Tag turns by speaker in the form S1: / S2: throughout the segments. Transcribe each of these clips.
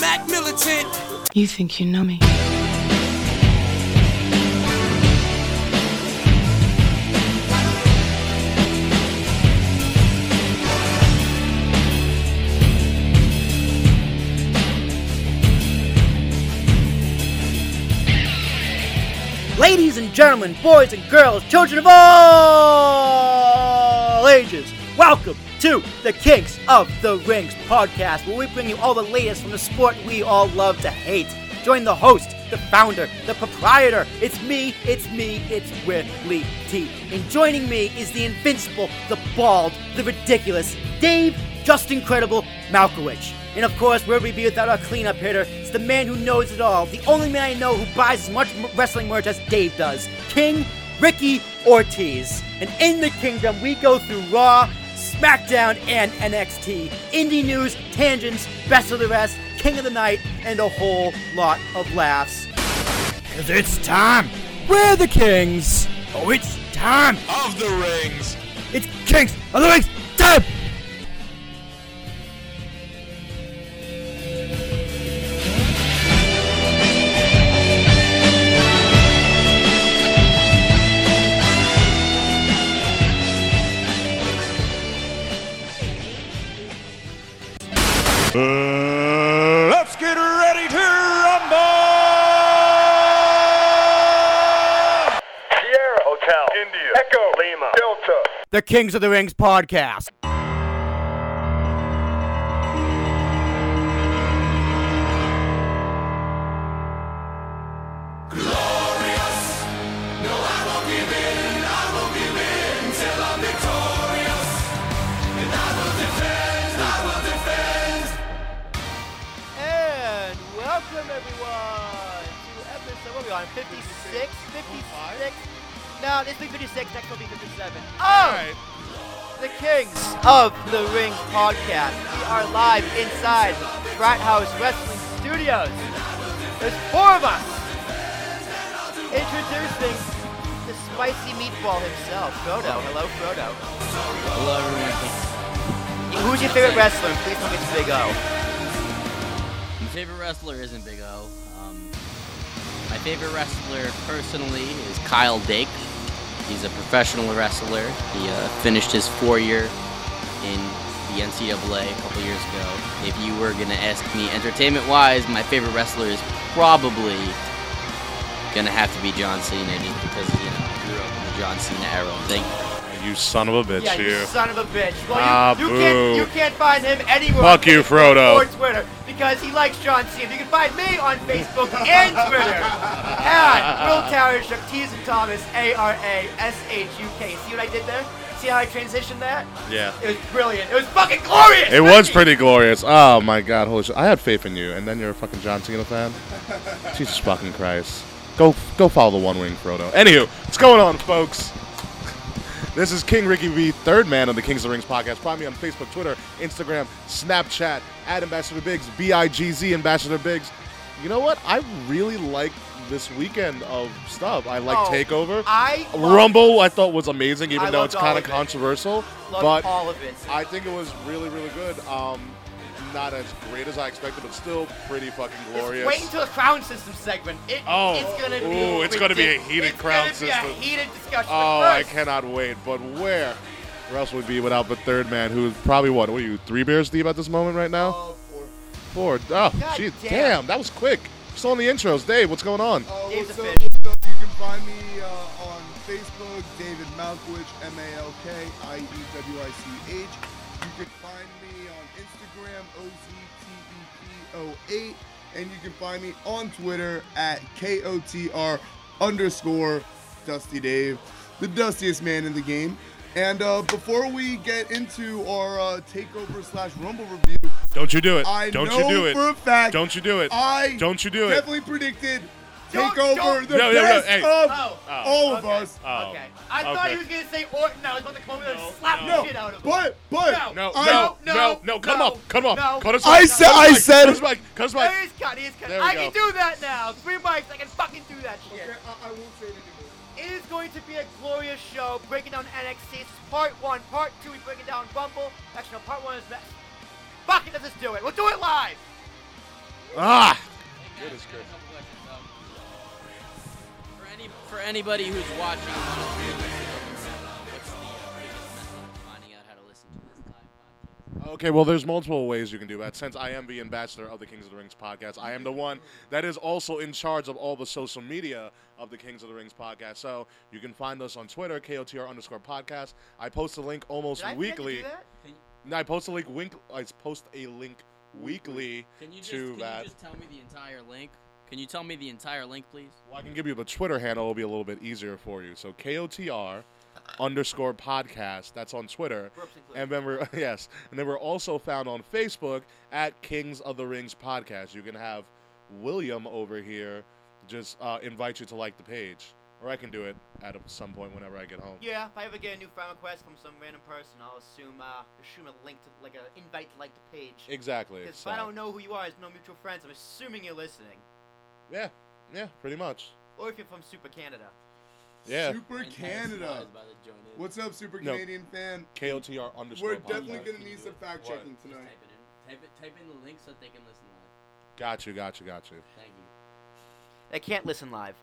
S1: militant.
S2: You think you know me.
S3: Ladies and gentlemen, boys and girls, children of all ages, welcome to the Kings of the Rings podcast, where we bring you all the latest from the sport we all love to hate. Join the host, the founder, the proprietor. It's me, it's me, it's Whitley T. And joining me is the invincible, the bald, the ridiculous Dave, just incredible Malkovich. And of course, where we be without our cleanup hitter? It's the man who knows it all, the only man I know who buys as much m- wrestling merch as Dave does, King Ricky Ortiz. And in the kingdom, we go through Raw, SmackDown, and NXT, indie news, tangents, best of the rest, King of the Night, and a whole lot of laughs. Cause it's time. We're the kings. Oh, it's time.
S1: Of the rings.
S3: It's kings of the rings time.
S1: Uh, let's get ready to rumble.
S4: Sierra Hotel, India, Echo, Lima, Delta.
S3: The Kings of the Rings podcast.
S5: And welcome everyone to episode what are we on 56, 56. No, this will be 56. Next will be 57. Oh, the Kings of the Rings podcast. We are live inside Frat House Wrestling Studios. There's four of us. Introducing the spicy meatball himself, Frodo. Hello, Frodo. Hello, everyone. Who's your favorite wrestler? Please tell me it's Big O.
S6: My favorite wrestler isn't Big O. Um, my favorite wrestler personally is Kyle Dake. He's a professional wrestler. He uh, finished his four year in the NCAA a couple years ago. If you were gonna ask me, entertainment wise, my favorite wrestler is probably gonna have to be John Cena, just because you know I grew up in the John Cena era. Thank you.
S7: You son of a bitch,
S5: Yeah, you
S7: you.
S5: son of a bitch. Well, you,
S7: Ah,
S5: you can't
S7: boo.
S5: you can't find him anywhere.
S7: Fuck
S5: on
S7: you,
S5: Facebook
S7: Frodo.
S5: Or Twitter because he likes John Cena. You can find me on Facebook and Twitter at Will Tower Tees and Thomas A R A S H U K. See what I did there? See how I transitioned that?
S7: Yeah.
S5: It was brilliant. It was fucking glorious.
S7: It was
S5: Ricky!
S7: pretty glorious. Oh my god, holy shit. I had faith in you, and then you're a fucking John Cena fan? Jesus fucking Christ. Go go follow the one wing Frodo. Anywho, what's going on, folks? This is King Ricky V, third man on the Kings of the Rings podcast. Find me on Facebook, Twitter, Instagram, Snapchat, at Ambassador Biggs, B I G Z Ambassador Biggs. You know what? I really like this weekend of stuff. I like
S5: Oh,
S7: Takeover.
S5: I loved-
S7: Rumble I thought was amazing, even
S5: I
S7: though
S5: loved
S7: it's kind
S5: all
S7: of
S5: of it.
S7: controversial.
S5: Loved
S7: but
S5: all of it.
S7: I think it was really, really good. Um, not as great as I expected, but still pretty fucking
S5: Just
S7: glorious.
S5: Wait until the crown system segment. It,
S7: Oh.
S5: it's gonna be.
S7: Ooh, it's gonna be a
S5: ridiculous.
S7: heated
S5: It's
S7: crown
S5: gonna be a
S7: system.
S5: heated discussion. but
S7: oh, I
S5: first-
S7: cannot wait. But where, where else would we be without the third man, who is probably what? What are you, three beers deep at this moment right now?
S5: Oh, poor
S7: Four. Oh,
S5: God
S7: geez,
S5: damn. Oh.
S7: damn. that was quick. Still on the intros, Dave. What's going on?
S8: Uh,
S5: Dave's
S8: what's
S5: a
S8: up,
S5: fish.
S8: what's up? You can find me uh, on Facebook, David Malkovich, M A L K I E W I C H. You can find me on Instagram, O Z T E P O 8. And you can find me on Twitter at K O T R underscore Dusty Dave, the dustiest man in the game. And uh, before we get into our uh, takeover slash rumble review,
S7: Don't you do it.
S8: I
S7: Don't you
S8: know
S7: do it.
S8: for a fact
S7: Don't you do it.
S8: I
S7: Don't you do it.
S8: Definitely predicted
S5: Don't-
S8: take over
S5: don't-
S8: the
S7: No, no, no,
S8: best
S7: hey.
S8: of
S5: Oh.
S8: all of
S5: Okay.
S8: us.
S7: Oh.
S5: Okay. I thought
S7: okay.
S5: he was gonna say Orton. I was about to come over there and slap the
S8: No,
S5: shit out of him.
S8: but but
S7: No,
S5: No.
S8: I-
S7: no, no,
S5: no, no,
S7: no, Come
S5: no,
S7: up. Come up.
S5: no.
S7: Cut us
S8: I
S7: off.
S8: said-
S7: Cut us
S8: I
S7: off.
S8: said-
S7: Cut us off. Cut us off.
S5: There is cut. He is cut.
S7: There we
S5: I can
S7: go.
S5: do that now. Three mics. I can fucking do that shit.
S8: Okay, I, I won't say anything.
S5: It is going to be a glorious show, breaking down NXT. This is part one. Part two, we break it down Bumble. Actually, no, part one is best. Fuck it, let's just do it. We'll do it live.
S7: Ah!
S6: Goodness gracious. For, any, for anybody who's watching, what's the uh, biggest method of finding out how to listen to this live podcast?
S7: Okay, well, there's multiple ways you can do that. Since I am the ambassador of the Kings of the Rings podcast, I am the one that is also in charge of all the social media of the Kings of the Rings podcast. So you can find us on Twitter, KOTR underscore podcast. I post a link almost
S5: Did I forget to do
S7: weekly.
S5: that?
S7: No, I post a link. Wink, I post a link weekly
S6: Can you just,
S7: to
S6: can
S7: that.
S6: you just tell me the entire link? Can you tell me the entire link, please?
S7: Well, I can give you the Twitter handle. It'll be a little bit easier for you. So KOTR underscore podcast. That's on Twitter.
S5: Brooks and Cliff.
S7: And then we're yes, and then we're also found on Facebook at Kings of the Rings podcast. You can have William over here just uh, invite you to like the page, or I can do it at some point whenever I get home.
S5: Yeah, if I ever get a new friend request from some random person, I'll assume uh, assume a link to like an invite to like the page.
S7: Exactly.
S5: Because if
S7: so-
S5: I don't know who you are, as no mutual friends, I'm assuming you're listening,
S7: Yeah, yeah, pretty much.
S5: or if you're from Super Canada.
S7: Yeah.
S6: The
S8: Super
S6: entire squad
S8: Canada.
S6: is about to join in.
S8: What's up, Super
S7: No.
S8: Canadian fan?
S7: KOTR underscore.
S8: We're
S7: podcast.
S8: definitely
S6: podcast.
S8: going to need some fact
S7: What?
S8: checking
S6: Just
S8: tonight.
S6: type it in. Type it. Type in the link so that they can listen live.
S7: Got you. Got you. Got you.
S6: Thank you.
S5: They can't listen live.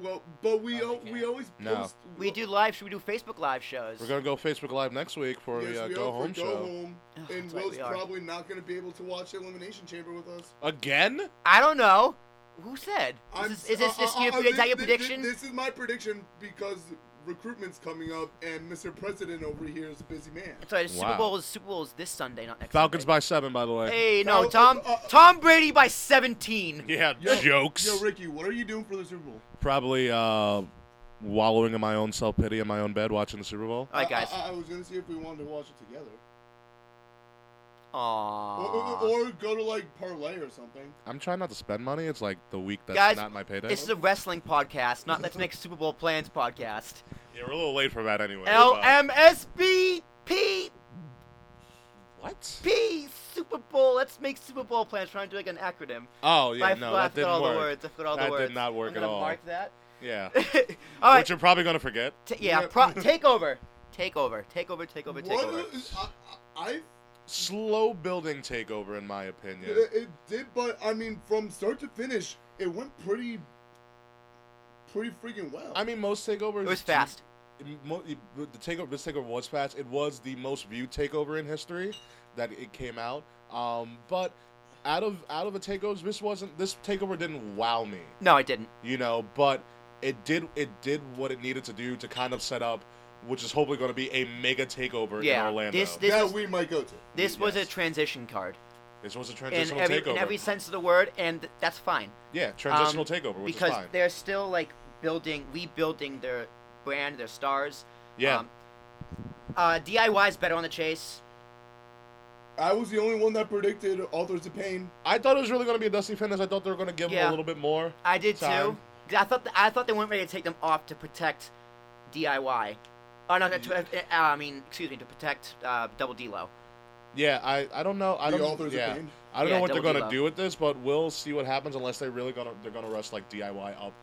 S8: Well, but we
S6: Oh,
S8: al-
S6: they
S8: we
S6: can't.
S8: always
S7: No.
S8: post.
S5: We do live. Should we do Facebook live shows?
S7: We're gonna go Facebook Live next week for
S8: Yes,
S7: the uh,
S8: we
S7: go
S8: are for
S7: home
S8: go
S7: show.
S8: home,
S5: Ugh,
S8: and
S5: that's right,
S8: Will's
S5: we are.
S8: probably not going to be able to watch the Elimination Chamber with us.
S7: Again?
S5: I don't know. Who said? is
S8: I'm
S5: this,
S8: s-
S5: is this,
S8: uh,
S5: this
S8: uh,
S5: your,
S8: uh,
S5: is that
S8: thi-
S5: your
S8: thi-
S5: prediction?
S8: This, is my prediction because recruitment's coming up, and Mr. President over here is a busy man.
S5: Sorry, the Super
S7: Wow.
S5: Bowl is Super Bowl is this Sunday, not next.
S7: Falcons
S5: Sunday.
S7: by seven, by the way.
S5: Hey, no,
S8: Fal-
S5: Tom.
S8: uh, uh,
S5: Tom Brady by 17.
S7: Yeah,
S8: Yo-
S7: jokes.
S8: Yo, Ricky, what are you doing for the Super Bowl?
S7: Probably uh, wallowing in my own self pity in my own bed watching the Super Bowl.
S5: All right, guys.
S8: I, I- I was going to see if we wanted to watch it together, uh, or,
S5: Aww.
S8: or, or go to like parlay or something.
S7: I'm trying not to spend money. It's like the week that's
S5: Guys,
S7: not my payday.
S5: this is a wrestling podcast, not Let's Make Super Bowl Plans podcast.
S7: yeah, we're a little late for that anyway. but-
S5: LMSBPP
S7: What?
S5: Super Bowl. Let's make Super Bowl plans. Trying to do like an acronym.
S7: Oh yeah,
S5: I,
S7: no,
S5: I
S7: that
S5: forgot all
S7: didn't
S5: the
S7: work.
S5: words. I forgot all
S7: That
S5: the
S7: did
S5: words.
S7: not work
S5: I'm
S7: at
S5: gonna
S7: all.
S5: Mark that.
S7: Yeah,
S5: all right.
S7: which you're probably gonna forget.
S5: T- yeah.
S8: Yeah.
S5: Pro- take over. Take over. Take over. Take over. Take
S8: What
S5: over.
S8: is- I, I, I-
S7: Slow building takeover, in my opinion.
S8: it, it did, but I mean, from start to finish, it went pretty, pretty freaking well.
S7: I mean, most takeovers.
S5: It was fast.
S7: Mo- The takeover, this takeover was fast. It was the most viewed takeover in history that it came out. Um, but out of out of the takeovers, this wasn't this takeover didn't wow me,
S5: No, I didn't.
S7: you know. But it did it did what it needed to do to kind of set up, which is hopefully going to be a mega takeover
S5: Yeah,
S7: in Orlando.
S5: this- this-
S8: that
S5: is-
S8: we might go to.
S5: This was a
S7: Yes.
S5: transition card
S7: This was a
S5: in
S7: transitional
S5: every,
S7: takeover.
S5: in every sense of the word, and th- that's fine.
S7: yeah,
S5: Um,
S7: transitional takeover, which
S5: because
S7: is fine.
S5: they're still like building, rebuilding their brand, their stars.
S7: Yeah.
S5: Um, uh, DIY is better on the chase.
S8: I was the only one that predicted Authors of Pain.
S7: I thought it was really going to be a Dusty finish. I thought they were going to give him
S5: Yeah.
S7: a little bit more.
S5: I did
S7: Time.
S5: too. 'Cause I thought th- I thought they weren't ready to take them off to protect DIY. Oh no, to, uh, I mean, excuse me, to protect uh, Double D Low.
S7: Yeah, I, I don't know. I
S8: The
S7: don't
S8: authors
S7: yeah.
S8: opinion.
S7: I don't
S5: Yeah,
S7: know what they're
S5: double
S7: gonna
S5: D-Lo.
S7: do with this, but we'll see what happens unless they really gonna they're gonna rush like DIY up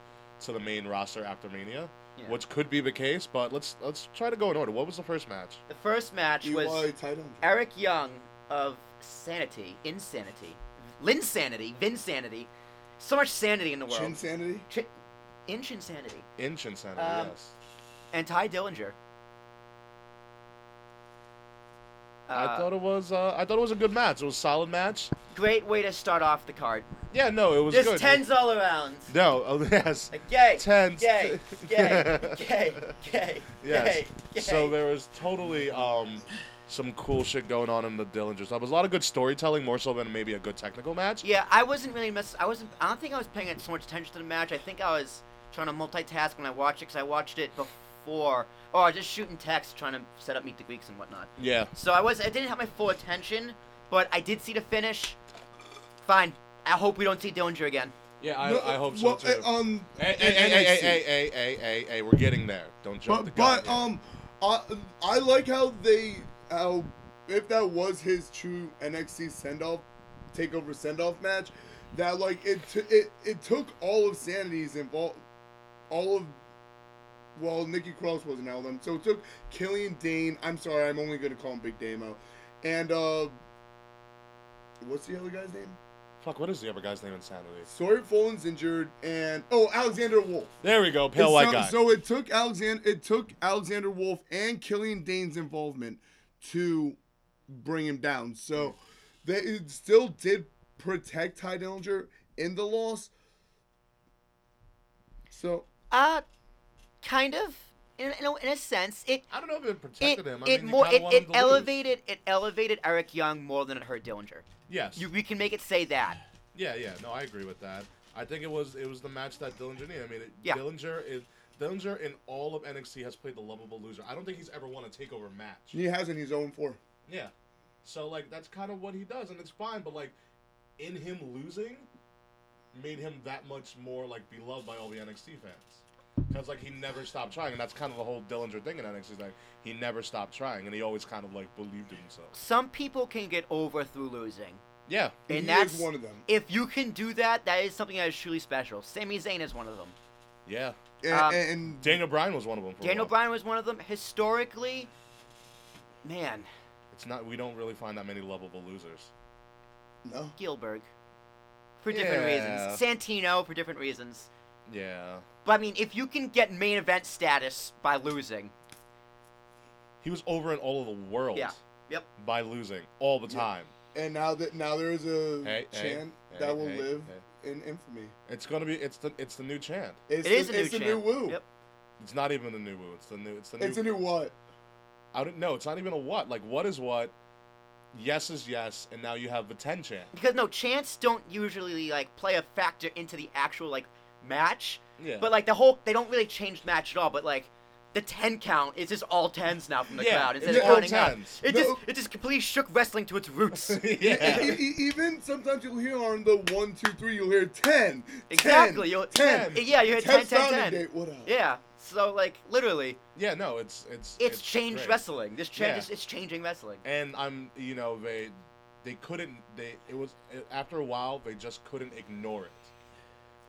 S7: to the main roster after Mania,
S5: Yeah.
S7: which could be the case. But let's let's try to go in order. What was the first match?
S5: The first match
S8: EY
S5: was
S8: E tight end.
S5: Eric Young of Sanity, Insanity, Linsanity, Vinsanity. So much sanity in the world.
S8: Chin Sanity.
S5: Chin- Inch Insanity.
S7: Inch Insanity.
S5: Um,
S7: yes.
S5: And Ty Dillinger.
S7: I thought it was uh, I thought it was a good match. It was a solid match.
S5: Great way to start off the card.
S7: Yeah, no, it was
S5: Just
S7: good.
S5: tens all around.
S7: No, oh, yes.
S5: Like, yay,
S7: Tens.
S5: Yay. Yay. Yay. Yay.
S7: Yes.
S5: Yay.
S7: So there was totally um, some cool shit going on in the Dillinger stuff. It was a lot of good storytelling, more so than maybe a good technical match.
S5: Yeah, I wasn't really mess. I wasn't. I don't think I was paying so much attention to the match. I think I was trying to multitask when I watched it because I watched it before, or I was just shooting text trying to set up meet the Greeks and whatnot.
S7: Yeah.
S5: So I was. I didn't have my full attention, but I did see the finish. Fine. I hope we don't see Dillinger again.
S7: Yeah, I,
S8: No,
S7: I hope so
S8: well,
S7: too.
S8: uh, Um,
S7: Hey, hey,
S8: in
S7: hey, hey, hey,
S8: NXT.
S7: hey, hey, hey, hey, hey, we're getting there. Don't jump the gun.
S8: But, but um, I, I like how they how if that was his true NXT send off, takeover send off match, that like it t- it it took all of Sanity's involved, all of. Well, Nikki Cross wasn't out of them, so it took Killian Dane. I'm sorry, I'm only gonna call him Big Damo, and uh, what's the other guy's name?
S7: Fuck, what is the other guy's name in Sanity?
S8: Sorry, Fulton's injured, and oh, Alexander Wolf.
S7: There we go, pale white
S8: so,
S7: guy.
S8: so it took Alexander, it took Alexander Wolf and Killian Dane's involvement to bring him down. So they it still did protect Ty Dillinger in the loss. So
S5: Uh, kind of. In, in, a, in a sense, it
S7: I don't know if it protected
S5: it,
S7: him. I
S5: it
S7: mean, you
S5: more
S7: kinda
S5: it,
S7: wanted
S5: it
S7: him to lose.
S5: elevated it elevated Eric Young more than it hurt Dillinger.
S7: Yes.
S5: You, we can make it say that.
S7: Yeah, yeah. No, I agree with that. I think it was it was the match that Dillinger needed. I mean, it,
S5: Yeah.
S7: Dillinger is Dillinger in all of NXT has played the lovable loser. I don't think he's ever won a takeover match.
S8: he hasn't. He's 0 4.
S7: Yeah. So like that's kind of what he does, and it's fine. But like, in him losing, made him that much more like beloved by all the NXT fans. Because like he never stopped trying, and that's kind of the whole Dillinger thing in NXT. Is like he never stopped trying, and he always kind of like believed in himself.
S5: Some people can get over through losing,
S7: Yeah.
S5: and
S8: he
S5: that's
S8: is one of them.
S5: If you can do that, that is something that is truly special. Sami Zayn is one of them.
S7: Yeah.
S8: And,
S5: Um,
S8: and
S7: Daniel Bryan was one of them. For a
S5: Daniel
S7: while.
S5: Bryan was one of them. Historically, man,
S7: It's not. We don't really find that many lovable losers.
S8: no,
S5: Gilbert. For different
S7: Yeah.
S5: reasons. Santino for different reasons.
S7: Yeah.
S5: But I mean, if you can get main event status by losing,
S7: He was over in all of the world
S5: Yeah. Yep.
S7: by losing all the
S8: Yeah.
S7: time.
S8: and now that now there is a
S7: Hey, hey,
S8: chant
S7: hey,
S8: that will
S7: hey,
S8: live in infamy.
S7: It's gonna be it's the it's the new chant.
S8: It's
S5: it is
S8: the,
S5: a new
S8: it's the
S5: champ.
S8: woo.
S5: Yep.
S7: It's not even the new woo. It's the new it's the new
S8: It's a new what?
S7: I don't know, it's not even a what. Like what is what? Yes is yes, and now you have the ten chant.
S5: Because no, chants don't usually like play a factor into the actual like match.
S7: Yeah.
S5: But like the whole, they don't really change the match at all. But like the ten count is just all tens now from the
S7: Yeah,
S5: crowd instead
S7: it's
S5: of
S7: all
S5: counting
S7: tens.
S5: up. It
S8: No.
S5: just it just completely shook wrestling to its roots.
S8: E-
S7: yeah.
S8: e- Even sometimes you'll hear on the one, two, three, you'll hear ten.
S5: Exactly,
S8: 10,
S5: you'll-
S8: 10.
S5: yeah, you hit 10, 10,
S8: Sounding
S5: 10.
S8: Date, what up?
S5: yeah. So like literally,
S7: yeah, no, it's it's
S5: it's, changed
S7: great.
S5: wrestling. This change
S7: Yeah.
S5: is it's changing wrestling.
S7: And I'm you know, they they couldn't they it was after a while they just couldn't ignore it.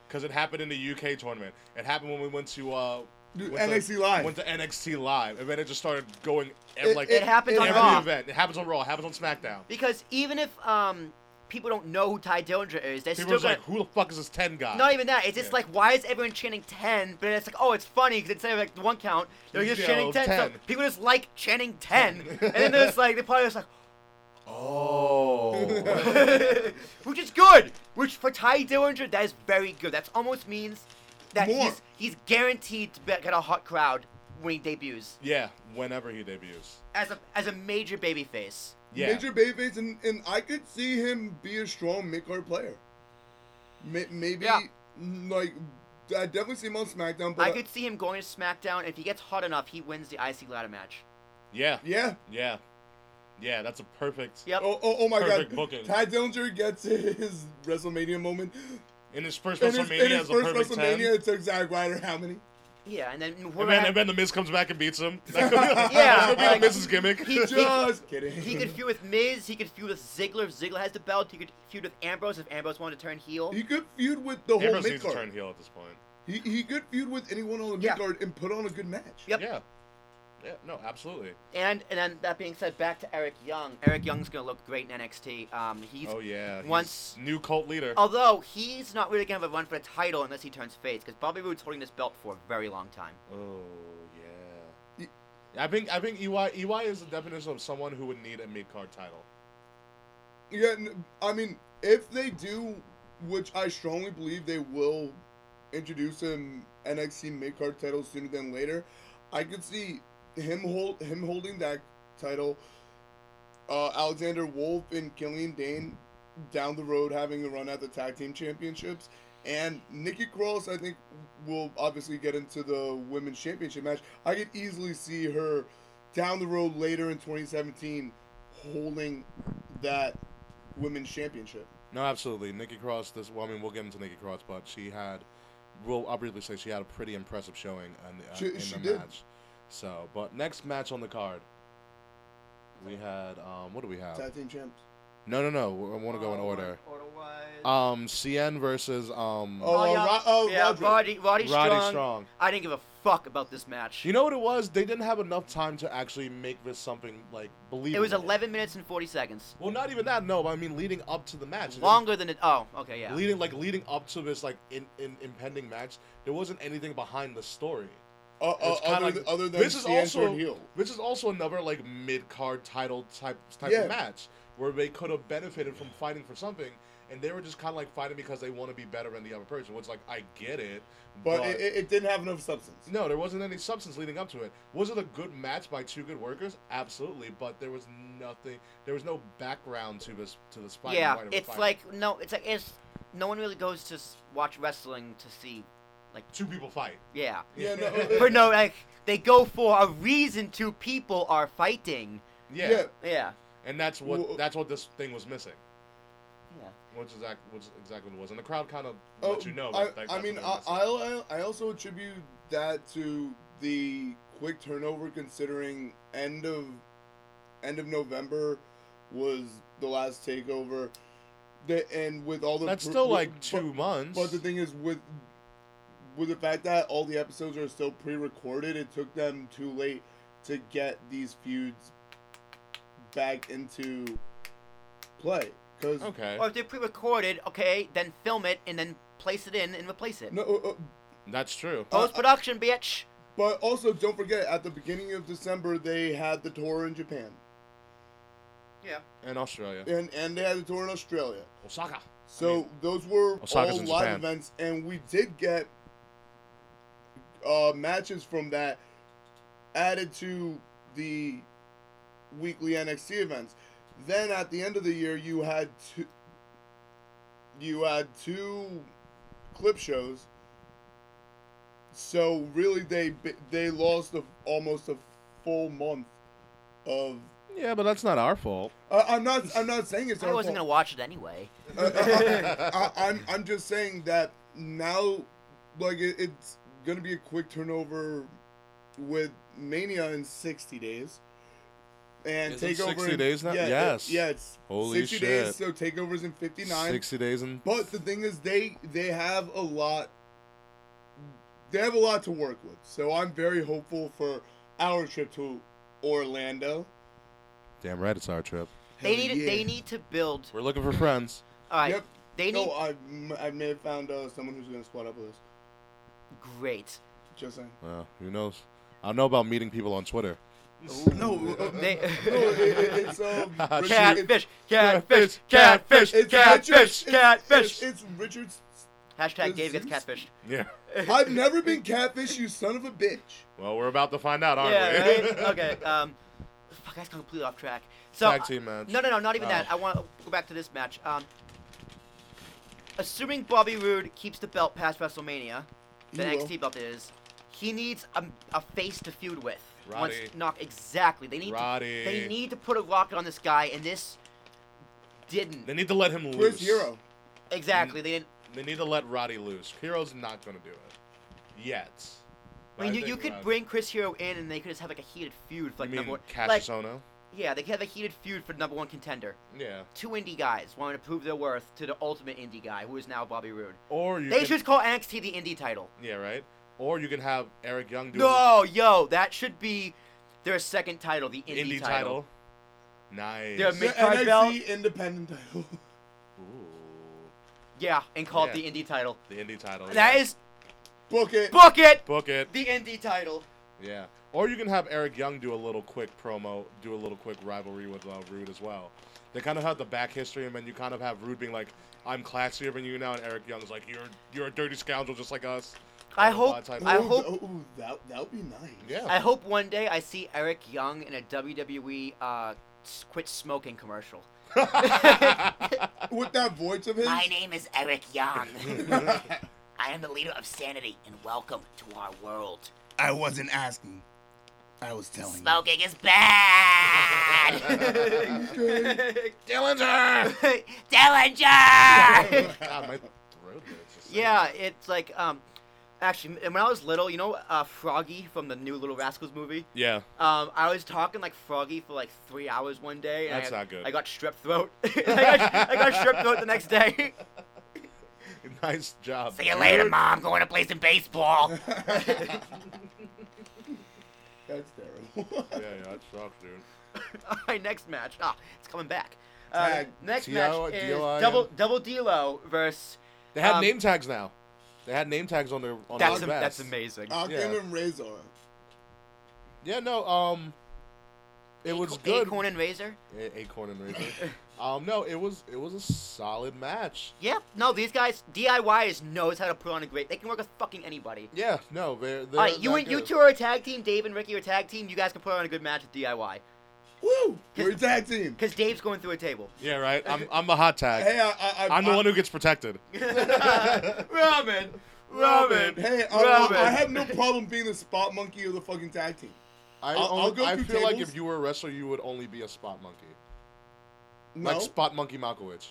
S7: Cause it happened in the UK tournament. It happened when we went to uh
S8: Dude,
S7: went to-
S8: NXT Live.
S7: Went to NXT Live, and then it just started going ev-
S8: It-
S7: like
S5: it happens on
S7: every
S5: Raw.
S7: event. It happens on Raw. It happens on SmackDown.
S5: Because even if um people don't know who Ty Dillinger is, they're
S7: People are
S5: still gonna.
S7: like, who the fuck is this ten guy?
S5: Not even that. It's just
S7: Yeah.
S5: like, why is everyone chanting 10? But it's like, oh, it's funny because instead of like one count, they're just
S7: Yo,
S5: chanting 10. So
S7: 10.
S5: people just like chanting 10. and then there's like, they're probably just like,
S7: oh.
S5: which is good. Which for Ty Dillinger, that is very good. That almost means that
S8: More.
S5: he's he's guaranteed to be- get a hot crowd when he debuts
S7: yeah, whenever he debuts.
S5: as a as a major babyface.
S7: Yeah.
S8: Major babyface, and, and I could see him be a strong mid card player. May, maybe
S5: Yeah.
S8: mm, like I definitely see him on SmackDown, but
S5: I could see him going to SmackDown. and If he gets hot enough, he wins the IC ladder match.
S7: yeah.
S8: yeah.
S7: Yeah. Yeah, that's a perfect
S5: Yep.
S8: Oh, oh, oh my
S7: Perfect
S8: God!
S7: booking.
S8: Ty Dillinger gets his WrestleMania moment.
S7: in his first
S8: In his,
S7: WrestleMania
S8: in his
S7: as a
S8: first
S7: perfect
S8: WrestleMania,
S7: 10.
S8: it took Zack Ryder how many?
S5: Yeah, and then we're
S7: And
S5: gonna
S7: then,
S5: have-
S7: and then the Miz comes back and beats him. That could be,
S5: Yeah,
S7: that could be
S5: like-
S7: the Miz's gimmick.
S5: He- he-
S8: Just kidding.
S5: He could feud with Miz. He could feud with Ziggler if Ziggler has the belt. He could feud with Ambrose if Ambrose wanted to turn heel.
S8: He could feud with the whole
S7: Ambrose
S8: mid
S7: needs to
S8: card.
S7: turn heel at this point.
S8: He, he could feud with anyone on the mid
S5: Yeah.
S8: card and put on a good match.
S5: Yep.
S7: Yeah. Yeah, no, absolutely.
S5: And and then that being said, back to Eric Young. Eric Young's gonna look great in NXT. Um, he's
S7: oh, yeah. he's
S5: once- Oh.
S7: New cult leader.
S5: although he's not really gonna have a run for the title unless he turns face because Bobby Roode's holding this belt for a very long time.
S7: Oh yeah. I think I think E EY EY is the definition of someone who would need a mid card title.
S8: Yeah, n- I mean, if they do, which I strongly believe they will introduce him NXT mid card title sooner than later, I could see him hold him holding that title. Uh, Alexander Wolf and Killian Dane down the road having a run at the tag team championships, and Nikki Cross I think will obviously get into the women's championship match. I could easily see her down the road later in 2017 holding that women's championship.
S7: No, absolutely. Nikki Cross. This well, I mean, we'll get into Nikki Cross, but she had. We'll I'll briefly say she had a pretty impressive showing in the, uh,
S8: She-
S7: in
S8: she
S7: the
S8: did.
S7: match. So, but next match on the card, we had um, what do we have?
S8: Tag team champs.
S7: No, no, no. I want to go in
S8: Oh,
S7: order.
S5: Oh, Order was.
S7: Um, CN versus um.
S8: Oh, uh,
S5: yeah.
S8: Ro- oh,
S5: yeah,
S8: Roderick.
S5: Roddy, Roddy,
S7: Roddy
S5: Strong.
S7: Strong.
S5: I didn't give a fuck about this match.
S7: You know what it was? They didn't have enough time to actually make this something like believable.
S5: it was 11 minutes and 40 seconds.
S7: Well, not even that. No, but I mean leading up to the match.
S5: Longer than it. Oh, okay, yeah.
S7: Leading like leading up to this like in, in impending match, there wasn't anything behind the story.
S8: Uh, uh,
S7: It's kinda
S8: other,
S7: like-
S8: than, other than
S7: this is
S8: CN
S7: also
S8: turned heel.
S7: this is also another like mid card title type type
S8: Yeah.
S7: of match where they could have benefited from fighting for something, and they were just kind of like fighting because they want to be better than the other person. Which like I get it,
S8: But it, it, it didn't have enough substance.
S7: No, there wasn't any substance leading up to it. Was it a good match by two good workers? Absolutely, but there was nothing. There was no background to this to this fight. Why
S5: yeah,
S7: they were
S5: it's
S7: fighting.
S5: like no, it's like it's no one really goes to s- watch wrestling to see, like
S7: two people fight.
S5: yeah,
S8: Yeah, no,
S5: but no, like they go for a reason. Two people are fighting.
S7: Yeah,
S8: Yeah.
S5: Yeah,
S7: and that's what
S8: Well-
S7: that's what this thing was missing,
S5: yeah.
S7: which is act, which exactly what it was. And the crowd kind of
S8: Oh,
S7: let you know.
S8: I,
S7: that- that-
S8: I
S7: that's
S8: mean,
S7: what
S8: I,
S7: they were missing.
S8: I, I also attribute that to the quick turnover, considering end of end of November was the last takeover. The, and with all the
S7: that's
S8: pr-
S7: still
S8: with-
S7: like
S8: but-
S7: two months.
S8: But the thing is, with with the fact that all the episodes are still pre-recorded, it took them too late to get these feuds back into play. Because
S7: okay,
S5: Or if they're pre-recorded, okay, then film it and then place it in and replace it.
S8: no, uh, uh,
S7: that's true.
S5: Post production, bitch.
S8: but also don't forget at the beginning of December they had the tour in Japan
S5: Yeah.
S7: And Australia,
S8: and and they had the tour in Australia.
S7: Osaka.
S8: So those were
S7: Osaka's
S8: all
S7: in
S8: live
S7: Japan.
S8: events, and we did get uh, matches from that added to the weekly NXT events. Then at the end of the year, you had two, you had two clip shows. So really, they bi- they lost a, almost a full month of.
S7: Yeah, but that's not our fault.
S8: Uh, I'm not. I'm not saying it's.
S5: I
S8: our
S5: wasn't
S8: fault.
S5: gonna watch it anyway.
S8: I, I'm I'm just saying that now, like it, it's gonna be a quick turnover with Mania in 60 days, and
S7: Is it
S8: Takeover
S7: 60
S8: in-
S7: days now?
S8: Yeah, it-
S7: Yes.
S8: yeah, it's
S7: Holy
S8: 60
S7: shit.
S8: days. So Takeover's in 59.
S7: Sixty days and
S8: But the thing is, they they have a lot. They have a lot to work with, so I'm very hopeful for our trip to Orlando.
S7: damn right, it's our trip.
S5: They
S8: Hell
S5: need
S8: yeah.
S5: they need to build.
S7: We're looking for friends.
S5: All right.
S8: Yep.
S5: They need
S8: Oh, I, m- I may have found uh, someone who's gonna squat up with us.
S5: great.
S8: Just saying.
S7: Well, who knows? I don't know about meeting people on Twitter.
S8: No, uh,
S5: They
S8: no, it, it- it's um, Richard-
S5: catfish, catfish,
S7: Catfish,
S5: catfish,
S8: it's- it's
S5: catfish,
S8: Richard's- it's-
S5: catfish.
S8: It's, it's Richard's.
S5: Hashtag Dave gets
S8: it's-
S5: catfished.
S7: Yeah.
S8: I've never been catfish, you son of a bitch.
S7: Well, we're about to find out, aren't
S5: Yeah,
S7: we?
S5: right? okay. Um, fuck, that's completely off track. So uh,
S7: Tag team match.
S5: No, no, no, not even
S7: Oh.
S5: that. I want to go back to this match. Um, assuming Bobby Roode keeps the belt past WrestleMania, the
S8: He will.
S5: NXT belt is, he needs a, a face to feud with. Once-
S7: Roddy.
S5: not exactly. They need.
S7: Roddy.
S5: To, they need to put a rocket on this guy, and this didn't.
S7: They need to let him loose.
S8: Where's Hero?
S5: exactly. They didn't.
S7: They need to let Roddy loose. Hero's not going to do it yet.
S5: I mean, you,
S7: think
S5: you could
S7: Roddy-
S5: bring Chris Hero in, and they could just have like a heated feud for
S7: You
S5: like number
S7: mean
S5: one.
S7: Cassius
S5: like,
S7: Ohno?
S5: yeah, they could have a heated feud for number one contender.
S7: Yeah.
S5: Two indie guys wanting to prove their worth to the ultimate indie guy, who is now Bobby Roode.
S7: Or you
S5: They
S7: can,
S5: should just call NXT the indie title.
S7: Yeah, right. Or you can have Eric Young do
S5: No, yo, that should be their second title, the
S7: an
S5: indie,
S7: indie title.
S5: title.
S7: Nice.
S5: They're ma-
S8: The
S5: Mick Cardell?
S8: NXT independent title.
S7: Ooh,
S5: Yeah, and call
S7: Yeah.
S5: it the indie title.
S7: the indie title.
S5: That
S7: yeah.
S5: is
S8: Book it.
S5: book it.
S7: book it.
S5: The indie title.
S7: Yeah. Or you can have Eric Young do a little quick promo, do a little quick rivalry with uh, Rude as well. They kind of have the back history, and then you kind of have Rude being like, "I'm classier than you now," and Eric Young's like, "You're you're a dirty scoundrel just like us."
S5: I
S7: Blah, blah,
S5: hope-
S7: blah type
S5: I
S8: Ooh,
S7: of-
S5: hope-
S8: th- ooh, that that would be nice.
S7: Yeah.
S5: I hope one day I see Eric Young in a WWE uh, s- quit smoking commercial.
S8: With that voice of his.
S9: My name is Eric Young. I am the leader of Sanity, and welcome to our world.
S8: I wasn't asking. I was telling.
S9: Smoking is bad!
S7: Dillinger.
S9: Dillinger!
S7: God, my throat hurts. just saying
S5: yeah, it's like um, Actually, m- when I was little, you know uh, Froggy from the new Little Rascals movie?
S7: Yeah.
S5: Um, I was talking like Froggy for like three hours one day. And
S7: That's
S5: I,
S7: not good.
S5: I got strep throat. I, got, I got strep throat the next day.
S7: nice job.
S10: See you later, Mom. Going to play some baseball.
S8: That's terrible.
S7: Yeah, yeah, that sucks, dude.
S5: My next match. Ah, it's coming back. Uh,
S8: Tag,
S5: next
S7: T.O.,
S5: match is
S7: D.O.I.,
S5: double double D-Lo versus.
S7: They had
S5: Um,
S7: name tags now. They had name tags on their on
S5: That's
S7: their
S5: am- that's
S7: vests.
S5: amazing.
S8: I'll
S7: Yeah.
S8: give him Razor.
S7: Yeah, no, um, it was Oh, good.
S5: Acorn and Razor.
S7: A- Acorn and Razor. um, no, it was it was a solid match.
S5: Yep. No, these guys DIYers knows how to put on a great. They can work with fucking anybody.
S7: Yeah, no, they're, they're
S5: All right, you
S7: that
S5: and you
S7: good.
S5: two are a tag team. Dave and Ricky are a tag team. You guys can put on a good match with DIY.
S8: Woo! We're a tag team.
S5: Cause Dave's going through a table.
S7: Yeah, right. I'm I'm the hot tag.
S8: Hey, I, I, I,
S7: I'm the
S8: I-
S7: one who gets protected.
S5: Robin, Robin.
S8: Hey,
S7: uh,
S8: um, I,
S5: Robin.
S8: I, I have no problem being the spot monkey of the fucking tag team.
S7: I
S8: I'll-
S7: only-
S8: I'll go
S7: I
S8: through
S7: feel like
S8: tables.
S7: if you were a wrestler, you would only be a spot monkey,
S8: No,
S7: like Spot Monkey Malkovich,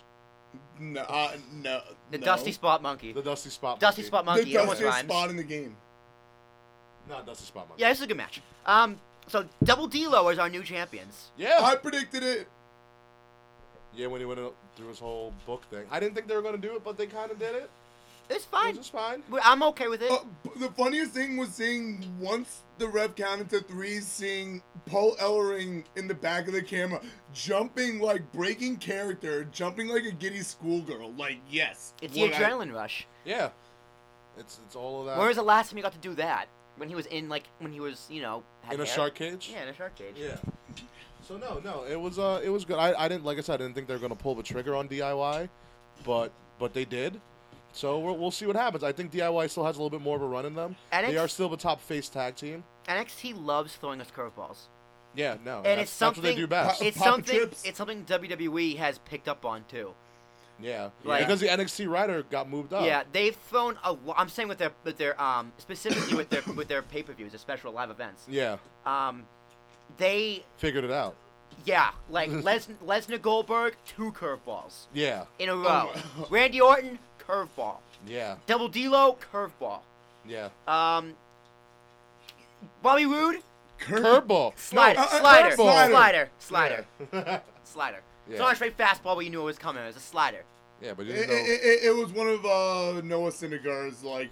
S8: no, uh, no.
S5: The
S8: no.
S5: Dusty Spot Monkey.
S7: the Dusty Spot.
S5: Dusty
S7: monkey.
S5: Spot
S8: The
S5: Monkey. it almost
S8: dustiest
S5: rhymes.
S8: spot in the game.
S7: Not Dusty Spot Monkey.
S5: Yeah, this is a good match. Um, so Double D-Lo is our new champions.
S7: Yeah.
S8: I predicted it.
S7: yeah, when he went through his whole book thing, I didn't think they were gonna do it, but they kind of did it.
S5: It's
S7: It
S5: fine.
S7: was fine.
S5: We- I'm okay with it.
S7: Oh,
S8: Uh, b- the funniest thing was seeing once the rev counted to three, seeing Paul Ellering in the back of the camera jumping like breaking character, jumping like a giddy schoolgirl. Like yes,
S5: It's the
S8: what I-
S5: adrenaline rush.
S7: Yeah. It's it's all of that.
S5: When was the last time you got to do that? When he was in like when he was you know had
S7: in a
S5: hair?
S7: shark cage.
S5: Yeah, in a shark cage.
S7: Yeah. So no, no, it was uh, it was good. I, I didn't like I said, I didn't think they were gonna pull the trigger on DIY, but but they did. So we'll, we'll see what happens. I think DIY still has a little bit more of a run in them.
S5: And
S7: they
S5: it's-
S7: are still the top face tag team.
S5: NXT loves throwing us curveballs.
S7: Yeah, no,
S5: and
S7: that's,
S5: it's something
S7: that's what they do best.
S8: Uh,
S5: It's
S8: Papa
S5: something.
S8: Trips.
S5: It's something WWE has picked up on too.
S7: yeah,
S5: like-
S7: because the NXT writer got moved
S8: Oh.
S7: up.
S5: Yeah, they've thrown a lot. I'm saying with their with their um specifically with their with their pay per views, their special live events.
S7: yeah,
S5: Um, they
S7: figured it out.
S5: yeah like Les, Lesnar Goldberg two curveballs
S7: Yeah,
S5: in a row.
S8: Oh my-
S5: Randy Orton curveball.
S7: yeah,
S5: Double D-Lo curveball.
S7: yeah.
S5: Um, Bobby Roode
S7: Curveball.
S5: Slider,
S8: uh, uh,
S5: slider,
S8: curveball.
S5: slider, slider, slider. It's
S7: Yeah.
S5: not a straight fastball, but you knew it was coming. It was a slider.
S7: Yeah, but you
S8: It,
S7: didn't know.
S8: it- it- it was one of uh, Noah Syndergaard's like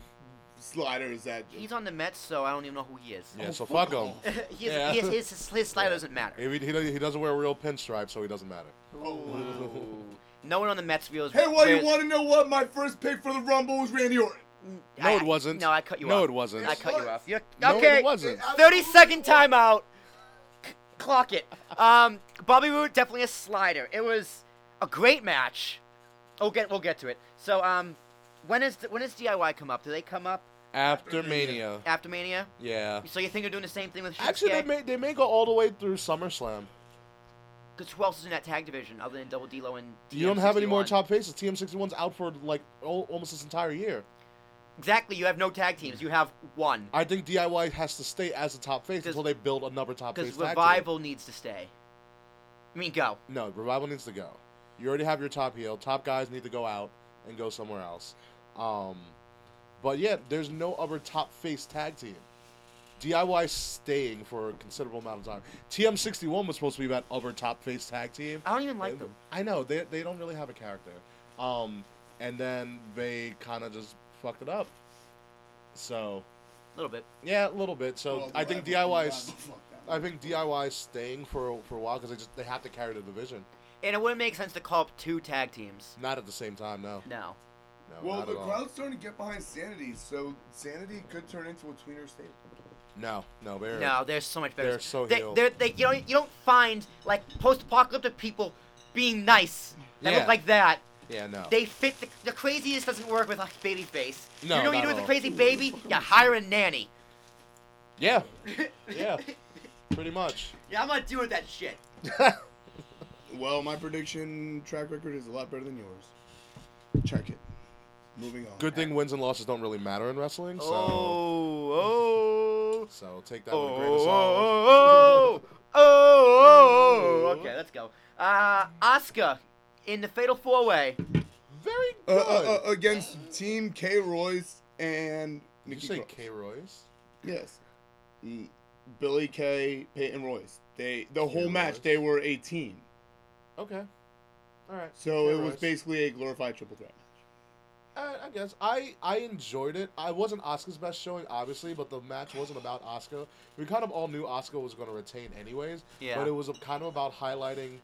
S8: sliders that.
S5: He's on the Mets, so I don't even know who he is.
S7: yeah, so fuck him.
S5: he is,
S7: Yeah.
S5: he is his, his slider doesn't matter.
S7: If he, he doesn't- he doesn't wear a real pinstripe, so he doesn't matter.
S5: Ooh. No one on the Mets feels.
S8: Hey, well, you
S5: feels-
S8: want to know what my first pick for the Rumble was Randy Orton.
S7: No,
S5: I-
S7: it wasn't.
S5: No, I cut you
S7: No,
S5: off.
S7: it wasn't.
S5: I cut you off. You're,
S7: No,
S5: okay.
S7: it wasn't.
S5: Thirty second timeout. C- Clock it. Um, Bobby Roode definitely a slider. It was a great match. We'll get we'll get to it. So um, when is when does DIY come up? Do they come up
S7: After Mania.
S5: after Mania?
S7: Yeah.
S5: So you think they're doing the same thing with Shinsuke?
S7: Actually, they may, they may go all the way through SummerSlam.
S5: Because who else is in that tag division other than Double D-Lo and
S7: You don't have any more
S5: TM61?
S7: top faces. TM61's out for like al- almost this entire year.
S5: Exactly. You have no tag teams. You have one.
S7: I think DIY has to stay as a top face until they build another top face.
S5: Because
S7: tag team.
S5: Revival needs to stay. I mean, go.
S7: No, revival needs to go. You already have your top heel. Top guys need to go out and go somewhere else. Um, but yeah, there's no other top face tag team. DIY staying for a considerable amount of time. TM61 was supposed to be that other top face tag team.
S5: I don't even like them.
S7: I know they they don't really have a character. Um, and then they kind of just fucked it up. So
S5: A little bit.
S7: yeah, a little bit. So
S8: Well,
S7: I think
S8: the Rumble-
S7: DIY,
S8: the
S7: is-
S8: Rumble, fuck that.
S7: I think DIY is staying for for a while because they just they have to carry the division.
S5: And it wouldn't make sense to call up two tag teams.
S7: Not at the same time, no.
S5: No.
S7: No,
S8: Well,
S7: not
S8: the
S7: at all.
S8: crowd's starting to get behind Sanity, so Sanity could turn into a tweener staple.
S7: No, no, they're
S5: No, they're so much better.
S7: They're so
S5: they,
S7: heel.
S5: they're, they, you, don't, you don't find, like, post-apocalyptic people being nice. That
S7: Yeah.
S5: look like that.
S7: Yeah, no.
S5: They fit the, the craziest doesn't work with a baby face.
S7: No,
S5: you know
S7: not
S5: what you do with
S7: at
S5: a
S7: all.
S5: crazy baby? You hire a nanny.
S7: yeah, yeah, pretty much.
S5: Yeah, I'm not doing that shit.
S8: Well, my prediction track record is a lot better than yours. Check it. Moving on.
S7: Good thing wins and losses don't really matter in wrestling. So,
S5: Oh, oh,
S7: so take
S5: oh,
S7: that with a grain of salt.
S5: oh, oh, oh, oh, Okay, let's go. Uh, Asuka in the Fatal Four Way.
S7: Very good.
S8: Uh, uh, uh, against Team K. Royce and
S7: Did
S8: Nikki
S7: you say
S8: Cross.
S7: K. Royce?
S8: Yes. Mm, Billy Kay, Peyton Royce. They the whole match
S7: Royce.
S8: they were a team.
S7: Okay. All right.
S8: So
S7: K.
S8: it was
S7: Royce.
S8: basically a glorified triple threat.
S7: I, I guess I I enjoyed it. I wasn't Oscar's best showing, obviously, but the match wasn't about Oscar. We kind of all knew Oscar was going to retain anyways.
S5: Yeah.
S7: But it was a, kind of about highlighting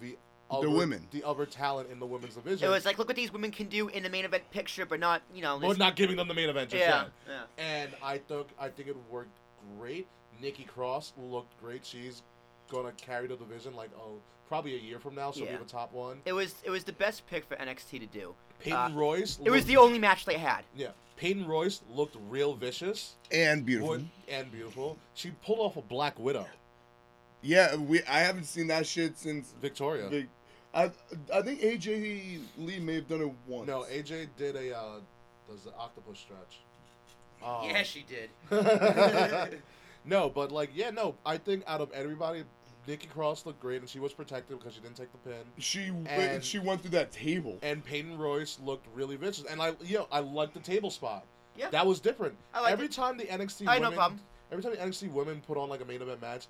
S7: the other,
S11: women.
S7: the other talent in the women's division.
S5: It was like, look what these women can do in the main event picture, but not, you know,
S7: but
S5: this-
S7: not giving them the main event. Just
S5: yeah,
S7: yet.
S5: yeah.
S7: And I think I think it worked great. Nikki Cross looked great. She's gonna carry the division like oh probably a year from now. She'll
S5: Yeah.
S7: be the top one.
S5: It was it was the best pick for NXT to do.
S7: Peyton
S5: Uh,
S7: Royce.
S5: It was
S7: looked-
S5: the only match they had.
S7: yeah. Peyton Royce looked real vicious.
S11: And beautiful.
S7: Wood and beautiful. She pulled off a Black Widow,
S8: Yeah, we I haven't seen that shit since
S7: Victoria.
S8: the, I I think AJ Lee may have done it once.
S7: No, AJ did a uh, does the octopus stretch. Oh.
S12: Yeah, she did.
S7: no, but like yeah, no. I think out of everybody, Nikki Cross looked great, and she was protected because she didn't take the pin.
S8: she went-
S7: And-
S8: she went through that table.
S7: And Peyton Royce looked really vicious, and I you know I liked the table spot.
S5: Yeah.
S7: that was different.
S5: I liked
S7: every
S5: it.
S7: time the NXT
S5: I had no
S7: women,
S5: problem.
S7: every time the NXT women put on like a main event match,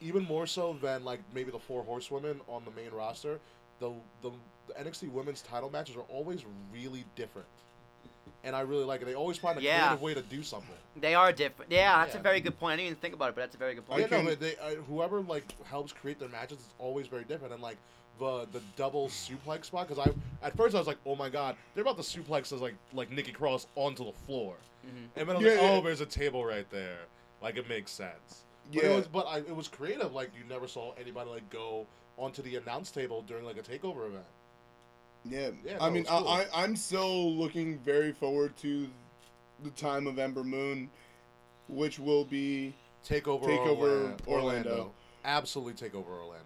S7: even more so than like maybe the four horsewomen on the main roster, the the, the NXT women's title matches are always really different, and I really like it. They always find a
S5: Yeah.
S7: creative way to do something.
S5: They are different. Yeah, that's
S7: Yeah.
S5: a very good point. I didn't even think about it, but that's a very good point.
S7: yeah, no,
S8: can-
S7: but they uh, whoever like helps create their matches is always very different, and like the the double suplex spot because I at first I was like, oh my god, they're about to suplex as like like Nikki Cross onto the floor, and then I was like,
S8: Yeah, yeah.
S7: oh, there's a table right there, like it makes sense. But it
S8: Yeah.
S7: was, but I, it was creative. Like you never saw anybody like go onto the announce table during like a takeover event.
S8: Yeah,
S7: Yeah,
S8: I
S7: no,
S8: mean,
S7: it's cool.
S8: I, I, I'm still looking very forward to the time of Ember Moon, which will be
S7: Takeover,
S8: Takeover
S7: Orla-
S8: Orlando.
S7: absolutely takeover Orlando.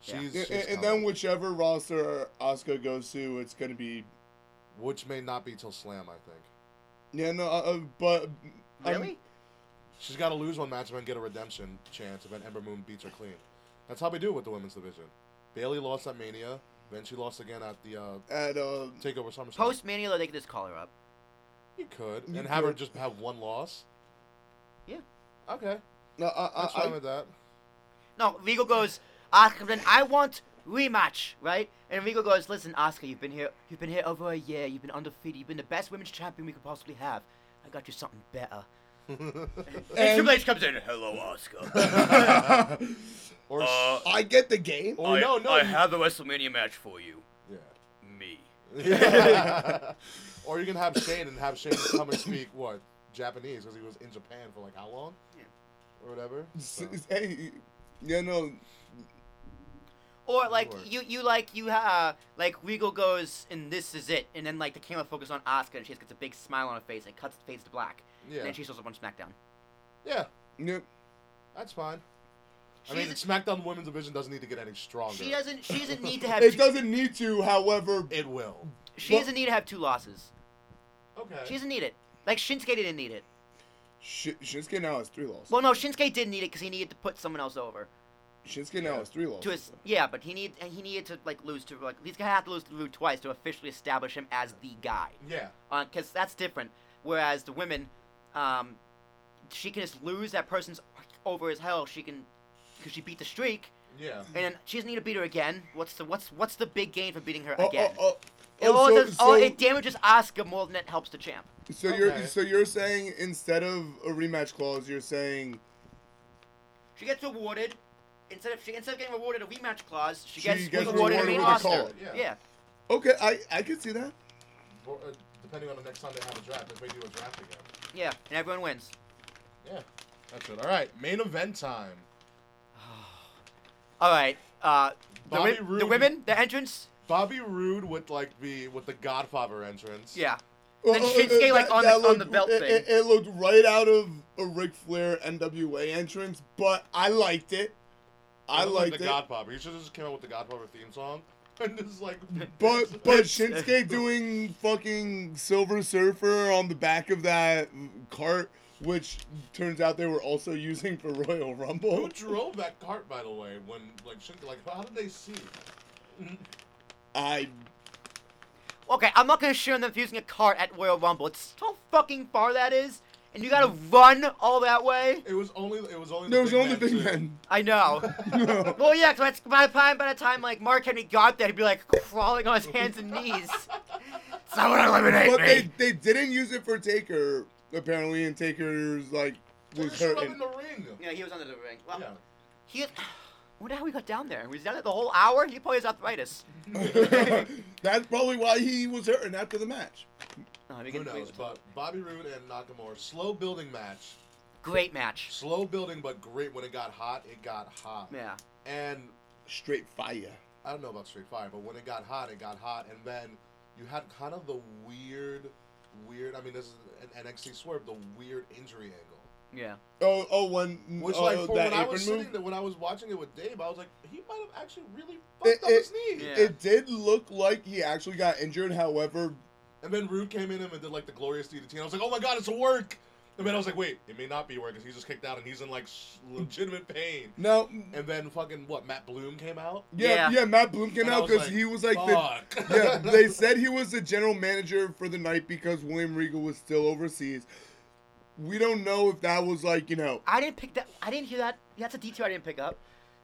S7: She's,
S5: Yeah.
S7: she's
S8: and, and
S7: coming.
S8: then whichever roster Oscar goes to, it's gonna be
S7: which may not be till Slam, I think.
S8: yeah no, uh, uh, but I'm-
S5: Really?
S7: She's got to lose one match and then get a redemption chance, and then Ember Moon beats her clean. That's how we do it with the women's division. Bailey lost at Mania, then she lost again at the uh,
S8: at uh,
S7: Takeover SummerSlam.
S5: Post Mania, though, they could just call her up.
S7: you could,
S8: You
S7: and have her
S8: could.
S7: just have one loss.
S5: Yeah.
S7: Okay,
S8: no, I,
S7: that's
S8: I,
S7: fine
S8: I,
S7: with that.
S5: No, Regal goes, Oscar, then I want rematch, right? And Regal goes, listen, Oscar, you've been here, you've been here over a year, you've been undefeated, you've been the best women's champion we could possibly have. I got you something better. and, Triple H comes in, hello, Oscar.
S7: Or s-
S8: I get the game.
S7: or no, no, you-
S5: the WrestleMania match for you.
S7: yeah.
S5: Me.
S7: or you can have Shane and have Shane come and speak what Japanese because he was in Japan for like how long, or whatever.
S8: S-
S7: So,
S8: s- Hey, yeah no,
S5: Or like
S7: Lord.
S5: you, you like you uh like Regal goes and this is it, and then like the camera focuses on Oscar and she just gets a big smile on her face and cuts the face to black, and
S7: yeah,
S5: then she shows up on SmackDown.
S7: yeah,
S8: no,
S7: that's fine. I
S5: She's-
S7: mean, the SmackDown Women's Division doesn't need to get any stronger.
S5: She doesn't. She doesn't need to have.
S8: it
S5: two,
S8: doesn't need to. However,
S7: It will.
S5: she doesn't need to have two losses.
S7: Okay.
S5: She doesn't need it. Like Shinsuke didn't need it.
S8: Sh- Shinsuke now has three losses.
S5: Well, no, Shinsuke did need it because he needed to put someone else over.
S8: Shinsuke now has three losses.
S5: To his, yeah, but he need he needed to like lose to like he's gonna have to lose to Rude twice to officially establish him as the guy.
S7: yeah.
S5: because that's different. Whereas the women, um, she can just lose that person's over as hell. She can, because she beat the streak,
S7: Yeah.
S5: and she doesn't need to beat her again. What's the what's what's the big gain for beating her
S8: Oh,
S5: again?
S8: oh, oh,
S5: It,
S8: oh,
S5: all
S8: so-
S5: does, all,
S8: so-
S5: it damages Asuka more than it helps the champ.
S8: So you're
S7: Okay.
S8: so you're saying instead of a rematch clause, you're saying
S5: She gets awarded instead of she instead of getting awarded a rematch clause, she
S8: She
S5: gets,
S8: gets
S5: awarded,
S8: rewarded
S5: a main
S8: with a
S5: roster.
S8: call.
S5: Yeah.
S8: okay, I I could see that.
S7: Or, uh, depending on the next time they have a draft, if they do a draft again.
S5: yeah, and everyone wins.
S7: Yeah. That's it. All right. Main event time.
S5: All right, uh, the,
S7: Bobby
S5: wi- the
S7: Roode-
S5: women, the entrance,
S7: Bobby Roode with like the with the Godfather entrance.
S5: yeah.
S8: Well,
S5: Then
S8: uh,
S5: Shinsuke,
S8: uh,
S5: like, on the- on the belt
S8: it,
S5: thing.
S8: It, it looked right out of a Ric Flair NWA entrance, but I liked it. I
S7: It was like
S8: liked
S7: the
S8: it.
S7: Godfather. You should have just came out with the Godfather theme song. And just like
S8: But but Shinsuke doing fucking Silver Surfer on the back of that cart, which turns out they were also using for Royal
S7: Who
S8: Rumble.
S7: drove that cart by the way when like Shinsuke like how did they see?
S8: I
S5: Okay, I'm not gonna share them for using a cart at Royal Rumble. It's how fucking far that is, and you gotta run all that way.
S7: It was only. It was only.
S8: There was only
S7: big man.
S8: Big Men.
S5: I know. well, yeah, because by the time by the time like Mark Henry got there, he'd be like crawling on his hands and knees.
S2: Someone eliminate
S8: But
S2: me.
S8: they, they didn't use it for Taker, apparently, and Taker's, like, was
S7: Shut up in
S8: hurting.
S7: the ring.
S5: yeah, he was under the ring. Well,
S7: Yeah.
S5: he. I wonder how he got down there. Was he down there the whole hour? He probably has arthritis.
S8: That's probably why he was hurting after the match.
S5: No, I mean,
S7: Who
S5: good-
S7: knows? But Bobby Roode and Nakamura, slow building match.
S5: Great match.
S7: Slow building, but great. When it got hot, it got hot.
S5: Yeah.
S7: And
S8: Straight fire.
S7: I don't know about Street Fire, but when it got hot, it got hot, and then you had kind of the weird, weird. I mean, this is an NXT swerve, the weird injury angle.
S5: Yeah.
S8: Oh, oh, when,
S7: Which,
S8: oh,
S7: like, for
S8: that
S7: when I
S8: apron
S7: was
S8: move.
S7: sitting there, when I was watching it with Dave, I was like, he might have actually really
S8: It-
S7: fucked up
S8: it-
S7: his knee.
S5: Yeah.
S8: It did look like he actually got injured. However,
S7: And then Rude came in and did like the glorious DDT, and I was like, oh my god, it's a work. And then I was like, wait, it may not be work because he's just kicked out and he's in like s- legitimate pain.
S8: no.
S7: And then fucking what? Matt Bloom came out.
S8: Yeah, yeah,
S5: Yeah.
S8: Matt Bloom came
S7: And I
S8: out
S7: was
S8: because he was like the.
S7: Fuck.
S8: Yeah, they said he was the general manager for the night because William Regal was still overseas. We don't know if that was like you know.
S5: I didn't pick that. I didn't hear that. That's a detail I didn't pick up.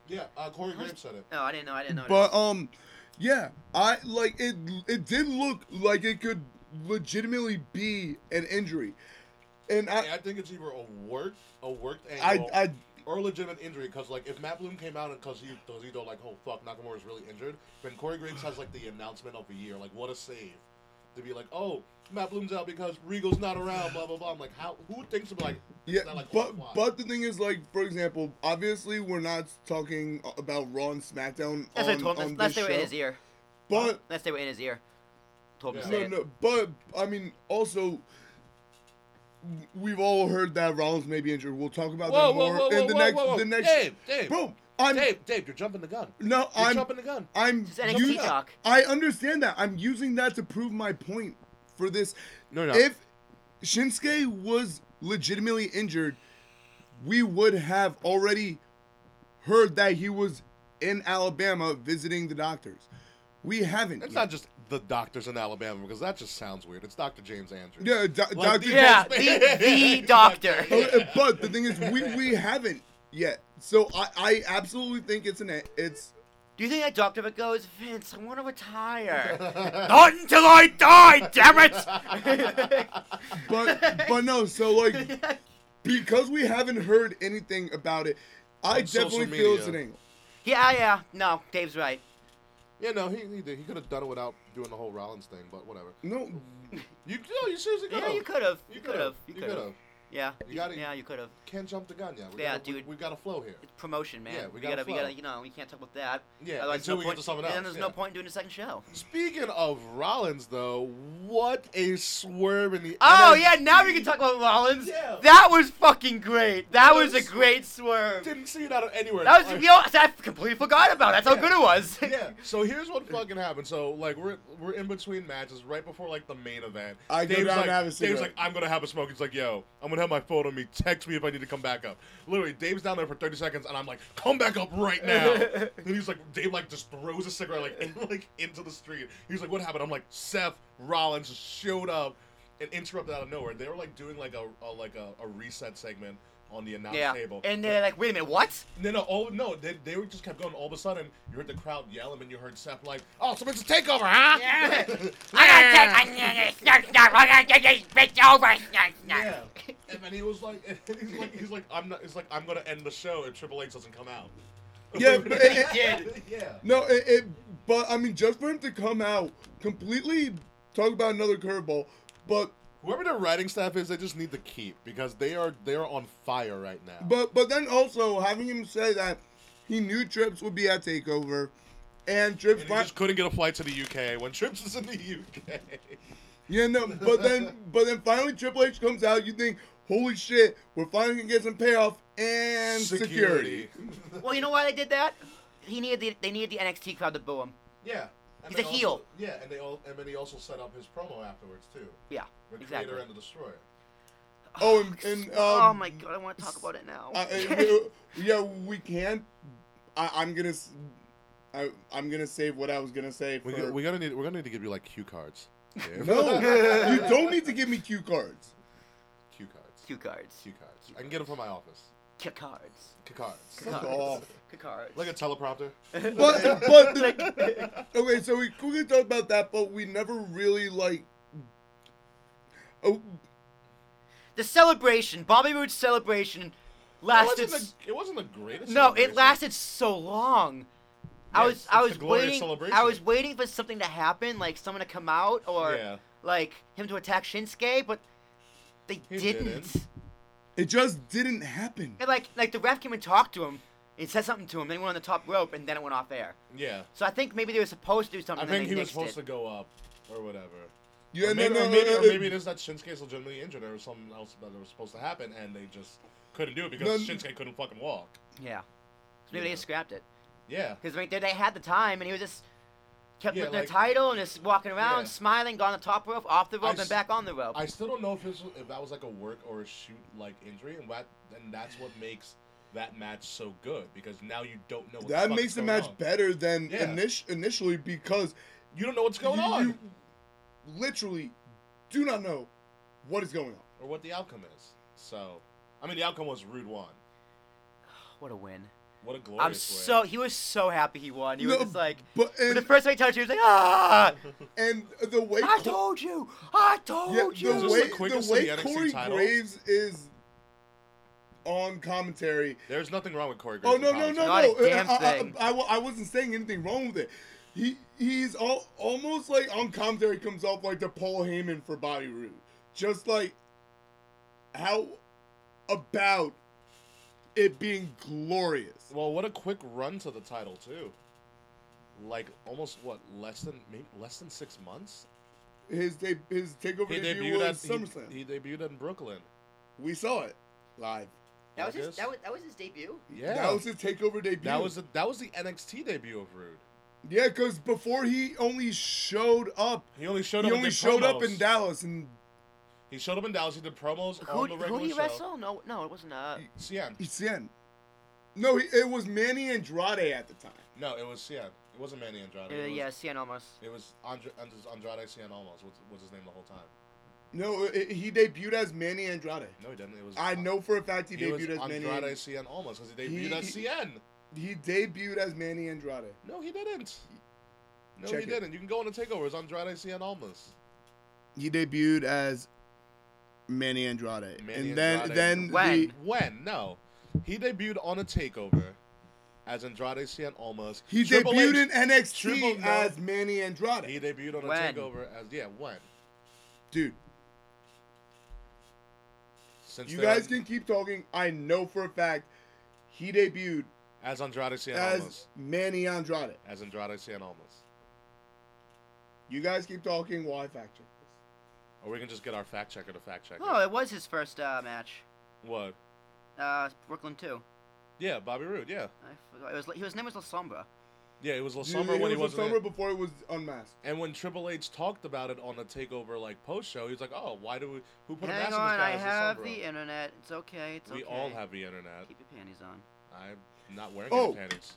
S7: yeah, uh, Corey Graham said it.
S5: No, I didn't know. I didn't know.
S8: But um, yeah, I like it. It did look like it could legitimately be an injury, and
S7: I,
S8: I,
S7: I think it's either a work, a worked
S8: I,
S7: angle,
S8: I,
S7: or a legitimate injury. Because like, if Matt Bloom came out and because he does he go like, oh fuck, Nakamura's really injured, then Corey Graves has like the announcement of the year, like what a save, to be like, oh Matt Bloom's out because Regal's not around, blah blah blah. I'm like, how? Who thinks of like? is
S8: Yeah,
S7: that, like,
S8: but
S7: why?
S8: but the thing is, like for example, obviously we're not talking about Raw and SmackDown
S7: um,
S5: That's what
S8: on,
S5: I told him.
S8: on
S5: Unless- Unless
S8: this
S5: they were in his
S8: show,
S5: ear.
S8: But
S5: Unless they were in his ear. Told him to
S7: Yeah.
S5: say
S8: no,
S5: it.
S8: no, but I mean, also we've all heard that Rollins may be injured. We'll talk about that more in the next the next.
S7: Dave, Dave,
S8: Bro, I'm
S7: Dave, Dave, you're jumping the gun.
S8: no,
S7: You're
S8: I'm
S7: jumping the gun.
S8: I'm
S5: It's NXT
S8: us-
S5: talk.
S8: I understand that. I'm using that to prove my point for this.
S13: No, no.
S8: If Shinsuke was legitimately injured, we would have already heard that he was in Alabama visiting the doctors. We haven't.
S7: It's
S8: yet.
S7: not just the doctors in Alabama because that just sounds weird. It's Dr. James Andrews.
S8: yeah, do-
S7: Like,
S8: doctor.
S5: Yeah, the, the doctor.
S8: Uh, But the thing is, we, we haven't yet. So I, I absolutely think it's an it's
S5: Do you think that doctor that goes, Vince, I want to retire?
S3: Not until I die, damn it!
S8: but but no. So like because we haven't heard anything about it, I
S7: On social
S8: definitely feel it's an
S7: media.
S8: angle.
S5: yeah, yeah. No, Dave's right.
S7: Yeah, no, he he, did. he could have done it without doing the whole Rollins thing, but whatever.
S8: No,
S7: You no, you seriously could
S5: Yeah,
S7: have.
S5: you could have.
S7: You
S5: You could have. You could have.
S7: have.
S5: Yeah.
S7: You gotta-
S5: yeah, you could have.
S7: Can't jump the gun yet. We
S5: Yeah,
S7: gotta,
S5: dude.
S7: We, have got a flow here.
S5: It's promotion, man.
S7: Yeah, we
S5: we,
S7: gotta
S5: gotta, we
S7: flow.
S5: gotta, you know, we can't talk about that.
S7: Yeah,
S5: Otherwise,
S7: until
S5: no
S7: we get
S5: point,
S7: to something
S5: and Then
S7: else,
S5: there's no
S7: yeah.
S5: point in doing a second show.
S7: Speaking of Rollins, though, what a swerve in the.
S5: Oh
S7: NXT.
S5: yeah, now we can talk about Rollins.
S7: Yeah.
S5: That was fucking great. That
S7: was
S5: was a great swerve.
S7: Didn't see it out of anywhere.
S5: That was,
S7: Like-
S5: you know, I completely forgot about. it. That's how good it was.
S7: yeah. So here's what fucking happened. So like we're we're in between matches, right before like the main event.
S8: I go down
S7: like,
S8: and have a
S7: Dave's like,
S8: cigarette.
S7: I'm gonna have a smoke. He's like, Yo, I'm gonna have my phone on me. Text me if I need to come back up. Literally, Dave's down there for 30 seconds, and I'm like, Come back up right now. and he's like, Dave like just throws a cigarette like in- like into the street. He's like, What happened? I'm like, Seth Rollins showed up and interrupted out of nowhere. They were like doing like a, a like a, a reset segment on the announce
S5: Yeah.
S7: table.
S5: And they're like, wait a minute, what?
S7: No, no, oh no, they, they were just kept going. All of a sudden, you heard the crowd yelling, and you heard Seth like, "Oh, so it's a takeover, huh?" Yeah.
S2: I gotta take. I'm gonna get this bitch over. Snark, snark.
S7: And then he was like, and he's like, he's like, I'm not. It's like I'm gonna end the show if Triple H doesn't come out.
S8: yeah, but it- it-
S7: yeah.
S8: No, it, it. But I mean, just for him to come out completely, talk about another curveball. But
S7: Whoever their writing staff is, they just need to keep because they are they are on fire right now.
S8: but but then also having him say that he knew Trips would be at Takeover, and Trips.
S7: and he
S8: fi-
S7: just couldn't get a flight to the UK when Trips is in the UK.
S8: yeah, no. But then but then finally Triple H comes out. You think, holy shit, we're finally gonna get some payoff and security.
S5: Well, you know why they did that? He needed the, they needed the NXT crowd to boo him.
S7: Yeah. And
S5: He's
S7: then
S5: a
S7: also-
S5: heel.
S7: yeah, and they all and then he also set up his promo afterwards too.
S5: Yeah,
S7: The
S5: exactly.
S7: creator and the destroyer.
S8: Oh, and, and um,
S5: oh my god, I want to talk about it now.
S7: uh,
S8: I, I- we- yeah, we can't. I, I'm gonna. s- I, am going to i am going to save what I was gonna say for.
S7: We, we gotta need we're gonna need to give you like cue cards. Dave.
S8: No, you don't need to give me cue cards.
S7: Cue cards.
S5: Cue cards.
S7: Cue cards. I can get them from my office.
S5: Cue cards.
S7: Cue cards.
S8: Fuck off.
S5: Cue cards.
S7: Like a teleprompter.
S8: But, Oh. but the- okay, so we quickly talked about that, but we never really like. Oh,
S5: the celebration, Bobby Roode's celebration,
S7: it,
S5: lasted.
S7: wasn't the, it wasn't the greatest.
S5: No, it
S7: celebration.
S5: lasted so long. I
S7: Yeah,
S5: was
S7: it's-
S5: I
S7: it's
S5: was
S7: the glorious
S5: waiting I
S7: celebration.
S5: was waiting for something to happen, like someone to come out or
S7: Yeah.
S5: like him to attack Shinsuke, but they
S7: He
S5: didn't.
S7: didn't.
S8: it just didn't happen.
S5: And like like the ref came and talked to him and said something to him, then he went on the top rope and then it went off air.
S7: Yeah.
S5: So I think maybe they were supposed to do
S7: I
S5: something.
S7: think
S5: and
S7: he
S5: then they
S7: was supposed to
S5: nixed it.
S7: go up or whatever.
S8: Yeah,
S7: or maybe,
S8: no,
S7: or
S8: no,
S7: maybe,
S8: no,
S7: or
S8: no,
S7: maybe it is that Shinsuke's legitimately injured or something else that was supposed to happen and they just couldn't do it because
S8: No,
S7: Shinsuke couldn't fucking walk.
S5: Yeah. So maybe they
S7: Yeah.
S5: just scrapped it.
S7: Yeah.
S5: Because I mean, they, they had the time, and he was just kept
S7: Yeah,
S5: with the
S7: like-
S5: title and just walking around,
S7: Yeah.
S5: smiling, got on the top rope, off the rope, and
S7: s-
S5: back on the rope.
S7: I still don't know if this was, if that was like a work or a shoot like injury and that and that's what makes that match so good because now you don't know what
S8: That
S7: fuck
S8: makes
S7: is
S8: the
S7: going
S8: match
S7: on.
S8: better than
S7: Yeah.
S8: init- initially because
S7: You don't know what's going
S8: you,
S7: on
S8: you literally do not know what is going on.
S7: or what the outcome is. So, I mean, the outcome was Rude won.
S5: what a win!
S7: What a glorious
S5: I'm
S7: win.
S5: so he was so happy he won. He was
S8: No,
S5: just like,
S8: But
S5: for the
S8: and,
S5: first time he touched, he was like, ah!
S8: and the way
S5: I
S8: Cor-
S5: told you! I told you!
S8: yeah,
S7: Is
S8: the
S7: this
S8: way
S7: the quickest
S8: the
S7: of
S8: way
S7: the NXT
S8: Corey
S7: title?
S8: Graves is on commentary.
S7: There's nothing wrong with Corey.
S8: Oh
S7: Graves'
S8: no no no
S5: Not
S8: no!
S5: a damn
S8: I, I-
S5: thing.
S8: I, I, I wasn't saying anything wrong with it. He he's all almost like on commentary comes off like the Paul Heyman for Bobby Roode, just like how about it being glorious.
S7: Well, what a quick run to the title too. Like almost what less than maybe less than six months.
S8: His de- his takeover
S7: He
S8: debut
S7: debuted at
S8: was
S7: he-
S8: SummerSlam.
S7: He, debuted in Brooklyn.
S8: we saw it live.
S5: That was his.
S7: August.
S5: That was, that was his debut.
S7: Yeah,
S8: That was his takeover debut.
S7: that was the, that was the NXT debut of Rude.
S8: yeah, because before he only showed up,
S7: He only showed
S8: he
S7: up.
S8: only
S7: and did
S8: showed up
S7: promos.
S8: in Dallas, and
S7: He showed up in Dallas. He did promos
S5: Who,
S7: on the
S5: who
S7: regular
S5: did he
S7: show.
S5: wrestle? No, no, it wasn't. Uh,
S7: CN.
S8: Etienne. No, he, it was Manny Andrade at the time.
S7: No, it was CN. It wasn't Manny Andrade.
S5: uh,
S7: it was,
S5: yeah, Cien Almas.
S7: It was Andre, Andrade CN almost was, was his name the whole time.
S8: No, it, he debuted as Manny Andrade.
S7: No, he didn't. It was.
S8: I know for a fact he,
S7: He was
S8: debuted as Manny.
S7: Andrade CN almost because he
S8: He-
S7: debuted as
S8: he-
S7: CN.
S8: He debuted as Manny Andrade.
S7: No, he didn't. No, he
S8: Check it.
S7: didn't. You can go on the takeovers. Andrade Cien Almas.
S8: He debuted as Manny Andrade,
S7: Manny
S8: and then
S7: Andrade.
S8: then
S5: When?
S8: the-
S7: When? No, he debuted on a takeover as Andrade Cien Almas.
S8: he
S7: Triple
S8: debuted
S7: H-
S8: in NXT
S7: Triple- no.
S8: as Manny Andrade.
S7: He debuted on a
S5: When?
S7: takeover as yeah. When?
S8: Dude,
S7: Since
S8: you
S7: they're-
S8: guys can keep talking. I know for a fact he debuted
S7: as Andrade Cien
S8: as
S7: Almas.
S8: Manny Andrade.
S7: As Andrade Cien Almas.
S8: You guys keep talking while I fact check this.
S7: Or we can just get our fact checker to fact check.
S5: Oh,
S7: it.
S5: it was his first uh, match.
S7: What?
S5: Uh, Brooklyn two.
S7: Yeah, Bobby Roode. Yeah,
S5: I forgot. It was. His name was La Sombra.
S7: yeah. It was La
S8: It
S7: Sombra when he
S8: was
S7: wasn't. in.
S8: summer before it was unmasked.
S7: And when Triple H talked about it on the Takeover like post show, he was like, "Oh, why do we? Who put
S5: Hang
S7: a mask on,
S5: on,
S7: this guy
S5: I
S7: as La
S5: have
S7: Sombra?"
S5: the internet. It's okay. It's
S7: We
S5: okay.
S7: all have the internet.
S5: Keep your panties on.
S7: I'm not wearing
S8: Oh.
S7: any panties.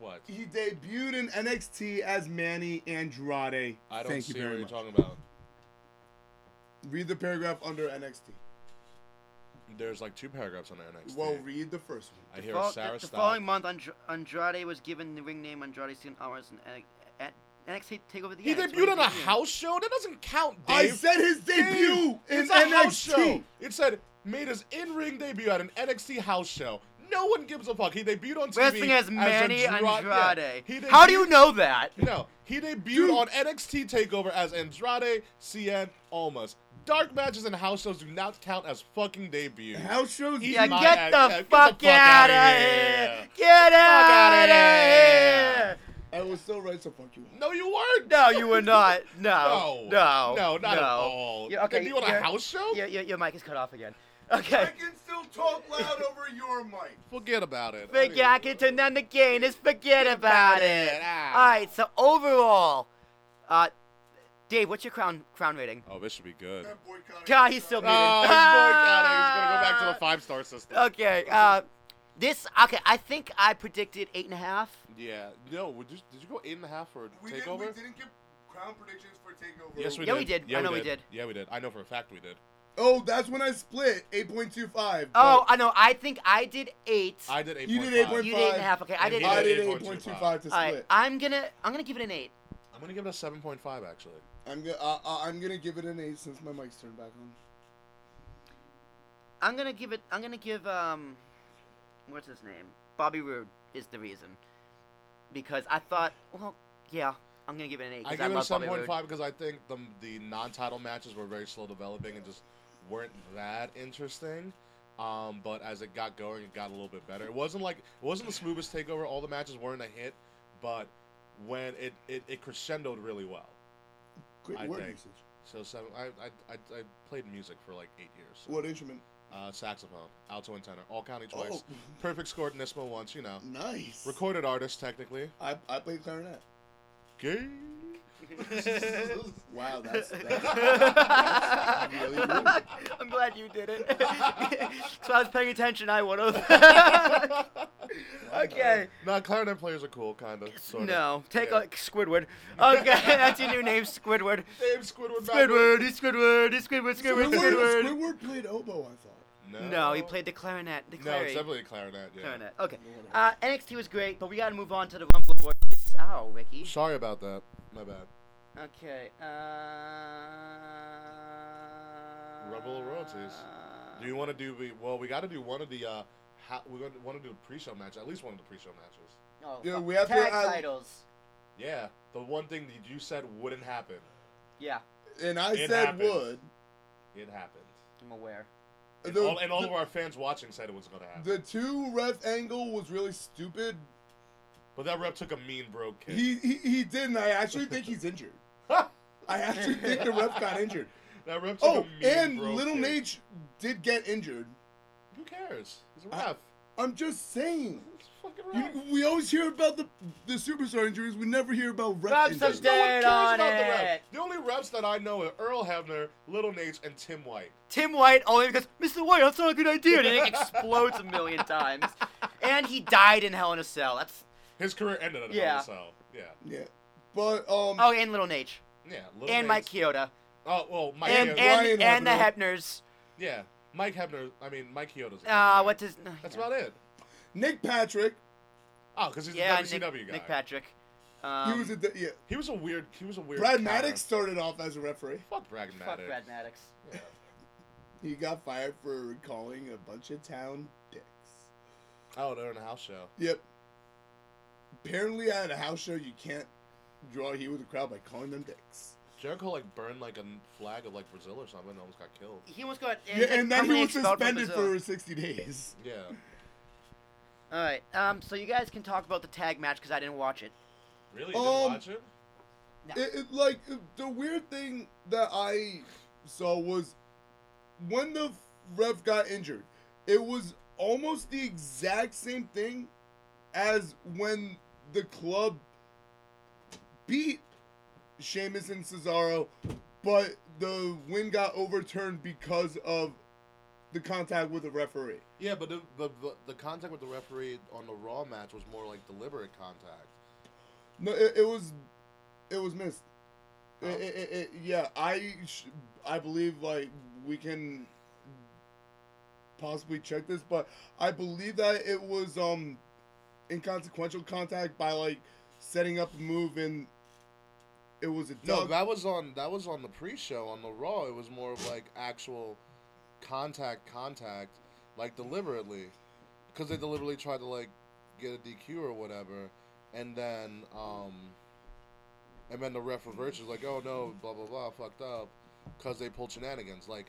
S7: What?
S8: He debuted in NXT as Manny Andrade.
S7: I don't
S8: Thank
S7: see
S8: you very
S7: what
S8: much.
S7: you're talking about.
S8: Read the paragraph under NXT.
S7: There's like two paragraphs on NXT.
S8: Well, read the first
S7: I hear
S5: Fol-
S7: a Sarah
S5: the, the
S7: Stott.
S5: following month, Andr- Andrade was given the ring name Andrade Cien Almas and uh, at NXT Takeover the
S7: He debuted on a house show. That doesn't count,
S8: one.
S7: Dave.
S8: I said his debut
S7: Dave,
S8: in
S7: it's a house
S8: NXT.
S7: show. It said made his in-ring debut at an NXT house show. No one gives a fuck. He debuted on TV
S5: Wrestling as Manny
S7: Andra- yeah.
S5: Andrade.
S7: He
S5: How do
S7: debuted-
S5: you know that?
S7: No, he debuted on NXT Takeover as Andrade Cien Almas. Dark matches and house shows do not count as fucking debuts.
S8: House shows.
S7: He-
S5: Yeah,
S7: My
S5: get
S7: ass-
S5: the,
S7: yeah, get the
S5: fuck
S7: fuck
S5: out
S7: outta
S5: of
S7: here.
S5: here! Get out
S7: outta
S5: of here!
S7: here.
S8: I was still right, so fuck you.
S7: No, you weren't.
S5: No, you were not. No.
S7: No.
S5: No.
S7: No, not at
S5: no.
S7: all.
S5: Yeah, okay,
S7: Debut on a
S5: your-
S7: house show?
S5: Your, your, your mic is cut off again. Okay.
S8: can still talk loud over your mic.
S7: Forget about it.
S5: Big
S7: I
S5: Yankee to none the gain is forget about it. All right, so overall, uh, Dave, what's your crown crown rating?
S7: mean- Oh, this should be good. Oh,
S5: God, he's still
S7: he's
S5: muted.
S7: boycotting. He's gonna go back to the five star system.
S5: Okay. Uh, this okay. I think I predicted eight and a half.
S7: Yeah. No. Would you, did you go eight and a half for
S8: We, did,
S7: takeover?
S8: not give Crown predictions for Takeover.
S7: Yes, we
S5: Yeah,
S7: did.
S5: we did.
S7: Yeah,
S5: I know we did.
S7: Yeah, we did. I know for a fact we did.
S8: Oh, that's when I split 8.25.
S5: Oh,
S8: but
S5: I know. I think I did eight.
S7: I did 8.5.
S8: You did 8.5.
S5: you did half. Okay, I
S7: And
S5: did.
S7: he
S8: I
S5: eight.
S8: did
S7: 8.25.
S8: 8.25 to split.
S5: All right, I'm gonna I'm gonna give it an eight.
S7: I'm going to give it a 7.5, actually.
S8: I'm gonna uh, uh, I'm gonna give it an eight since my mic's turned back on.
S5: I'm gonna give it. I'm gonna give um, what's his name? Bobby Roode is the reason, because I thought, well, yeah, I'm gonna give it an eight.
S7: I
S5: 'cause
S7: give it a
S5: love Bobby Roode.
S7: 7.5 because I think the, the non title matches were very slow developing and just weren't that interesting. Um, but as it got going, it got a little bit better. It wasn't like it wasn't the smoothest takeover. All the matches weren't a hit, but when it, it, it crescendoed really well.
S8: Great
S7: I
S8: word
S7: think.
S8: usage.
S7: So seven, I, I, I, I played music for like eight years.
S8: What instrument?
S7: Uh, saxophone, alto and tenor, all county twice.
S8: Oh,
S7: Perfect scored Nismo once, you know.
S8: nice.
S7: Recorded artist, technically.
S8: I I played clarinet.
S7: Gay.
S8: Wow, that's, that's, that's really rude.
S5: I'm glad you did it. so I was paying attention. I would have. okay.
S7: No, clarinet players are cool, kind of. Sort
S5: No, take
S7: Yeah.
S5: a Squidward. Okay, that's your new name, Squidward.
S7: Dave Squidward. back-
S5: Squidward, it's Squidward, it's Squidward, Squidward,
S8: Squidward,
S5: Squidward.
S8: Squidward played oboe, I
S7: No.
S8: thought.
S5: No, he played the clarinet. The
S7: No,
S5: clarinet.
S7: it's definitely a clarinet. Yeah.
S5: Fair enough. Okay. Uh, NXT was great, but we gotta move on to the Rumble Awards. Oh, Ricky.
S7: Sorry about that. My bad.
S5: Okay. Uh...
S7: Rumble royalties. Do you want to do? the- Well, we got to do one of the. uh how, we want to do a pre-show match. At least one of the pre-show matches.
S5: Oh,
S8: Yeah,
S5: fuck.
S8: we have to
S5: tag
S8: add-
S5: titles.
S7: Yeah, the one thing that you said wouldn't happen,
S5: Yeah,
S8: And I
S7: It
S8: said
S7: happened.
S8: would.
S7: it happened.
S5: I'm aware.
S7: And,
S8: The-
S7: all, and all of our fans watching said it was going to happen.
S8: The two ref angle was really stupid.
S7: But that rep took a mean bro kick.
S8: He, he he didn't. I actually think he's injured. I actually think the ref got injured.
S7: that rep took a
S8: Oh,
S7: mean
S8: and
S7: bro
S8: Little
S7: kick.
S8: Nate did get injured.
S7: Who cares? He's a
S8: I-
S7: ref.
S8: I'm just saying.
S7: He's a fucking
S8: You,
S7: ref.
S8: we always hear about the the superstar injuries. We never hear about ref
S5: Refs
S8: injuries.
S5: are dead.
S7: cares
S5: on
S7: about the ref.
S5: it.
S7: The only refs that I know are Earl Hebner, Little Nates, and Tim White.
S5: Tim White only because Mr. White, that's not a good idea. And it explodes a million times. And he died in Hell in a Cell. That's
S7: His career ended at
S5: Yeah.
S7: yeah. so yeah,
S8: Yeah, but um,
S5: oh, and Little Nate,
S7: yeah. Little
S5: and
S7: Nates-
S5: Mike Chioda,
S7: Oh well, Mike.
S5: and
S7: Hebner-
S5: and,
S8: Ryan
S5: and the
S8: Hebner.
S5: Hepners.
S7: yeah, Mike Hebner. I mean, Mike Kyoto's.
S5: Uh, what does? no,
S7: That's
S5: yeah.
S7: about it.
S8: Nick Patrick.
S7: Oh, because he's
S5: Yeah,
S7: a WCW
S5: Nick,
S7: guy.
S5: Nick Patrick. Um,
S8: He was a yeah.
S7: He was a weird. He was a weird.
S8: Brad
S7: counter.
S8: Maddox started off as a referee.
S7: Fuck Brad Maddox.
S5: Fuck Brad Maddox.
S8: He got fired for calling a bunch of town dicks.
S7: Oh, they're in a house show.
S8: Yep. Apparently, at a house show, you can't draw heat with the crowd by calling them dicks.
S7: Jericho like burned like a n- flag of like Brazil or something. and Almost got killed.
S5: He almost got.
S8: Yeah, and then he was
S5: permanently expelled from
S8: suspended
S5: Brazil.
S8: for 60 days.
S7: Yeah.
S5: All right. Um. So you guys can talk about the tag match because I didn't watch it.
S7: Really? You
S8: Um,
S7: didn't watch it?
S8: It, it, like, the weird thing that I saw was when the ref got injured, it was almost the exact same thing as when the club beat Sheamus and Cesaro, but the win got overturned because of the contact with the referee.
S7: Yeah, but the, the the the contact with the referee on the Raw match was more like deliberate contact.
S8: No, it, it was, it was missed.
S7: Oh.
S8: It, it, it, it- yeah, I sh- I believe like we can possibly check this, but I believe that it was um inconsequential contact by like setting up a move and it was a
S7: No,
S8: dub.
S7: that was on that was on the pre-show on the Raw. It was more of like actual contact, contact, like deliberately, because they deliberately tried to like get a DQ or whatever, and then um, and then the ref reverses like, oh no, blah blah blah, fucked up, because they pulled shenanigans like.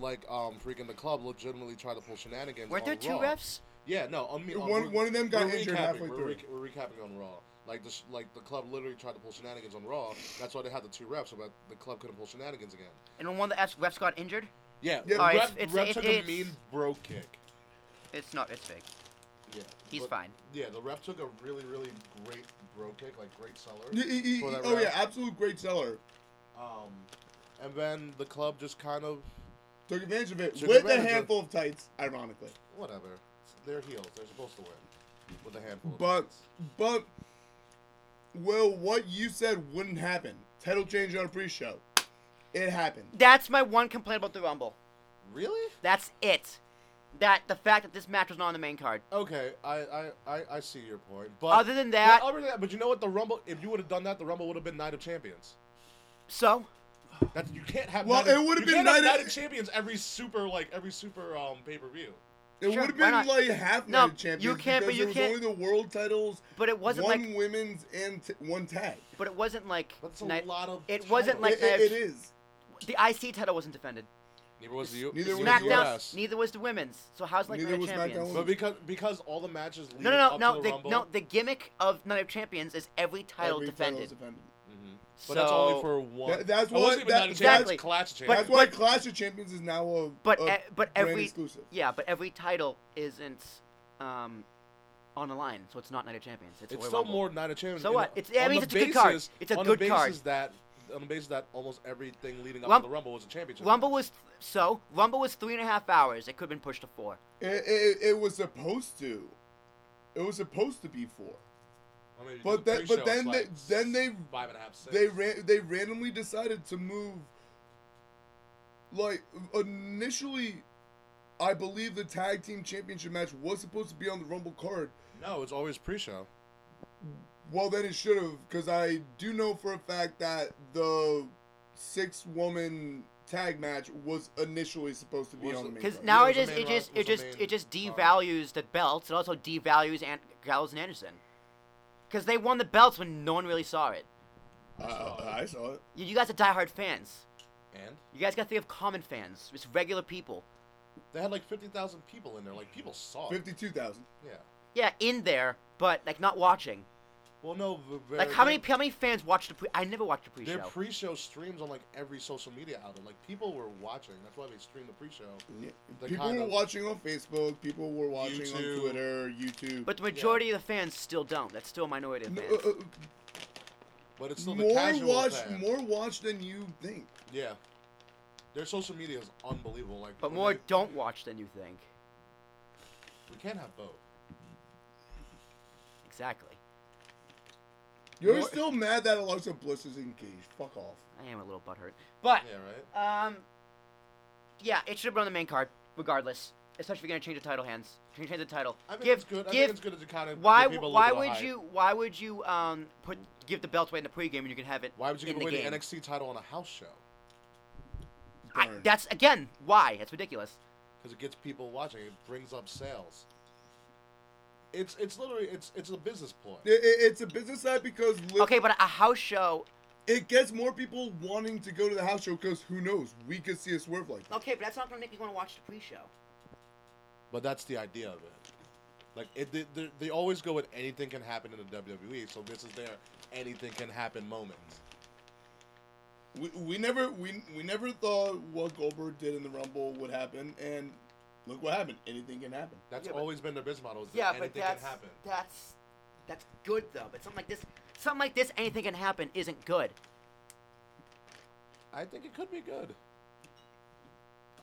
S7: Like um, freaking the club legitimately tried to pull shenanigans.
S5: Weren't
S7: on
S5: there two
S7: Raw.
S5: refs?
S7: Yeah, no. I mean,
S8: One-
S7: we're-
S8: one of them got
S7: we're
S8: injured
S7: recapping,
S8: halfway
S7: we're
S8: through.
S7: rec- we're recapping on Raw. Like the sh- like the club literally tried to pull shenanigans on Raw. That's why they had the two refs, so that the club couldn't pull shenanigans again.
S5: And when one of the Fs- refs got injured,
S7: Yeah, yeah.
S8: Yeah, Oh,
S7: Ref,
S5: it's- it's-
S7: ref
S5: it-
S7: took
S5: it's-
S7: a mean bro kick.
S5: it's not. It's fake.
S7: Yeah,
S5: He's
S7: but-
S5: fine.
S7: Yeah, the ref took a really really great bro kick, like great seller.
S8: Y- y- y-
S7: for that
S8: oh
S7: ref.
S8: yeah, absolute great seller.
S7: Um, and then the club just kind of
S8: Took advantage of it
S7: Took
S8: with a
S7: advantage of-
S8: handful of tights, ironically.
S7: whatever. They're heels. They're supposed to win with a handful. Of
S8: But
S7: points.
S8: but Well, what you said wouldn't happen. Title change on a pre-show. It happened.
S5: That's my one complaint about the Rumble.
S7: Really?
S5: That's it. That the fact that this match was not on the main card.
S7: Okay, I, I, I, I see your point. But
S5: Other than that-
S7: but, other than that- but you know what? The Rumble, if you would have done that, the Rumble would have been Night of Champions.
S5: So,
S7: That you can't have.
S8: Well,
S7: Night of-
S8: it would've
S7: you
S8: been
S7: can't have
S8: Night of-
S7: Night of Champions every super like every super um pay per view.
S8: It
S5: Sure,
S8: would have
S5: why
S8: been
S5: not?
S8: like half
S5: No,
S8: night of champions.
S5: you can't, but
S8: because
S5: you
S8: it was
S5: can't-
S8: Only the world titles.
S5: but it wasn't
S8: one
S5: like,
S8: women's and t- one tag.
S5: but it wasn't like
S7: That's a
S5: night.
S7: lot of.
S5: it wasn't like
S8: It- it-
S5: I've-
S8: it is.
S5: the IC title wasn't defended.
S7: Neither was the U-
S8: Neither was the
S5: SmackDown.
S7: US.
S5: Neither was the women's. So how's like
S8: Neither
S5: Night of
S8: was
S5: Champions?
S8: SmackDown.
S7: But because because all the matches leading
S5: No, no, no,
S7: up
S5: no.
S7: to the
S5: The,
S7: Rumble,
S5: no, the gimmick of Night of Champions is every title
S8: Every title
S5: defended.
S8: is defended.
S5: so,
S7: but that's only for one.
S8: That- that's
S7: It wasn't
S8: what-
S7: even
S8: that-
S7: Night of Champions,
S5: exactly.
S7: it's Clash of Champions.
S8: That's why Clash of Champions is now a
S5: but
S8: a
S5: e- but
S8: brand
S5: every
S8: exclusive.
S5: yeah, but every title isn't um on the line, so it's not Night of Champions. It's,
S7: It's
S5: Royal
S7: still
S5: Rumble.
S7: more Night of Champions.
S5: So
S7: in
S5: what?
S7: the-
S5: It's- I
S7: on
S5: mean,
S7: the
S5: it's a good card.
S7: basis-
S5: It's a
S7: on
S5: good
S7: the basis
S5: card.
S7: That, on the basis that almost everything leading up
S5: Rump-
S7: to the Rumble was a championship.
S5: Rumble was so Rumble was three and a half hours. It could have been pushed to four.
S8: It, it, it was supposed to. It was supposed to be four.
S7: I mean, you
S8: But
S7: do
S8: then,
S7: pre-show,
S8: but then,
S7: it's like
S8: they, then they
S7: five and a half, six.
S8: they ran they randomly decided to move. Like initially, I believe the tag team championship match was supposed to be on the Rumble card.
S7: no, it's always pre-show.
S8: Well, then it should have, because I do know for a fact that the six woman tag match was initially supposed to be
S7: Was
S8: on the
S7: it-
S8: main
S5: Because
S8: card.
S5: now
S7: was
S5: it
S7: the
S5: just
S7: main
S5: it
S7: ro-
S5: just
S7: was the
S5: it just
S7: main
S5: it just
S7: card.
S5: devalues the belts. It also devalues and Gallows and Anderson. Because they won the belts when no one really saw it.
S8: Uh, I saw it.
S5: You, you guys are diehard fans.
S7: And
S5: You guys got to think of common fans, just regular people.
S7: they had like fifty thousand people in there. Like people saw. it.
S8: Fifty-two thousand.
S7: Yeah.
S5: Yeah, in there, but like not watching.
S7: Well, no. the- their-
S5: Like how many
S7: their-
S5: how many fans watched the pre? I never watched the pre-show.
S7: Their pre-show streams on like every social media outlet. Like people were watching. That's why they stream the pre-show.
S8: Yeah.
S7: The
S8: People
S7: kind
S8: were
S7: of-
S8: watching on Facebook. People were watching
S7: YouTube.
S8: on Twitter, YouTube.
S5: but the majority of the fans still don't. That's still a minority of
S8: No,
S5: fans.
S8: uh, uh,
S7: But it's still the
S8: more
S7: casual
S8: watch,
S7: fan.
S8: more watch than you think.
S7: Yeah. Their social media is unbelievable. Like,
S5: but
S7: when
S5: more
S7: they-
S5: don't watch than you think.
S7: We can't have both.
S5: Exactly.
S8: You're
S5: More-
S8: still mad that Alexa Bliss is engaged. Fuck off.
S5: I am a little butthurt. But
S7: Yeah, right.
S5: um, yeah, it should have been on the main card regardless. Especially if you're gonna change the title hands, change the title.
S7: I think
S5: give
S7: it's good. I
S5: give
S7: think it's good to kind of
S5: why
S7: give people a
S5: why
S7: little bit
S5: would
S7: of hype.
S5: you why would you um put give the belt away in the pregame and you can have it
S7: Why would you
S5: in
S7: give away
S5: the game?
S7: the NXT title on a house show?
S5: I,
S8: Darn.
S5: that's again why that's ridiculous.
S7: Because it gets people watching. It brings up sales. It's it's literally it's it's a business ploy.
S8: I- I- it's a business side because li-
S5: Okay, but a house show.
S8: it gets more people wanting to go to the house show because who knows? We could see a swerve like that.
S5: Okay, but that's not gonna make me want to watch the pre-show.
S7: But that's the idea of it. Like it, they, they, they always go with anything can happen in the WWE. So this is their anything can happen moment.
S8: We, we never we we never thought what Goldberg did in the Rumble would happen, and look what happened. Anything can happen.
S7: That's
S5: Yeah, but-
S7: always been their business model. Is that
S5: Yeah, but
S7: anything
S5: that's
S7: can happen.
S5: that's that's good though. But something like this, something like this, anything can happen, isn't good.
S7: I think it could be good.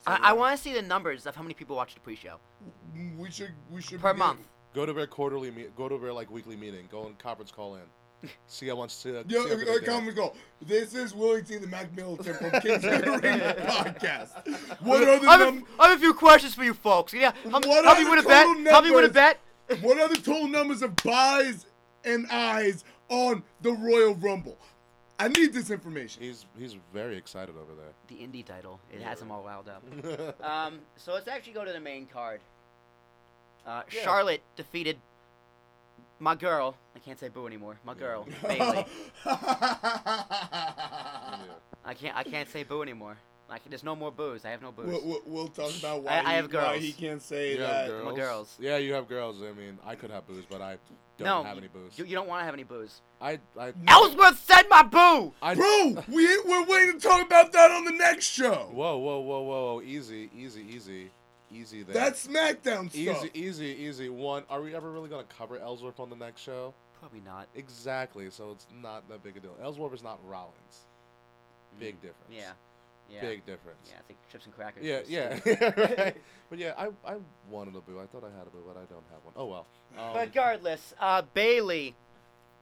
S5: I, I want to see the numbers of how many people watched the pre-show
S8: We should we should
S5: per
S8: be-
S5: month.
S7: Go to their quarterly meet. Go to their like weekly meeting. Go and conference call in. See how much. To,
S8: Yeah,
S7: see how good
S8: uh,
S7: they did.
S8: come and go. This is Willie T, the Mac Militant from Kings of the Ring podcast. What are the
S5: I have, a,
S8: num-
S5: I have a few questions for you folks. Yeah, help,
S8: What
S5: help
S8: are
S5: me
S8: the
S5: win a bet.
S8: total
S5: Help me win a
S8: numbers?
S5: bet.
S8: What are the total numbers of buys and eyes on the Royal Rumble? I need this information.
S7: He's he's very excited over there.
S5: The indie title. It has them all riled up. um, so let's actually go to the main card. Uh, Charlotte defeated my girl. I can't say boo anymore. My girl, Bailey. I can't. I can't say boo anymore. Like, there's no more boos. I have no boos.
S8: We'll, we'll, we'll talk about why,
S5: I- I
S8: he,
S5: have
S8: why
S5: girls.
S8: he can't say
S7: You have
S8: that.
S7: girls?
S5: girls.
S7: Yeah, you have girls. I mean, I could have booze, but I don't
S5: no,
S7: have any
S5: you-
S7: booze.
S5: You, you don't want to have any boos.
S7: I I
S5: Ellsworth said my boo.
S7: I
S8: Bro, we, we're waiting to talk about that on the next show.
S7: Whoa, whoa, whoa, whoa! Easy, easy, easy, easy. There.
S8: That's SmackDown
S7: easy,
S8: stuff.
S7: easy, easy. One. Are we ever really gonna cover Ellsworth on the next show?
S5: Probably not.
S7: Exactly. So it's not that big a deal. Ellsworf is not Rollins. Big difference.
S5: Mm. Yeah. Yeah.
S7: Big difference.
S5: Yeah, I think chips and crackers.
S7: Yeah,
S5: was-
S7: yeah, right. But yeah, I, I wanted a boo. I thought I had a boo, but I don't have one. Oh well. Um,
S5: But regardless, uh, Bailey.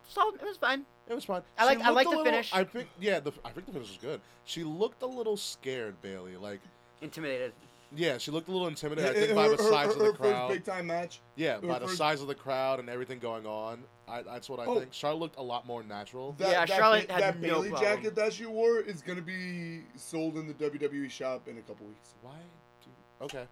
S5: So it was fine.
S7: It was fine.
S5: I
S7: She
S5: like- I
S7: looked
S5: like
S7: a
S5: the
S7: little-
S5: finish.
S7: I think yeah, the, I think the finish was good. She looked a little scared, Bailey. Like
S14: Intimidated.
S7: yeah, she looked a little intimidated. I
S8: Her-
S7: think by
S8: her-
S7: the size
S8: her-
S7: of the
S8: her first
S7: crowd.
S8: big time match.
S7: Yeah,
S8: her
S7: by the
S8: first-
S7: size of the crowd and everything going on, I, that's what I
S8: Oh.
S7: think. Charlotte looked a lot more natural.
S8: That,
S5: Yeah,
S8: that,
S5: Charlotte
S8: Ba-
S5: had
S8: that
S5: no
S8: Bailey
S5: problem.
S8: jacket that she wore is gonna be sold in the WWE shop in a couple weeks.
S7: Why? Do, okay.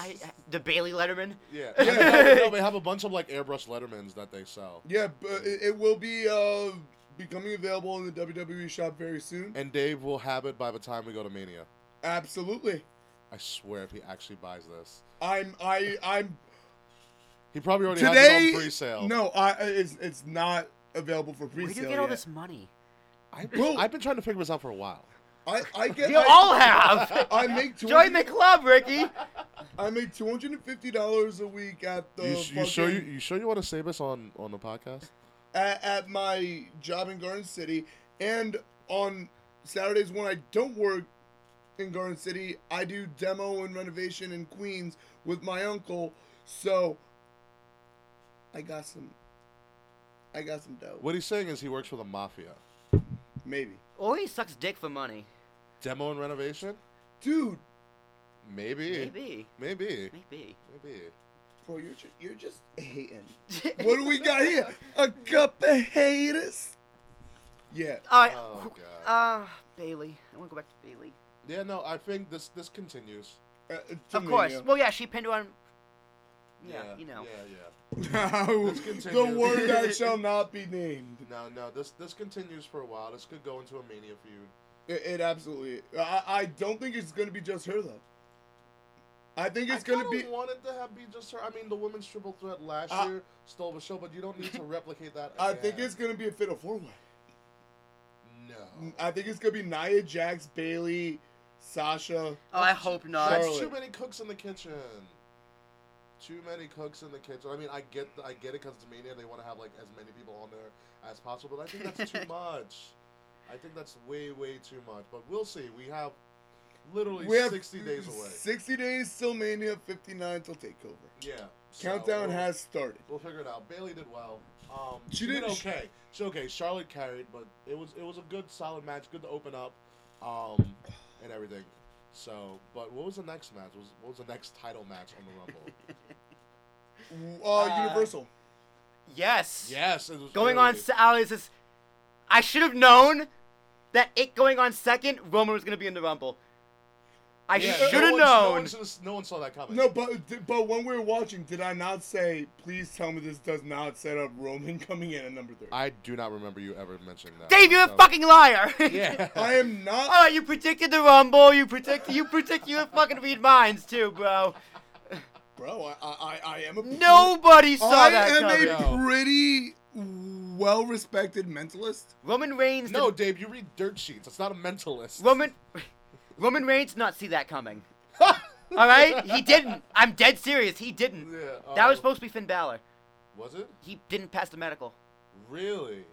S5: I, I, the Bailey Letterman.
S7: Yeah. no, no, they have a bunch of like airbrush Lettermans that they sell,
S8: Yeah, but it, it will be uh, becoming available in the WWE shop very soon.
S7: and Dave will have it by the time we go to Mania.
S8: Absolutely.
S7: I swear, if he actually buys this,
S8: I'm I I'm
S7: he probably already has
S8: today.
S7: it on pre-sale.
S8: No, I uh, it's it's not available for
S14: Where
S8: pre-sale.
S14: do you get all
S8: yet.
S14: this money?
S7: I've
S8: Bro.
S7: been, I've been trying to figure this out for a while.
S8: I I get.
S5: You
S8: I,
S5: all have.
S8: I make
S5: Join
S8: 20
S5: the club, Ricky.
S8: I make two hundred and fifty dollars a week at the
S7: you, s- you sure you,
S8: fucking-
S7: you sure you want to say this on on the podcast?
S8: at, at my job in Garden City, and on Saturdays when I don't work in Garden City, I do demo and renovation in Queens with my uncle. So I got some. I got some dough.
S7: What he's saying is he works for the mafia.
S8: Maybe,
S5: Or he sucks dick for money.
S7: Demo and renovation?
S8: dude,
S7: Maybe.
S5: Maybe.
S7: Maybe.
S5: Maybe.
S7: Maybe.
S8: bro, you're ju- you're just hating. what do we got here? A cup of haters. Yeah.
S5: All right.
S7: Oh god.
S5: Uh, Bailey. I want to go back to Bailey.
S7: Yeah, no, I think this this continues.
S8: uh,
S5: Of course.
S8: Mania.
S5: Well, yeah, she pinned her on. Yeah, you know.
S7: Yeah, yeah.
S8: the
S7: continue.
S8: word that shall not be named.
S7: No, no, this this continues for a while. This could go into a mania feud.
S8: It, it absolutely. I, I don't think it's gonna be just her though. I think it's
S7: I
S8: gonna
S7: kinda
S8: be.
S7: wanted to have be just her. I mean, the women's triple threat last
S8: I-
S7: year stole the show, but you don't need to replicate that.
S8: I think
S7: again.
S8: it's gonna be a fatal four way.
S7: no.
S8: I think it's gonna be Nia Jax, Bailey, Sasha.
S5: Oh, I hope not.
S7: That's
S8: Charlotte.
S7: too many cooks in the kitchen. Too many cooks in the kitchen. I mean, I get I get it because it's mania. They want to have like as many people on there as possible, but I think that's too much. I think that's way way too much. But we'll see. We have literally
S8: We have
S7: sixty days away.
S8: Sixty days till Mania. Fifty nine till Takeover.
S7: Yeah. so
S8: Countdown
S7: we'll-
S8: has started.
S7: We'll figure it out. Bailey did well. Um,
S8: She
S7: she did
S8: did-
S7: okay. She okay. Charlotte carried, but it was it was a good solid match. Good to open up, um, and everything. So, but what was the next match? Was what was the next title match on the Rumble?
S8: Uh, Universal.
S5: Yes.
S7: yes, it was
S5: Going on,
S7: early.
S5: se- oh, this is. I should have known that it going on second, Roman was gonna be in the Rumble. I
S7: Yeah, no
S5: should have
S7: one- No
S5: known.
S7: one, should've- no one saw that coming.
S8: No, but but when we were watching, did I not say? Please tell me this does not set up Roman coming in at number three.
S7: I do not remember you ever mentioning that.
S5: Dave, you're a
S7: So-
S5: fucking liar.
S7: Yeah.
S8: I am not.
S5: All right, you predicted the Rumble. You predict. You predict. You fucking read minds too, bro.
S8: Bro, I, I, I- I am a.
S5: Nobody saw
S8: I
S5: that
S8: am
S5: coming.
S7: coming.
S8: a pretty well respected mentalist.
S5: Roman Reigns.
S7: no,
S5: did-
S7: Dave, you read dirt sheets. It's not a mentalist.
S5: Roman. Roman Reigns did not see that coming. All right, he didn't. I'm dead serious. He didn't.
S7: Yeah,
S5: that
S7: uh,
S5: was supposed to be Finn Balor.
S7: Was it
S5: He didn't pass the medical.
S7: really?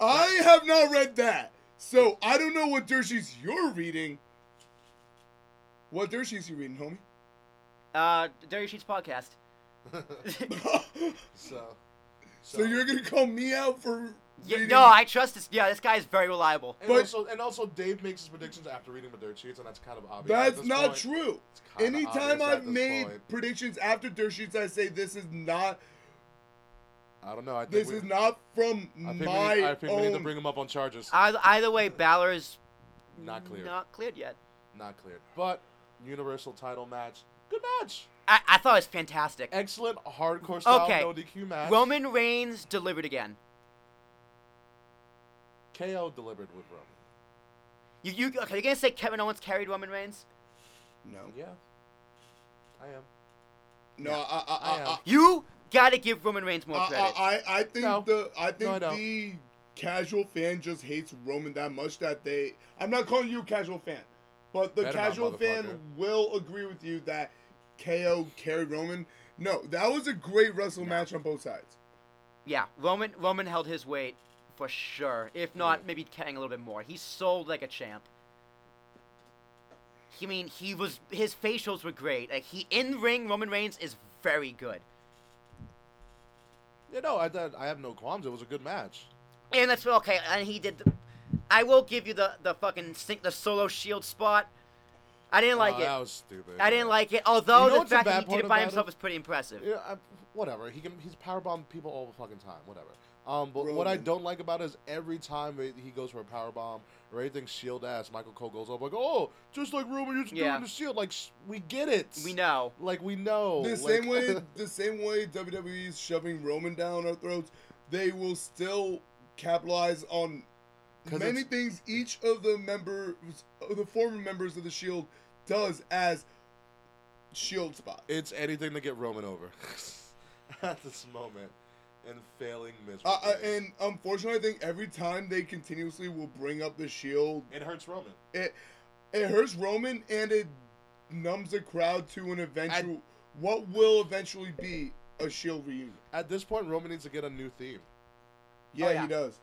S8: I have not read that. So I don't know what Dershys you're reading. What Dershys you reading, homie?
S5: Uh, Dirty Sheets podcast.
S7: So, so,
S8: so you're gonna call me out for
S5: Yeah,
S8: reading?
S5: no, I trust this. Yeah, this guy is very reliable.
S7: And
S8: But-
S7: also, and also, Dave makes his predictions after reading the dirt sheets, and that's kind of obvious. at
S8: That's
S7: this
S8: not
S7: point.
S8: true.
S7: It's kinda
S8: Anytime
S7: obvious at
S8: I've
S7: this
S8: made
S7: point.
S8: predictions after Dershys, I say this is not.
S7: I don't know. I think
S8: This
S7: we,
S8: is not from
S7: I think,
S8: my
S7: we, need, I think we need to
S8: own.
S7: bring him up on charges.
S5: Either, either way, Balor is
S7: not clear.
S5: not cleared yet.
S7: Not cleared. But universal title match. Good match.
S5: I, I thought it was fantastic.
S7: Excellent hardcore style
S5: Okay.
S7: no DQ match.
S5: Roman Reigns delivered again.
S7: KO delivered with Roman.
S5: You, you, okay, you're gonna say Kevin Owens carried Roman Reigns?
S8: no,
S7: Yeah, I am.
S8: no, I, I, I,
S7: I am.
S8: I,
S5: You gotta give Roman Reigns
S7: Uh,
S5: more
S8: I-
S5: credit.
S8: I, I, I think
S7: No.
S8: the I think
S7: I don't.
S8: the casual fan just hates Roman that much that they. I'm not calling you a casual fan, but the
S7: Better not,
S8: casual fan
S7: motherfucker.
S8: will agree with you that KO carried Roman. No, that was a great wrestle match on both sides.
S5: yeah, Roman Roman held his weight for sure. If not, maybe carrying a little bit more. He sold like a champ. I mean, he was his facials were great. Like he in ring, Roman Reigns is very good.
S7: Yeah, no, I, that, I have no qualms. It was a good match.
S5: And that's what, okay. And he did. The, I will give you the the fucking sink, the solo shield spot. I didn't like
S7: Oh,
S5: it.
S7: That was stupid.
S5: I didn't like it. Although
S7: You know
S5: the
S7: what's the
S5: fact
S7: bad
S5: that he
S7: part
S5: did it by
S7: about
S5: himself
S7: it?
S5: is pretty impressive.
S7: Yeah, I, whatever. He can. He's powerbombed people all the fucking time. Whatever. Um, but what
S8: Roman.
S7: I don't like about it is every time it, he goes for a power bomb or anything shield E ass, Michael Cole goes up like, "Oh, just like Roman used to do
S5: Yeah.
S7: in the shield. Like s- we get it.
S5: We know.
S7: Like we know.
S8: The
S7: Oh, Like-
S8: same way, the same way WWE's shoving Roman down our throats, they will still capitalize on
S7: 'Cause
S8: many
S7: it's-
S8: things each of the members, of the former members of the Shield, does as Shield spot.
S7: it's anything to get Roman over at this moment and failing miserably.
S8: Uh, uh, and unfortunately, I think every time they continuously will bring up the Shield,
S7: it hurts Roman.
S8: it it hurts Roman and it numbs the crowd to an eventual what will eventually be a Shield reunion.
S7: At this point, Roman needs to get a new theme.
S8: Yeah,
S5: Oh, yeah.
S8: he does.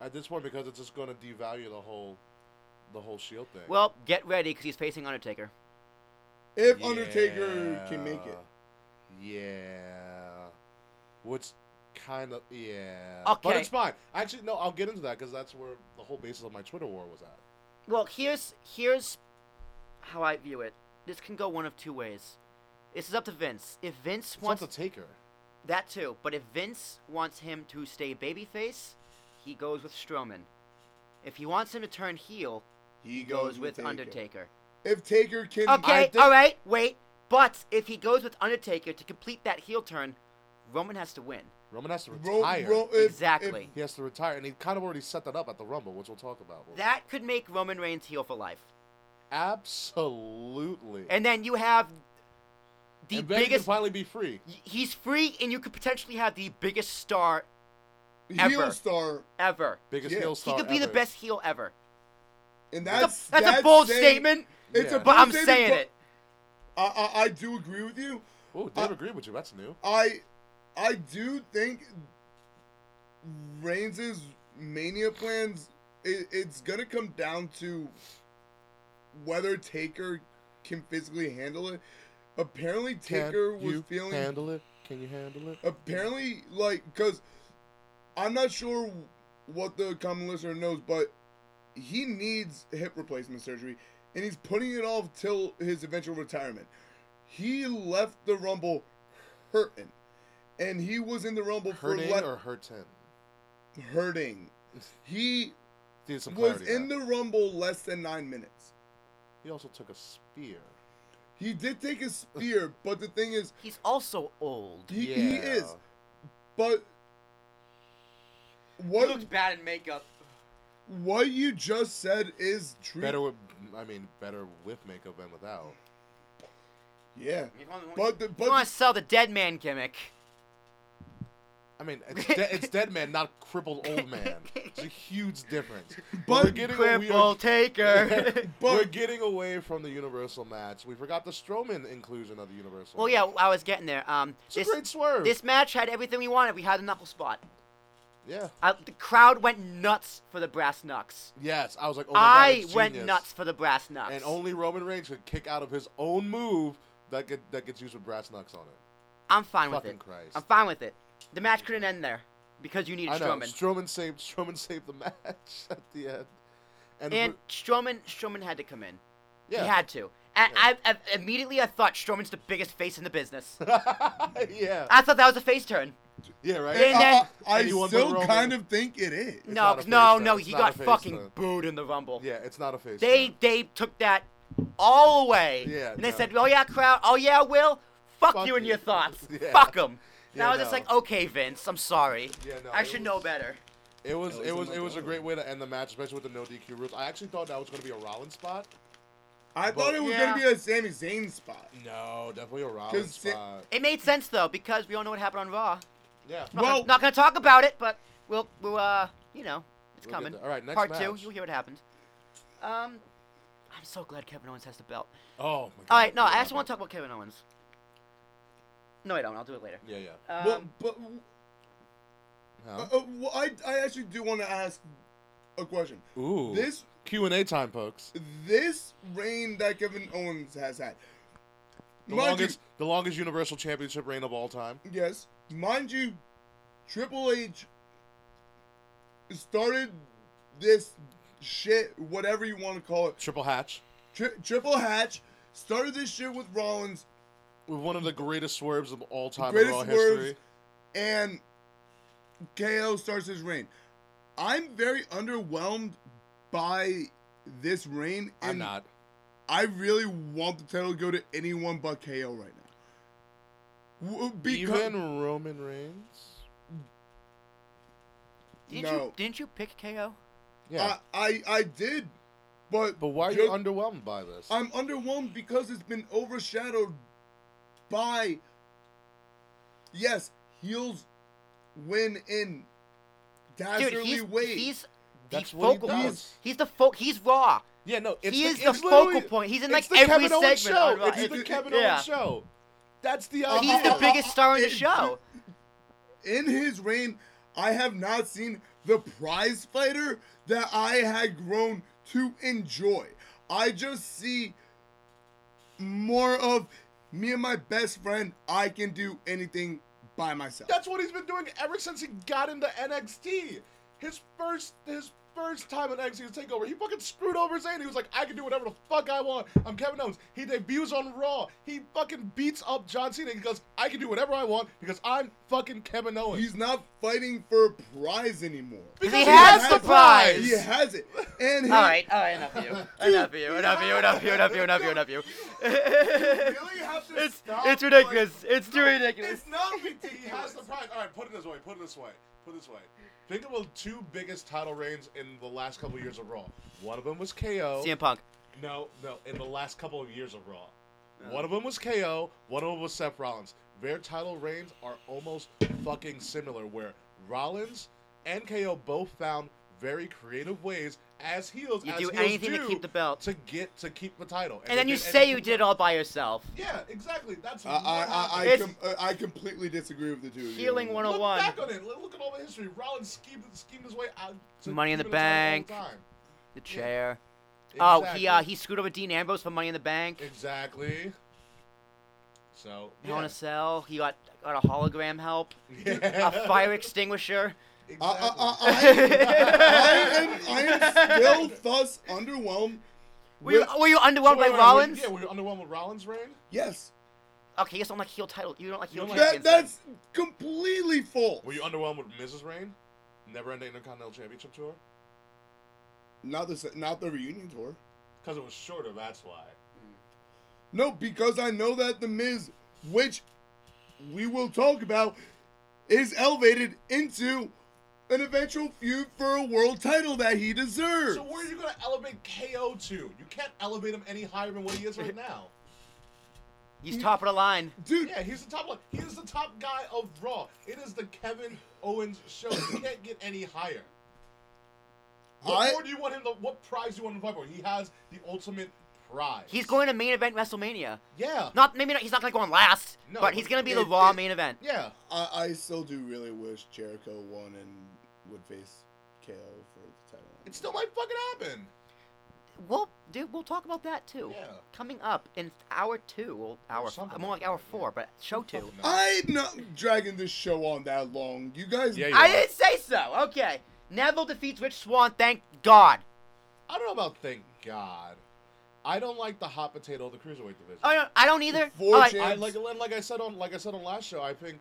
S7: At this point, because it's just going to devalue the whole, the whole shield thing.
S5: Well, get ready because he's facing Undertaker.
S8: If Undertaker can make it.
S7: Yeah. Yeah. Which kind of yeah. But
S5: Okay.
S7: it's fine. Actually, no, I'll get into that because that's where the whole basis of my Twitter war was at.
S5: Well, here's here's how I view it. This can go one of two ways. This is up to Vince. If Vince
S7: It's not
S5: wants
S7: the Taker.
S5: that too, but if Vince wants him to stay babyface, he goes with Strowman. If he wants him to turn heel,
S8: He,
S5: goes with Undertaker.
S8: If Taker can,
S5: Okay,
S7: think-
S5: all right, wait. But if he goes with Undertaker to complete that heel turn, Roman has to win.
S7: Roman has to
S8: Ro-
S7: retire.
S8: Ro- if- if-
S5: exactly.
S7: he has to retire, and he kind of already set that up at the Rumble, which we'll talk about.
S5: That could make Roman Reigns heel for life.
S7: Absolutely.
S5: And then you have the
S7: And then he can
S5: biggest.
S7: finally be free.
S5: y- He's free, and you could potentially have the biggest star
S8: heel
S5: ever.
S8: star,
S5: ever.
S7: Biggest
S8: Yeah.
S7: heel
S8: He
S5: He
S7: star.
S5: could be the
S7: ever.
S5: best heel ever.
S8: and
S5: That's
S8: that's
S5: a, that's a bold
S8: saying-
S5: statement,
S8: It's
S7: Yeah.
S8: a
S5: but
S8: bold
S5: I'm
S8: statement,
S5: saying
S8: but
S5: it.
S8: I, I I do agree with you.
S7: Oh, Dave agreed with you. That's new.
S8: I I do think Reigns' mania plans. It, it's gonna come down to whether Taker can physically handle it. Apparently, Taker
S7: Can
S8: was
S7: you
S8: feeling
S7: handle it? Can you handle it?
S8: apparently like because i'm not sure what the common listener knows but he needs hip replacement surgery and he's putting it off till his eventual retirement he left the rumble hurting and he was in the rumble
S7: Hurting
S8: for le-
S7: or hurting?
S8: hurting he
S7: Dude, some
S8: was
S7: clarity
S8: in
S7: there.
S8: the rumble less than nine minutes
S7: He also took a spear.
S8: he did take a spear but the thing is
S5: He's also old.
S8: he, he is but what
S5: bad in makeup.
S8: What you just said is true.
S7: Better with, I mean, better with makeup than without.
S8: Yeah.
S5: You want,
S8: But the, but
S5: to sell the dead man gimmick?
S7: I mean, it's, de- it's dead man, not crippled old man. It's a huge difference.
S8: But
S7: we're getting a weird-
S5: Cripple taker.
S7: we're getting away from the universal match. We forgot the Strowman inclusion of the universal.
S5: well,
S7: match.
S5: yeah, I was getting there. Um,
S7: it's
S5: this
S7: a great swerve.
S5: this match had everything we wanted. We had the knuckle spot.
S7: yeah.
S5: I, the crowd went nuts for the brass knucks.
S7: Yes, I was like, oh my God,
S5: I
S7: it's
S5: went
S7: genius.
S5: nuts for the brass knucks.
S7: And only Roman Reigns could kick out of his own move that get, that gets used with brass knucks on it.
S5: I'm fine with
S7: Fucking
S5: it.
S7: Christ.
S5: I'm fine with it. The match couldn't end there because you needed
S7: I know.
S5: Strowman.
S7: Strowman saved Strowman saved the match at the end. And,
S5: and
S7: Bru-
S5: Strowman, Strowman had to come in.
S7: yeah,
S5: He had to. And I, I immediately I thought Strowman's the biggest face in the business.
S7: yeah,
S5: I thought that was a face turn.
S7: yeah, right. Uh,
S5: And then-
S8: I
S7: Anyone but
S8: still
S7: Roman.
S8: kind of think it is.
S7: It's
S5: no,
S7: not a
S5: no,
S7: face
S5: no,
S7: turn.
S5: he
S7: It's not
S5: got
S7: a face
S5: fucking
S7: turn.
S5: booed in the Rumble.
S7: yeah, it's not a face.
S5: They
S7: turn.
S5: they took that all away.
S7: Yeah,
S5: And they
S7: no.
S5: said, "Oh yeah, crowd. Oh yeah, Will. Fuck,
S7: Fuck
S5: you and
S7: you."
S5: your thoughts.
S7: Yeah.
S5: Fuck them." And
S7: Yeah,
S5: I was just
S7: no.
S5: like, "Okay, Vince, I'm sorry.
S7: Yeah, no,
S5: I
S7: it
S5: should
S7: was-
S5: know better."
S7: It was
S8: was
S7: it
S8: in
S7: was
S8: my
S7: it was a
S8: brother.
S7: great way to end the match, especially with the no DQ rules. I actually thought that was going to be a Rollins spot.
S8: I thought it was
S5: Yeah.
S8: gonna be a Sami Zayn spot.
S7: No, definitely a Rollins
S8: Consi-
S7: spot.
S5: It made sense though because we all know what happened on Raw.
S7: Yeah.
S5: Not gonna-
S8: Well-
S5: not gonna talk about it, but we'll we'll uh you know it's
S7: We'll get
S5: coming.
S7: there. All right, next
S5: part two.
S7: match.
S5: You'll hear what happened. Um, I'm so glad Kevin Owens has the belt.
S7: Oh my god.
S5: All right, no,
S7: Yeah,
S5: I actually
S7: but-
S5: want to talk about Kevin Owens. No, I don't. I'll do it later.
S7: Yeah, yeah.
S5: Um,
S8: well, but
S7: Huh?
S8: uh, uh, well, I I actually do want to ask a question.
S7: Ooh.
S8: This
S7: Q and A time, folks.
S8: this reign that Kevin Owens has had,
S7: The
S8: mind
S7: longest, the longest Universal Championship reign of all time.
S8: you, yes, mind you, Triple H started this shit, whatever you want to call it.
S7: Triple hatch
S8: Tri- triple hatch started this shit with Rollins,
S7: with one of the greatest swerves of all time in
S8: Greatest
S7: Raw
S8: swerves.
S7: history.
S8: and KO starts his reign. I'm very underwhelmed by this reign.
S7: I'm
S8: and
S7: not.
S8: I really want the title to go to anyone but KO right now. W- uh, Because
S7: Even Roman Reigns.
S5: Didn't you
S8: No.
S5: didn't you pick KO?
S7: Yeah,
S5: Uh,
S8: I, I I did, but
S7: but why are you
S8: just-
S7: underwhelmed by this?
S5: Uh,
S8: I'm underwhelmed because it's been overshadowed by yes, heels win in
S5: Dude,
S8: dastardly
S5: he's
S8: ways.
S5: he's the
S7: That's what he
S5: focal
S7: does.
S5: point. He's, the fo- he's raw.
S7: yeah, no, it's
S5: he
S7: the,
S5: is the
S7: it's
S5: focal
S7: literally-
S5: point. He's
S7: it's
S5: in, like,
S7: the
S5: every
S7: Kevin Owens
S5: segment on
S7: show.
S5: Raw.
S7: It's,
S5: It's-
S7: the Kevin
S5: yeah.
S7: Owens show. That's the
S8: Uh,
S5: He's
S7: idea.
S5: the biggest star in the show.
S8: in his reign, I have not seen the prize fighter that I had grown to enjoy. I just see more of me and my best friend. I can do anything by myself.
S7: That's what he's been doing ever since he got into NXT. His first, his first time in NXT was Takeover, he fucking screwed over Zayn. He was like, I can do whatever the fuck I want. I'm Kevin Owens. He debuts on Raw. He fucking beats up John Cena. He goes, I can do whatever I want because I'm fucking Kevin Owens.
S8: He's not fighting for a prize anymore.
S7: because
S5: he has the prize.
S8: He has it. And he
S5: All right, all right, enough of you. Enough of you. Enough of you. Enough of you. Enough of you. Enough of you. Enough of you.
S8: really have to
S5: It's
S8: stop,
S5: it's
S8: like-
S5: ridiculous. It's too ridiculous.
S7: It's not ridiculous. He has the prize. All right, put it this way. Put it this way. Put it this way. Think of the two biggest title reigns in the last couple of years of Raw. One of them was KO.
S5: CM Punk.
S7: No, no. In the last couple of years of Raw, one of them was KO. One of them was Seth Rollins. Their title reigns are almost fucking similar, where Rollins and KO both found very creative ways as heels
S5: You
S7: as
S5: do
S7: heels
S5: anything to
S7: do,
S5: keep the belt.
S7: to get to keep the title.
S5: And then
S7: they
S5: you
S7: did
S5: say you
S7: anything-
S5: did it all by yourself.
S7: Yeah, exactly. That's
S8: I I I, I,
S5: It's-
S8: com- uh, I completely disagree with the two. of you.
S5: Healing
S7: Look
S5: 101.
S7: back on it. Look look at all the history. Rollins schemed, schemed his way out. To
S5: Money in the
S7: keeping title
S5: bank.
S7: the whole time.
S5: The chair.
S7: Exactly.
S5: Oh, he uh, he screwed over Dean Ambrose for Money in the Bank.
S7: exactly. So
S5: You
S7: yeah.
S5: want to sell? He got got a hologram help,
S7: Yeah.
S5: a fire extinguisher.
S8: I, I,
S7: Exactly.
S8: I, I, am, I am still thus underwhelmed.
S5: Were you,
S8: with-
S5: were you
S7: So
S5: underwhelmed
S7: wait,
S5: by
S7: wait,
S5: Rollins?
S7: Were, you- yeah, were you underwhelmed with Rollins' reign?
S8: yes,
S5: Okay, you just don't like heel title. You don't like heel
S7: don't
S5: champions.
S8: that, that's completely false.
S7: Were you underwhelmed with Mrs. Reign? Never ending Intercontinental Championship tour?
S8: Not the se- not the reunion tour.
S7: Because it was shorter, that's why.
S8: No, because I know that the Miz, which we will talk about, is elevated into an eventual feud for a world title that he deserves.
S7: So where are you going to elevate KO to? You can't elevate him any higher than what he is right now.
S5: He's top of the line.
S8: Dude,
S7: Yeah, he's the top one. He is the top guy of Raw. It is the Kevin Owens show. You can't get any higher. What
S8: I-
S7: more do you want him to? What prize do you want him to fight for? He has the ultimate prize.
S5: He's going to main event WrestleMania.
S7: Yeah.
S5: Not maybe not. He's not gonna go on last,
S7: No,
S5: but he's gonna be the
S8: it-
S5: Raw
S8: it-
S5: main event.
S7: Yeah.
S8: I, I still do really wish Jericho won and would face KO for the title.
S7: It still might fucking happen.
S5: We'll dude, we'll talk about that too.
S7: Yeah.
S5: Coming up in hour two, well, hour
S7: something
S5: more
S7: like
S5: like hour
S7: that, yeah.
S5: four, but show two.
S8: I'm not dragging this show on that long. You guys,
S7: Yeah, you
S5: I
S7: are.
S5: didn't say so. Okay. Neville defeats Rich Swan. Thank God.
S7: I don't know about thank God. I don't like the hot potato of the cruiserweight division.
S5: Oh no, I don't either.
S8: Four
S5: All right,
S8: champs.
S7: I like and like I said on like I said on last show. I think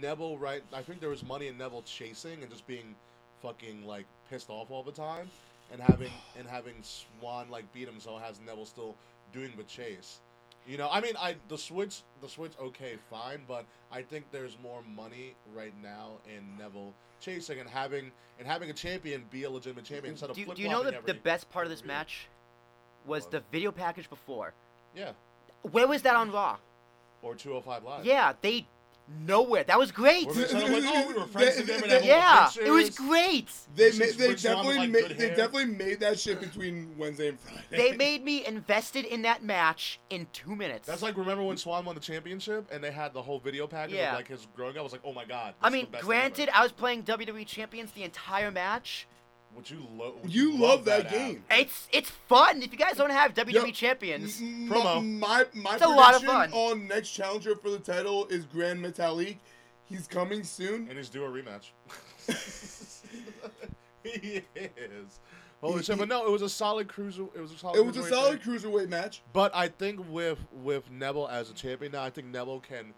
S7: Neville right. I think there was money in Neville chasing and just being fucking like pissed off all the time, and having and having Swan like beat him, so it has Neville still doing the chase. You know, I mean, I the switch the switch okay fine, but I think there's more money right now in Neville chasing and having and having a champion be a legitimate champion instead of
S5: do,
S7: flip
S5: do you know the,
S7: every,
S5: the best part of this
S7: every-
S5: match was
S7: What?
S5: the video package before.
S7: Yeah,
S5: Where was that on Raw?
S7: or 205 live.
S5: Yeah, they nowhere. That was great.
S7: Where they said, like, oh, we were friends together. and having
S5: Yeah, it was
S7: pictures.
S5: great.
S8: they
S7: This
S8: ma-
S7: is
S8: they
S7: Rich Swan with,
S8: definitely
S7: like,
S8: made
S7: good
S8: they
S7: hair.
S8: definitely made that shit between Wednesday and Friday.
S5: They made me invested in that match in two minutes.
S7: That's like remember when Swan won the championship and they had the whole video package
S5: Yeah.
S7: of like his growing up. I was like, oh my god.
S5: I
S7: this is
S5: mean,
S7: the best thing
S5: granted,
S7: ever.
S5: I was playing WWE Champions the entire match.
S7: would you love?
S8: You love that game.
S5: It's it's fun. If you guys don't have WWE
S8: Yep.
S5: Champions,
S8: M-
S7: Promo.
S8: My my
S5: It's a
S8: prediction
S5: lot of fun.
S8: on next challenger for the title is Grand Metalik. He's coming soon.
S7: And he's due a rematch. he is. Holy shit! But no, it was a solid cruiser. It was a solid.
S8: It was a
S7: cruiserweight
S8: solid
S7: thing.
S8: cruiserweight match.
S7: But I think with with Neville as a champion now, I think Neville can.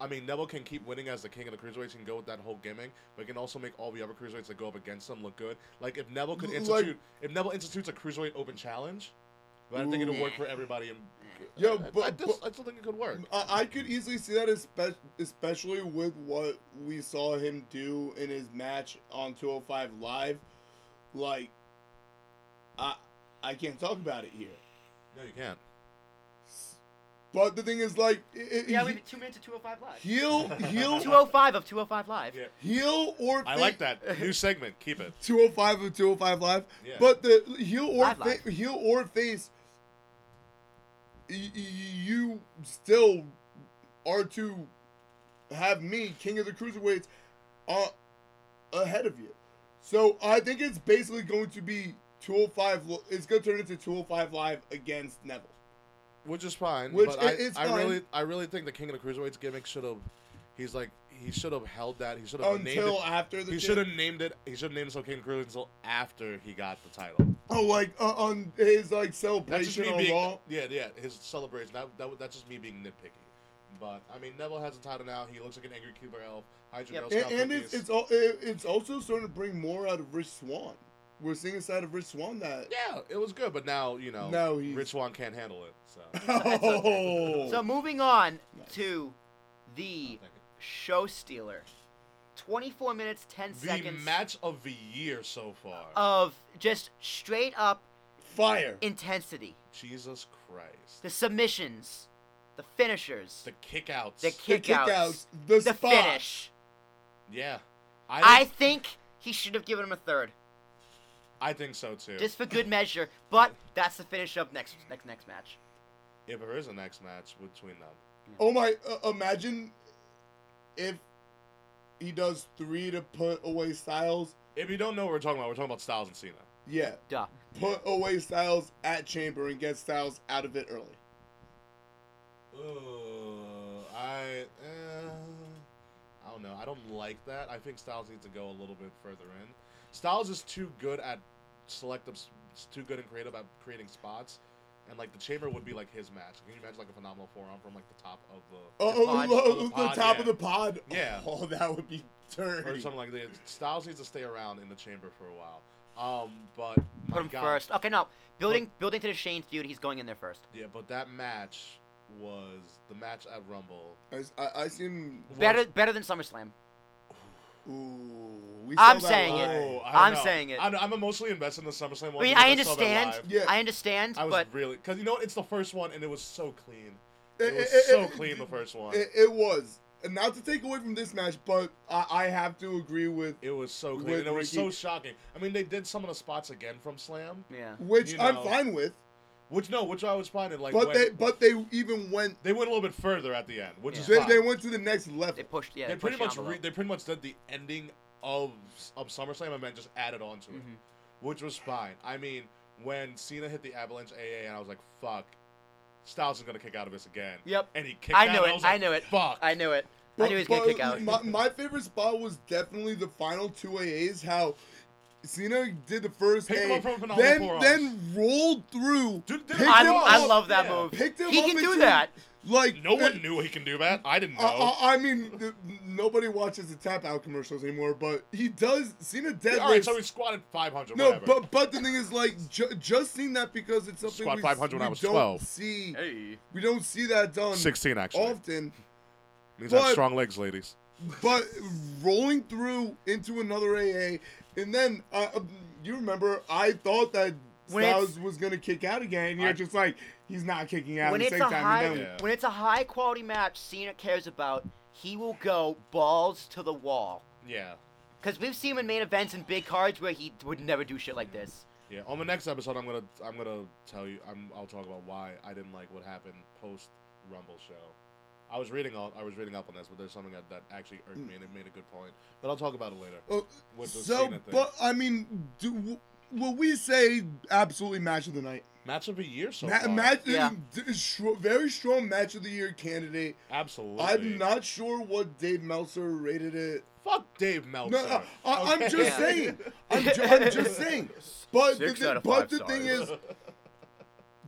S7: I mean, Neville can keep winning as the king of the cruiserweights and go with that whole gimmick, but can also make all the other cruiserweights that go up against him look good. Like if Neville could
S8: Like-
S7: institute, if Neville institutes a cruiserweight open challenge, then I think it'll work for everybody. And
S8: Yo,
S7: I- I-
S8: but-
S7: I, just-
S8: but-
S7: I still think it could work.
S8: I, I could easily see that, espe- especially with what we saw him do in his match on 205 Live. Like, I I can't talk about it here.
S7: No, you can't.
S8: But the thing is, like, it,
S5: Yeah, we oh have two minutes of 205 live.
S8: heel, heel,
S5: 205 of 205 live.
S7: Yeah.
S8: heel, or
S7: I
S8: fa-
S7: like that new segment. Keep it.
S8: 205 of 205 Live.
S7: Yeah.
S8: But the heel or
S5: Live,
S8: fa- heel or face, y- y- you still are to have me, King of the Cruiserweights, uh, ahead of you. So I think it's basically going to be 205. li- It's going to turn into 205 Live against Neville.
S7: which is fine.
S8: Which
S7: but
S8: i-
S7: I,
S8: it's
S7: I
S8: fine.
S7: really, I really think the King of the Cruiserweights gimmick should have. He's like he should have held that. He should have named
S8: Until
S7: it.
S8: after the
S7: He
S8: cha-
S7: should have named it. He should have named himself King of the Cruiserweights until after he got the title.
S8: oh like uh, on his like
S7: That's just
S8: celebration
S7: me
S8: on
S7: being.
S8: Raw.
S7: Yeah, yeah. His celebration. That, that that's just me being nitpicky. But I mean, Neville has the title now. He looks like an angry Cuban elf. Hydra
S5: Yep.
S7: Girl Scout
S8: And, and it's
S7: cookies.
S8: it's, all, it, it's also starting to bring more out of Rich Swan. We're seeing a side of Rich Swan that.
S7: yeah, it was good. But now you know,
S8: Now he's-
S7: Rich Swan can't handle it. So
S8: Oh.
S5: So moving on to the show stealer. 24 minutes 10
S7: the
S5: seconds
S7: match of the year so far.
S5: of just straight up
S8: fire.
S5: intensity.
S7: Jesus Christ.
S5: The submissions, the finishers,
S7: The kickouts.
S5: the
S8: The
S5: kickouts,
S8: the,
S5: the
S8: spots.
S5: finish.
S7: yeah.
S5: I think he should have given him a third,
S7: I think so too.
S5: just for good measure. But that's the finish up next next next match.
S7: if there is a next match between them,
S8: Oh my! Uh, imagine if he does three to put away Styles.
S7: if you don't know what we're talking about, we're talking about Styles and Cena.
S8: Yeah,
S5: Duh.
S8: put away Styles at Chamber and get Styles out of it early.
S7: Ooh, I, uh, I don't know. I don't like that. I think Styles needs to go a little bit further in. Styles is too good at selective, s- s- too good and creative at creating spots, and like the chamber would be like his match. Can you imagine like a phenomenal forearm from like the top of the
S8: Oh,
S5: pod.
S8: oh,
S7: Oh,
S8: the,
S7: the pod,
S8: top
S7: yeah.
S8: of the pod.
S7: Yeah.
S8: Oh, that would be
S7: or
S8: dirty.
S7: something like that? Styles needs to stay around in the chamber for a while. Um, but my
S5: Put him
S7: God.
S5: first. Okay, no. Building building to the Shane's feud. He's going in there first.
S7: Yeah, but that match was the match at Rumble.
S8: I, I, I seen.
S5: Better better than SummerSlam.
S8: Ooh, we
S5: I'm
S8: saw that
S5: saying it.
S8: live.
S7: Oh, I don't
S5: I'm
S7: know.
S5: saying it.
S7: I'm, I'm emotionally invested in the SummerSlam.
S5: I
S7: one
S5: mean,
S7: because
S5: I
S7: saw that
S5: understand.
S7: live.
S8: Yeah.
S5: I understand,
S7: I was
S5: but
S7: really because you know what? It's the first one, and it was so clean.
S8: It-
S7: It was
S8: it- it-
S7: so
S8: it-
S7: clean the first one.
S8: It, it was. And not to take away from this match, but I, I have to agree with
S7: It was so clean.
S8: With
S7: and it was so
S8: Ricky-
S7: shocking. I mean, they did some of the spots again from Slam,
S5: yeah.
S8: which
S7: You
S8: I'm
S7: know.
S8: fine with.
S7: which no, which I was finding like
S8: But
S7: when-
S8: they but they even went
S7: they went a little bit further at the end, which is
S8: they,
S7: fine.
S8: they went to the next
S5: They
S8: level.
S5: pushed. Yeah,
S7: They
S5: they
S7: pretty
S5: pushed
S7: much
S5: the
S7: re-
S5: envelope.
S7: they pretty much did the ending of of SummerSlam and then just added on to it,
S5: Mm-hmm.
S7: which was fine. I mean, when Cena hit the Avalanche AA, and I was like, "Fuck, Styles is gonna kick out of this again."
S5: Yep.
S7: And he kicked.
S5: I
S7: out,
S5: knew
S7: and
S5: it.
S7: was
S5: I
S7: like,
S5: knew it.
S7: Fuck.
S5: I knew it. I
S8: But-
S5: knew he was gonna
S8: but
S5: kick out.
S8: My, my favorite spot was definitely the final two AAs. How Cena did the first
S7: Picked him
S8: AA,
S7: up from phenomenal
S8: then
S7: forearms.
S8: then rolled through.
S7: Dude, did
S8: picked
S7: it
S5: I,
S8: him
S7: all.
S5: I
S8: up,
S5: love that
S7: Yeah.
S5: move.
S8: Picked him
S5: He
S8: up
S5: can do
S8: into-
S5: that.
S8: Like
S7: No
S8: uh,
S7: one knew he can do that. I didn't know.
S8: I, I, I mean, th- nobody watches the tap out commercials anymore, but he does. Cena deadlifts.
S7: All right, so he squatted 500.
S8: No,
S7: whatever.
S8: but but the thing is, like, ju- just seeing that because it's something
S7: Squad
S8: we,
S7: 500
S8: we
S7: when I was
S8: don't
S7: 12.
S8: see.
S5: Hey.
S8: We don't see that done
S7: 16 actually.
S8: often.
S7: These
S8: but-
S7: have strong legs, ladies.
S8: But rolling through into another AA, and then uh, um, you remember I thought that
S5: When
S8: Styles
S5: it's-
S8: was gonna kick out again. You're
S7: I-
S8: just like he's not kicking out.
S5: when
S8: at
S5: it's
S8: the
S5: a
S8: same time,
S5: high
S8: and then,
S7: Yeah.
S5: when it's a high quality match Cena cares about, he will go balls to the wall.
S7: Yeah.
S5: Cause we've seen him in main events and big cards where he would never do shit like this.
S7: Yeah. On the next episode, I'm gonna I'm gonna tell you I'm I'll talk about why I didn't like what happened post Rumble show. I was reading all I was reading up on this, but there's something that, that actually irked me and it made a good point. But I'll talk about it later.
S8: Oh,
S7: With the
S8: so,
S7: Cena thing.
S8: but I mean, do, Will we say absolutely match of the night?
S7: Match of the year so
S8: Ma-
S7: far.
S8: match, uh,
S5: Yeah.
S8: d- stro- very strong match of the year candidate.
S7: Absolutely.
S8: I'm not sure what Dave Meltzer rated it.
S7: Fuck Dave Meltzer.
S8: No, no, I,
S7: Okay.
S8: I'm just saying. I'm, ju- I'm just saying. But
S15: Six
S8: the, thi-
S15: out of five
S8: but the thing
S15: stars.
S8: is,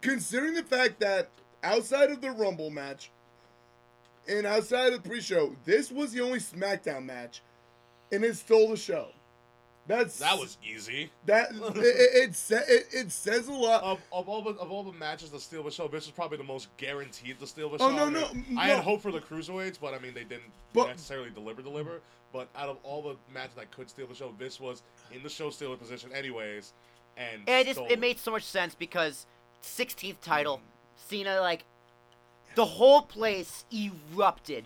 S8: considering the fact that outside of the Rumble match and outside of the pre-show, this was the only SmackDown match, and it stole the show. That's
S7: That was easy.
S8: that it it, it, sa- it it says a lot.
S7: Of, of all the of all the matches to steal the show, this is probably the most guaranteed to steal the show.
S8: Oh, no,
S7: I mean,
S8: no,
S7: I
S8: no.
S7: had hope for the cruiserweights, but I mean they didn't
S8: But-
S7: necessarily deliver deliver. But out of all the matches that could steal the show, this was in the show stealer position, anyways. And
S5: And it just
S7: stole
S5: it made so much sense because 16th title, Cena like the whole place erupted.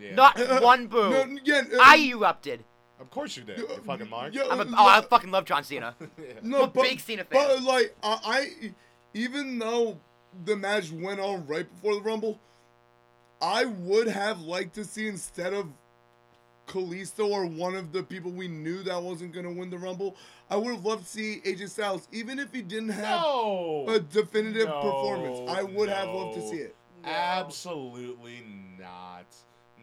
S7: Yeah.
S8: Uh, uh,
S5: Not one boo.
S8: No, yeah, uh,
S5: I erupted.
S7: Of course you did.
S8: uh,
S7: You fucking mark.
S8: yeah,
S5: I'm a,
S8: uh,
S5: oh, I
S8: no.
S5: fucking love John Cena.
S8: No,
S5: I'm a big Cena
S8: But
S5: fan.
S8: like I, I, even though the match went on right before the Rumble, I would have liked to see instead of Kalisto or one of the people we knew that wasn't gonna win the Rumble, I would have loved to see AJ Styles, even if he didn't have
S7: No.
S8: a definitive
S7: No,
S8: performance. I would have loved to
S7: no.
S8: see it.
S7: Absolutely not.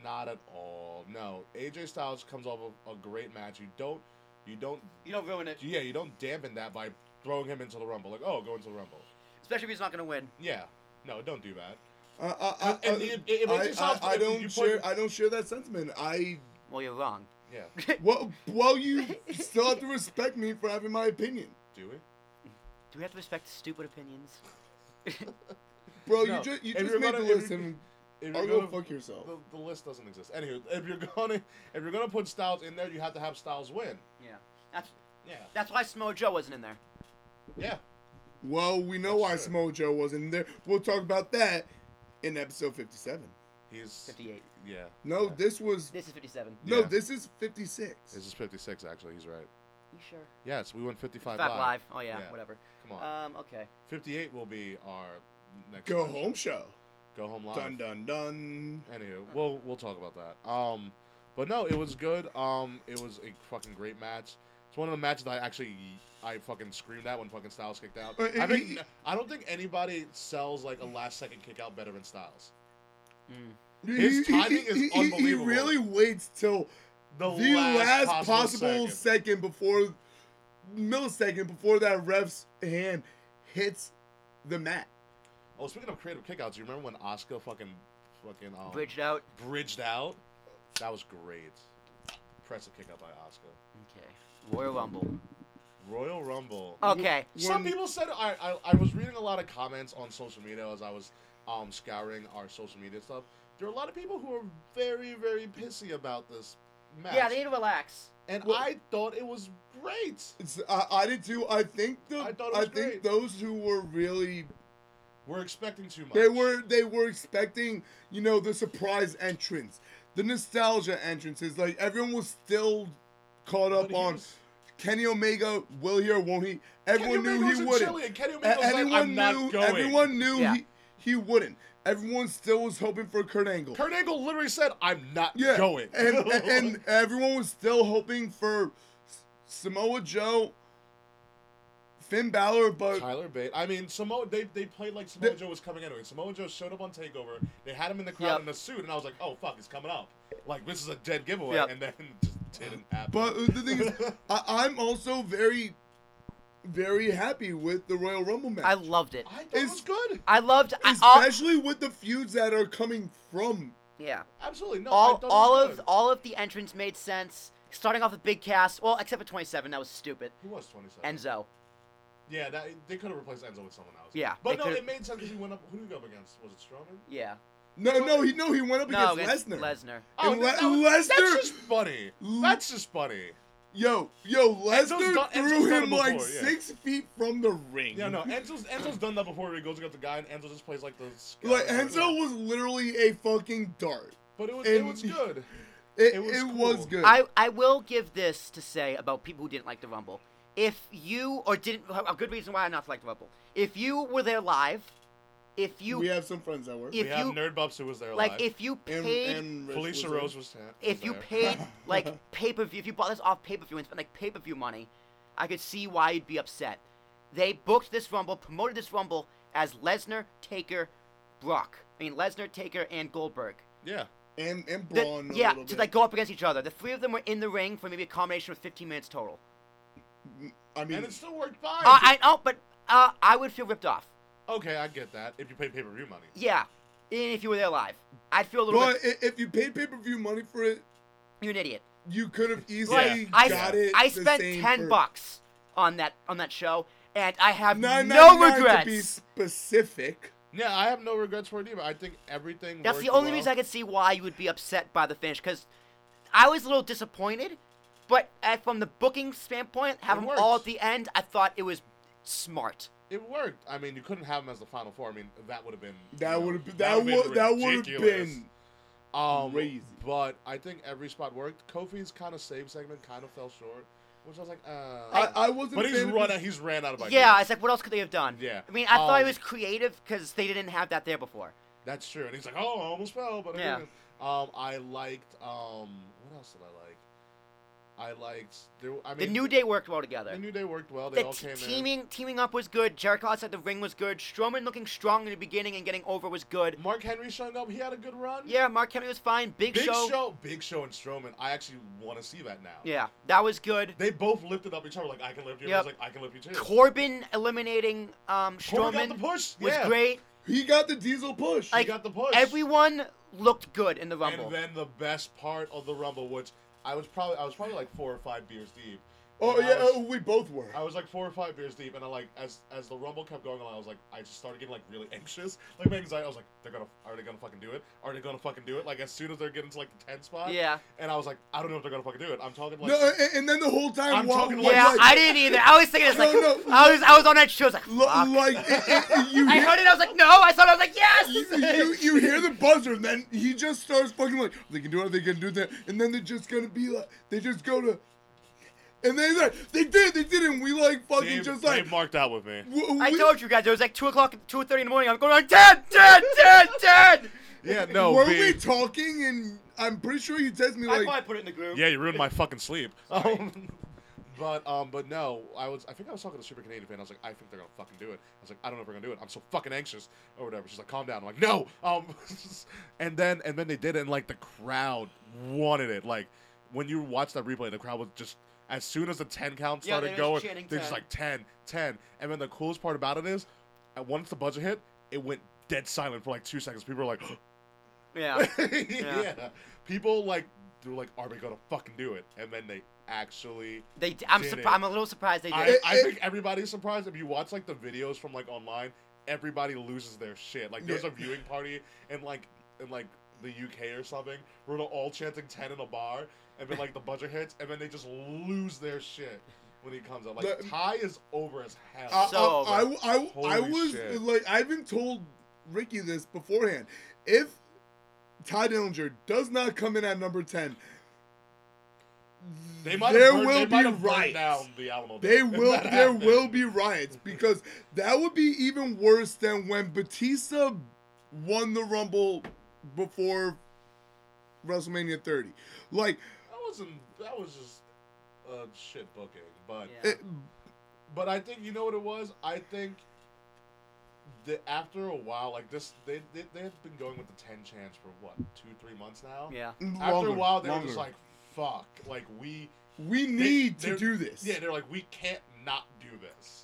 S7: Not at all. No. AJ Styles comes off of a great match. You don't. You don't.
S5: You don't ruin it.
S7: Yeah. You don't dampen that by throwing him into the rumble. Like, oh, go into the rumble.
S5: Especially if he's not gonna win.
S7: Yeah. No, don't do that.
S8: Uh, I, I, I,
S7: And it- it- it makes
S8: I-
S7: it sound-
S8: I- I
S7: if you
S8: don't
S7: put-
S8: share. I don't share that sentiment. I
S5: Well, you're wrong.
S7: Yeah.
S8: well, well, you still have to respect me for having my opinion.
S7: Do we?
S5: Do we have to respect stupid opinions?
S7: No.
S8: Bro, you just you
S7: If
S8: just
S7: you're
S8: made the
S7: gonna- if
S8: list
S7: you're-
S8: and
S7: If
S8: I'll
S7: you're
S8: go
S7: gonna-
S8: fuck yourself.
S7: The, the list doesn't exist. Anywho, if you're gonna if you're gonna put Styles in there, you have to have Styles win.
S5: Yeah. That's
S7: Yeah.
S5: that's why Samoa Joe wasn't in there.
S7: Yeah.
S8: Well, we know why Samoa Joe wasn't there. We'll talk about that in episode 57.
S7: He's
S5: 58.
S7: yeah.
S8: No, this was
S5: This is 57.
S8: no,
S7: Yeah.
S8: this is 56.
S7: This is 56 actually. He's right.
S5: You sure?
S7: Yes, we won 55
S5: Fat
S7: live.
S5: live. Oh yeah,
S7: Yeah.
S5: whatever.
S7: Come on.
S5: Um, okay.
S7: 58 will be our next
S8: Go
S7: match.
S8: home show.
S7: Go home live.
S8: Dun dun dun.
S7: Anywho, we'll we'll talk about that. Um, but no, it was good. Um, it was a fucking great match. It's one of the matches that I actually I fucking screamed at when fucking Styles kicked out.
S8: Uh,
S7: I
S8: he-
S7: think I don't think anybody sells like a last second kick out better than Styles. His timing is
S8: He
S7: unbelievable.
S8: really waits till
S7: The,
S8: the last,
S7: second.
S8: possible second. before millisecond before that ref's hand hits the mat.
S7: Oh, speaking of creative kickouts, you remember when Oscar fucking fucking um,
S5: Bridged out.
S7: bridged out? That was great. Impressive kick out by Oscar.
S5: Okay. Royal Rumble.
S7: Royal Rumble.
S5: Okay.
S7: Some people said I, I I was reading a lot of comments on social media as I was um scouring our social media stuff. There are a lot of people who are very very pissy about this match.
S5: Yeah, they need to relax.
S7: and
S8: Well-
S7: I thought it was great.
S8: It's, I, I did too. I think the
S7: I
S8: I,
S7: thought it was
S8: think
S7: great.
S8: those who were really
S7: We're expecting too much.
S8: They were they were expecting, you know, the surprise entrance, the nostalgia entrances. Like everyone was still caught
S7: But
S8: up
S7: he
S8: on
S7: was-
S8: Kenny Omega will he or won't he?
S7: Kenny
S8: Everyone
S7: Omega
S8: knew
S7: was
S8: he
S7: in
S8: wouldn't.
S7: Chile, and Kenny Omega
S8: A-
S7: was like,
S8: everyone
S7: "I'm not
S8: knew
S7: going."
S8: everyone knew
S5: Yeah.
S8: he, he wouldn't. Everyone still was hoping for Kurt Angle.
S7: Kurt Angle literally said, "I'm not
S8: yeah,
S7: going."
S8: and, and and everyone was still hoping for S- Samoa Joe, Finn Balor, but
S7: Tyler Bate. I mean, Samoa. They, they played like Samoa
S8: Oh. The-
S7: Joe was coming anyway. Samoa Joe showed up on Takeover. They had him in the crowd
S5: Yep.
S7: in a suit, and I was like, "Oh fuck, he's coming up!" Like this is a dead giveaway,
S5: Yep.
S7: and then it just didn't happen.
S8: But uh, the thing is, I, I'm also very, very happy with the Royal Rumble match,
S5: I loved it.
S7: I thought it
S8: it's-
S7: was good.
S5: I loved I, all,
S8: especially with the feuds that are coming from.
S5: yeah.
S7: Absolutely no. I
S5: All
S7: thought it
S5: all
S7: was
S5: of
S7: good.
S5: all of the entrants made sense. Starting off with Big Cass, well, except for 27, that was stupid.
S7: Who was twenty seven?
S5: Enzo.
S7: Yeah, that, they could have replaced Enzo with someone else.
S5: Yeah,
S7: but
S5: they
S7: no,
S5: could've-
S7: it made sense because he went up. Who did he go up against? Was it Strowman?
S5: Yeah.
S8: No, no, he no, he went up
S5: No,
S8: against Lesnar.
S5: Lesnar.
S7: Oh,
S8: And
S7: that- that
S8: Le-
S7: was-
S8: Lesnar-
S7: That's just funny. That's just funny.
S8: yo, yo, Lesnar
S7: done- Enzo's
S8: threw
S7: done it
S8: him like
S7: before, yeah.
S8: six feet from the ring.
S7: Yeah, no, Enzo's Enzo's done that before. Where he goes against the guy, and Enzo just plays like the scout.
S8: Like Enzo was literally a fucking dart.
S7: But it was it
S8: and-
S7: was good.
S8: It,
S7: It
S8: it was,
S7: was cool.
S8: good.
S5: I, I will give this to say about people who didn't like the Rumble. If you or didn't a good reason why I not like the Rumble. If you were there live, if you
S8: we have some friends that were.
S5: if
S7: we have
S5: you
S7: Nerd Bups who was there
S5: like
S7: live.
S5: if you
S8: and,
S5: paid
S8: and Rich
S7: Felicia
S8: was there.
S7: Rose was, ta- was
S5: if you
S7: there.
S5: paid like pay per view if you bought this off pay per view and spent like pay per view money, I could see why you'd be upset. They booked this Rumble, promoted this Rumble as Lesnar, Taker, Brock. I mean, Lesnar, Taker, and Goldberg.
S7: Yeah.
S8: and and
S5: The-
S8: Braun. a
S5: yeah,
S8: little
S5: to
S8: bit.
S5: like go up against each other. The three of them were in the ring for maybe a combination of 15 minutes total.
S8: I mean,
S7: And it still worked fine.
S5: Uh, I know, but uh, I would feel ripped off.
S7: okay, I get that. If you pay pay per view money.
S5: Yeah, even if you were there live, I'd feel a little
S8: but
S5: bit.
S8: i- if you paid pay per view money for it,
S5: You're an idiot.
S8: you could have easily
S5: Like, I,
S8: got it.
S5: I
S8: the
S5: spent
S8: same
S5: ten
S8: for
S5: bucks on that on that show, and I have no
S8: 9.99
S5: regrets.
S8: To be specific.
S7: Yeah, I have no regrets for it either. I think everything.
S5: That's the only reason I could see why you would be upset by the finish, because I was a little disappointed, but uh, from the booking standpoint, have
S7: It
S5: them all
S7: works.
S5: at the end, I thought it was smart.
S7: It worked. I mean, you couldn't have him as the final four. I mean, that would have been. you
S8: That
S7: know,
S8: would have been. That
S7: would've
S8: would. That would have
S7: ridiculous.
S8: been.
S7: um,
S8: crazy.
S7: But I think every spot worked. Kofi's kind of save segment kind of fell short, which I was like, uh.
S8: I, I wasn't.
S7: but
S8: a
S7: he's
S8: fan of
S7: run.
S8: his-
S7: Out, he's ran out of ideas.
S5: yeah, it's like what else could they have done?
S7: Yeah.
S5: I mean, I thought it
S7: Um,
S5: was creative because they didn't have that there before.
S7: That's true. And he's like, oh, I almost fell, but I
S5: Yeah.
S7: didn't. Um, I liked. Um, what else did I like? I liked. There, I mean,
S5: the New Day worked well together.
S7: The new day worked well. They
S5: The
S7: all
S5: t-
S7: came in.
S5: teaming teaming up was good. Jericho outside the ring was good. Strowman looking strong in the beginning and getting over was good.
S7: Mark Henry showing up. He had a good run.
S5: Yeah, Mark Henry was fine. Big,
S7: Big show. Big Show and Strowman. I actually want to see that now.
S5: Yeah, that was good.
S7: They both lifted up each other. Like I can lift you.
S5: Yep.
S7: I was like I can lift you too.
S5: Corbin eliminating um,
S7: Corbin
S5: Strowman
S7: got the push.
S5: was
S7: yeah.
S5: great.
S8: He got the diesel push.
S7: He
S5: Like,
S7: got the push.
S5: Everyone looked good in the Rumble.
S7: And then the best part of the Rumble, which I was probably I was probably like four or five beers deep. uh,
S8: oh
S7: And I
S8: yeah,
S7: was-
S8: oh, we both were.
S7: I was like four or five beers deep, and I like as as the rumble kept going on, I was like, I just started getting like really anxious, like my anxiety. I was like, they're gonna, are they gonna fucking do it? Are they gonna fucking do it? Like as soon as they're getting to like the ten spot,
S5: yeah.
S7: And I was like, I don't know if they're gonna fucking do it. I'm talking like,
S8: no, a- and, then the whole time
S7: I'm
S8: while,
S7: talking
S8: while,
S7: like-
S5: yeah,
S8: like,
S5: I didn't either. I was thinking it's
S8: No,
S5: like
S8: no.
S5: I was I was on that show. I was like,
S8: lo-
S5: fuck.
S8: like it- it- you,
S5: I
S8: hear,
S5: heard it. I was like, no. I saw it. I was like, yes.
S8: you,
S5: this is it.
S8: you, you hear the buzzer, and then he just starts fucking like, are they gonna do it? Are they gonna do that? And then they're just gonna be like, they just go to, and then they're like, they did, they did, and we like fucking
S7: Dave,
S8: just like.
S7: Dave marked out with me.
S8: w-
S5: I
S8: we-
S5: told you guys it was like two o'clock, two thirty in the morning. I'm going, dead, dead, dead, dead.
S7: Yeah, no,
S8: Were
S7: B.
S8: we talking? And I'm pretty sure you texted me
S5: I
S8: like,
S5: probably put it in the group.
S7: yeah, you ruined my fucking sleep. Um, but um, but no, I was I think I was talking to a Super Canadian fan. I was like, I think they're gonna fucking do it. I was like, I don't know if they're gonna do it. I'm so fucking anxious or whatever. She's like, calm down. I'm like, no. Um, and then and then they did it, and like the crowd wanted it. Like when you watch that replay, the crowd was just as soon as the ten count
S5: Yeah,
S7: started
S5: they were
S7: going,
S5: just chanting
S7: they're just
S5: 10.
S7: like 10, 10. And then the coolest part about it is, uh, once the budget hit, it went dead silent for like two seconds. People were like.
S5: Yeah.
S7: yeah. People like they're like, are we gonna fucking do it? And then they actually.
S5: They. d- I'm.
S7: Did
S5: Surp-
S7: it.
S5: I'm a little surprised they did.
S7: I,
S5: it.
S7: I think everybody's surprised if you watch like the videos from like online. Everybody loses their shit. Like there's
S8: Yeah.
S7: a viewing party in like in like the UK or something. We're all chanting ten in a bar, and then like the budget hits, and then they just lose their shit when he comes up. Like
S8: The- Uh,
S7: Ty is over as hell.
S8: I,
S5: So
S8: I, I, I, I
S7: Holy
S8: was
S7: shit.
S8: like, I even told Ricky this beforehand. If Ty Dillinger does not come in at number 10,
S7: they might
S8: there
S7: have burned,
S8: will
S7: they might
S8: be
S7: have burned
S8: riots.
S7: down the Alamo.
S8: they
S7: Dome if
S8: will,
S7: that
S8: there
S7: happened.
S8: will be riots because that would be even worse than when Batista won the Rumble before WrestleMania 30. Like,
S7: That wasn't. That was just uh, shit booking. But
S5: Yeah.
S8: it,
S7: But I think you know what it was. I think that after a while, like this, they they they had been going with the ten chance for what two three months now.
S5: yeah.
S7: After
S8: longer,
S7: a while, they
S8: longer.
S7: were just like, "Fuck!" Like we
S8: we
S7: they-
S8: need to
S7: they're-
S8: do this.
S7: Yeah, they're like, "We can't not do this."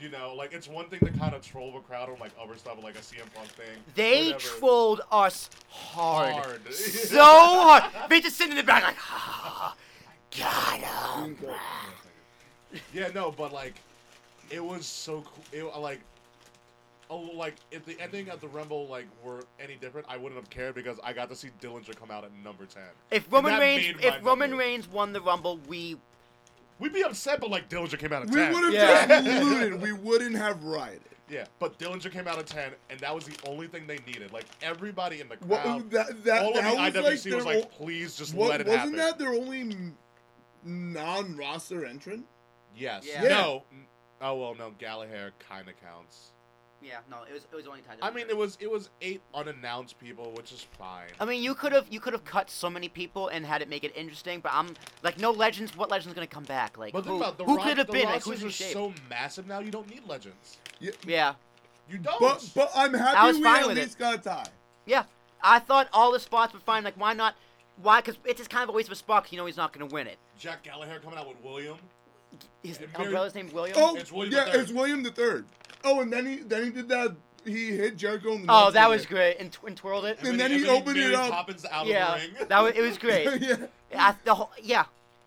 S7: You know, like it's one thing to kind of troll the crowd on like other stuff, like a CM Punk thing.
S5: They
S7: whatever.
S5: trolled us hard.
S7: Hard.
S5: so hard. They just sitting in the back like, ah, got him.
S7: Yeah, no, but like, it was so cool. It, uh, like, oh, like if the ending at the Rumble like were any different, I wouldn't have cared because I got to see Dillinger come out at number ten.
S5: If
S7: And
S5: Roman
S7: that made
S5: Reigns,
S7: my
S5: if Roman
S7: Rumble.
S5: Reigns won the Rumble, we
S7: we'd be upset, but like Dillinger came out at
S8: We
S7: ten.
S8: would have
S5: Yeah.
S8: just looted. We wouldn't have rioted.
S7: Yeah, but Dillinger came out at ten, and that was the only thing they needed. Like everybody in the
S8: What,
S7: crowd,
S8: that, that,
S7: all of the
S8: that was
S7: IWC
S8: like
S7: was
S8: their
S7: like,
S8: o-
S7: please just
S8: Wa-
S7: let it happen.
S8: wasn't that their only non roster entrant?
S7: Yes.
S5: Yeah.
S8: Yeah.
S7: No. Oh well, no. Gallagher kind of counts.
S5: Yeah, no, it was it was only tied. to
S7: I
S5: the
S7: mean,
S5: jury.
S7: it was it was eight unannounced people, which is fine.
S5: I mean, you could have you could have cut so many people and had it make it interesting, but I'm like, no legends. What legend's gonna come back? Like,
S7: But think
S5: who,
S7: about the,
S5: who
S7: ro-
S5: could have
S7: the
S5: been? Like,
S7: rosters
S5: who's
S7: are
S5: shaped?
S7: so massive now. You don't need legends.
S5: yeah,
S7: You don't.
S8: But but I'm
S5: Oh. I
S8: happy
S5: was
S8: we
S5: fine
S8: at
S5: with it.
S8: least got a tie.
S5: yeah. I thought all the spots were fine. Like, why not? Why? Because it's just kind of a waste of a spot. 'cause you know he's not gonna win it.
S7: Jack Gallagher coming out with William.
S5: His
S7: And Mary-
S5: umbrella's named William.
S8: Oh
S7: It's William
S8: yeah,
S7: the Third.
S8: it's William the Third. Oh, and then he then he did that. He hit Jericho. In the
S5: Oh,
S8: nuts
S5: that
S8: with
S5: was
S8: it.
S5: great. And, tw- and twirled it.
S8: And then he opened it
S7: Mary
S8: up.
S7: Poppins out
S5: Yeah,
S7: of the ring.
S5: that was it was great.
S8: yeah.
S5: I, the whole, yeah,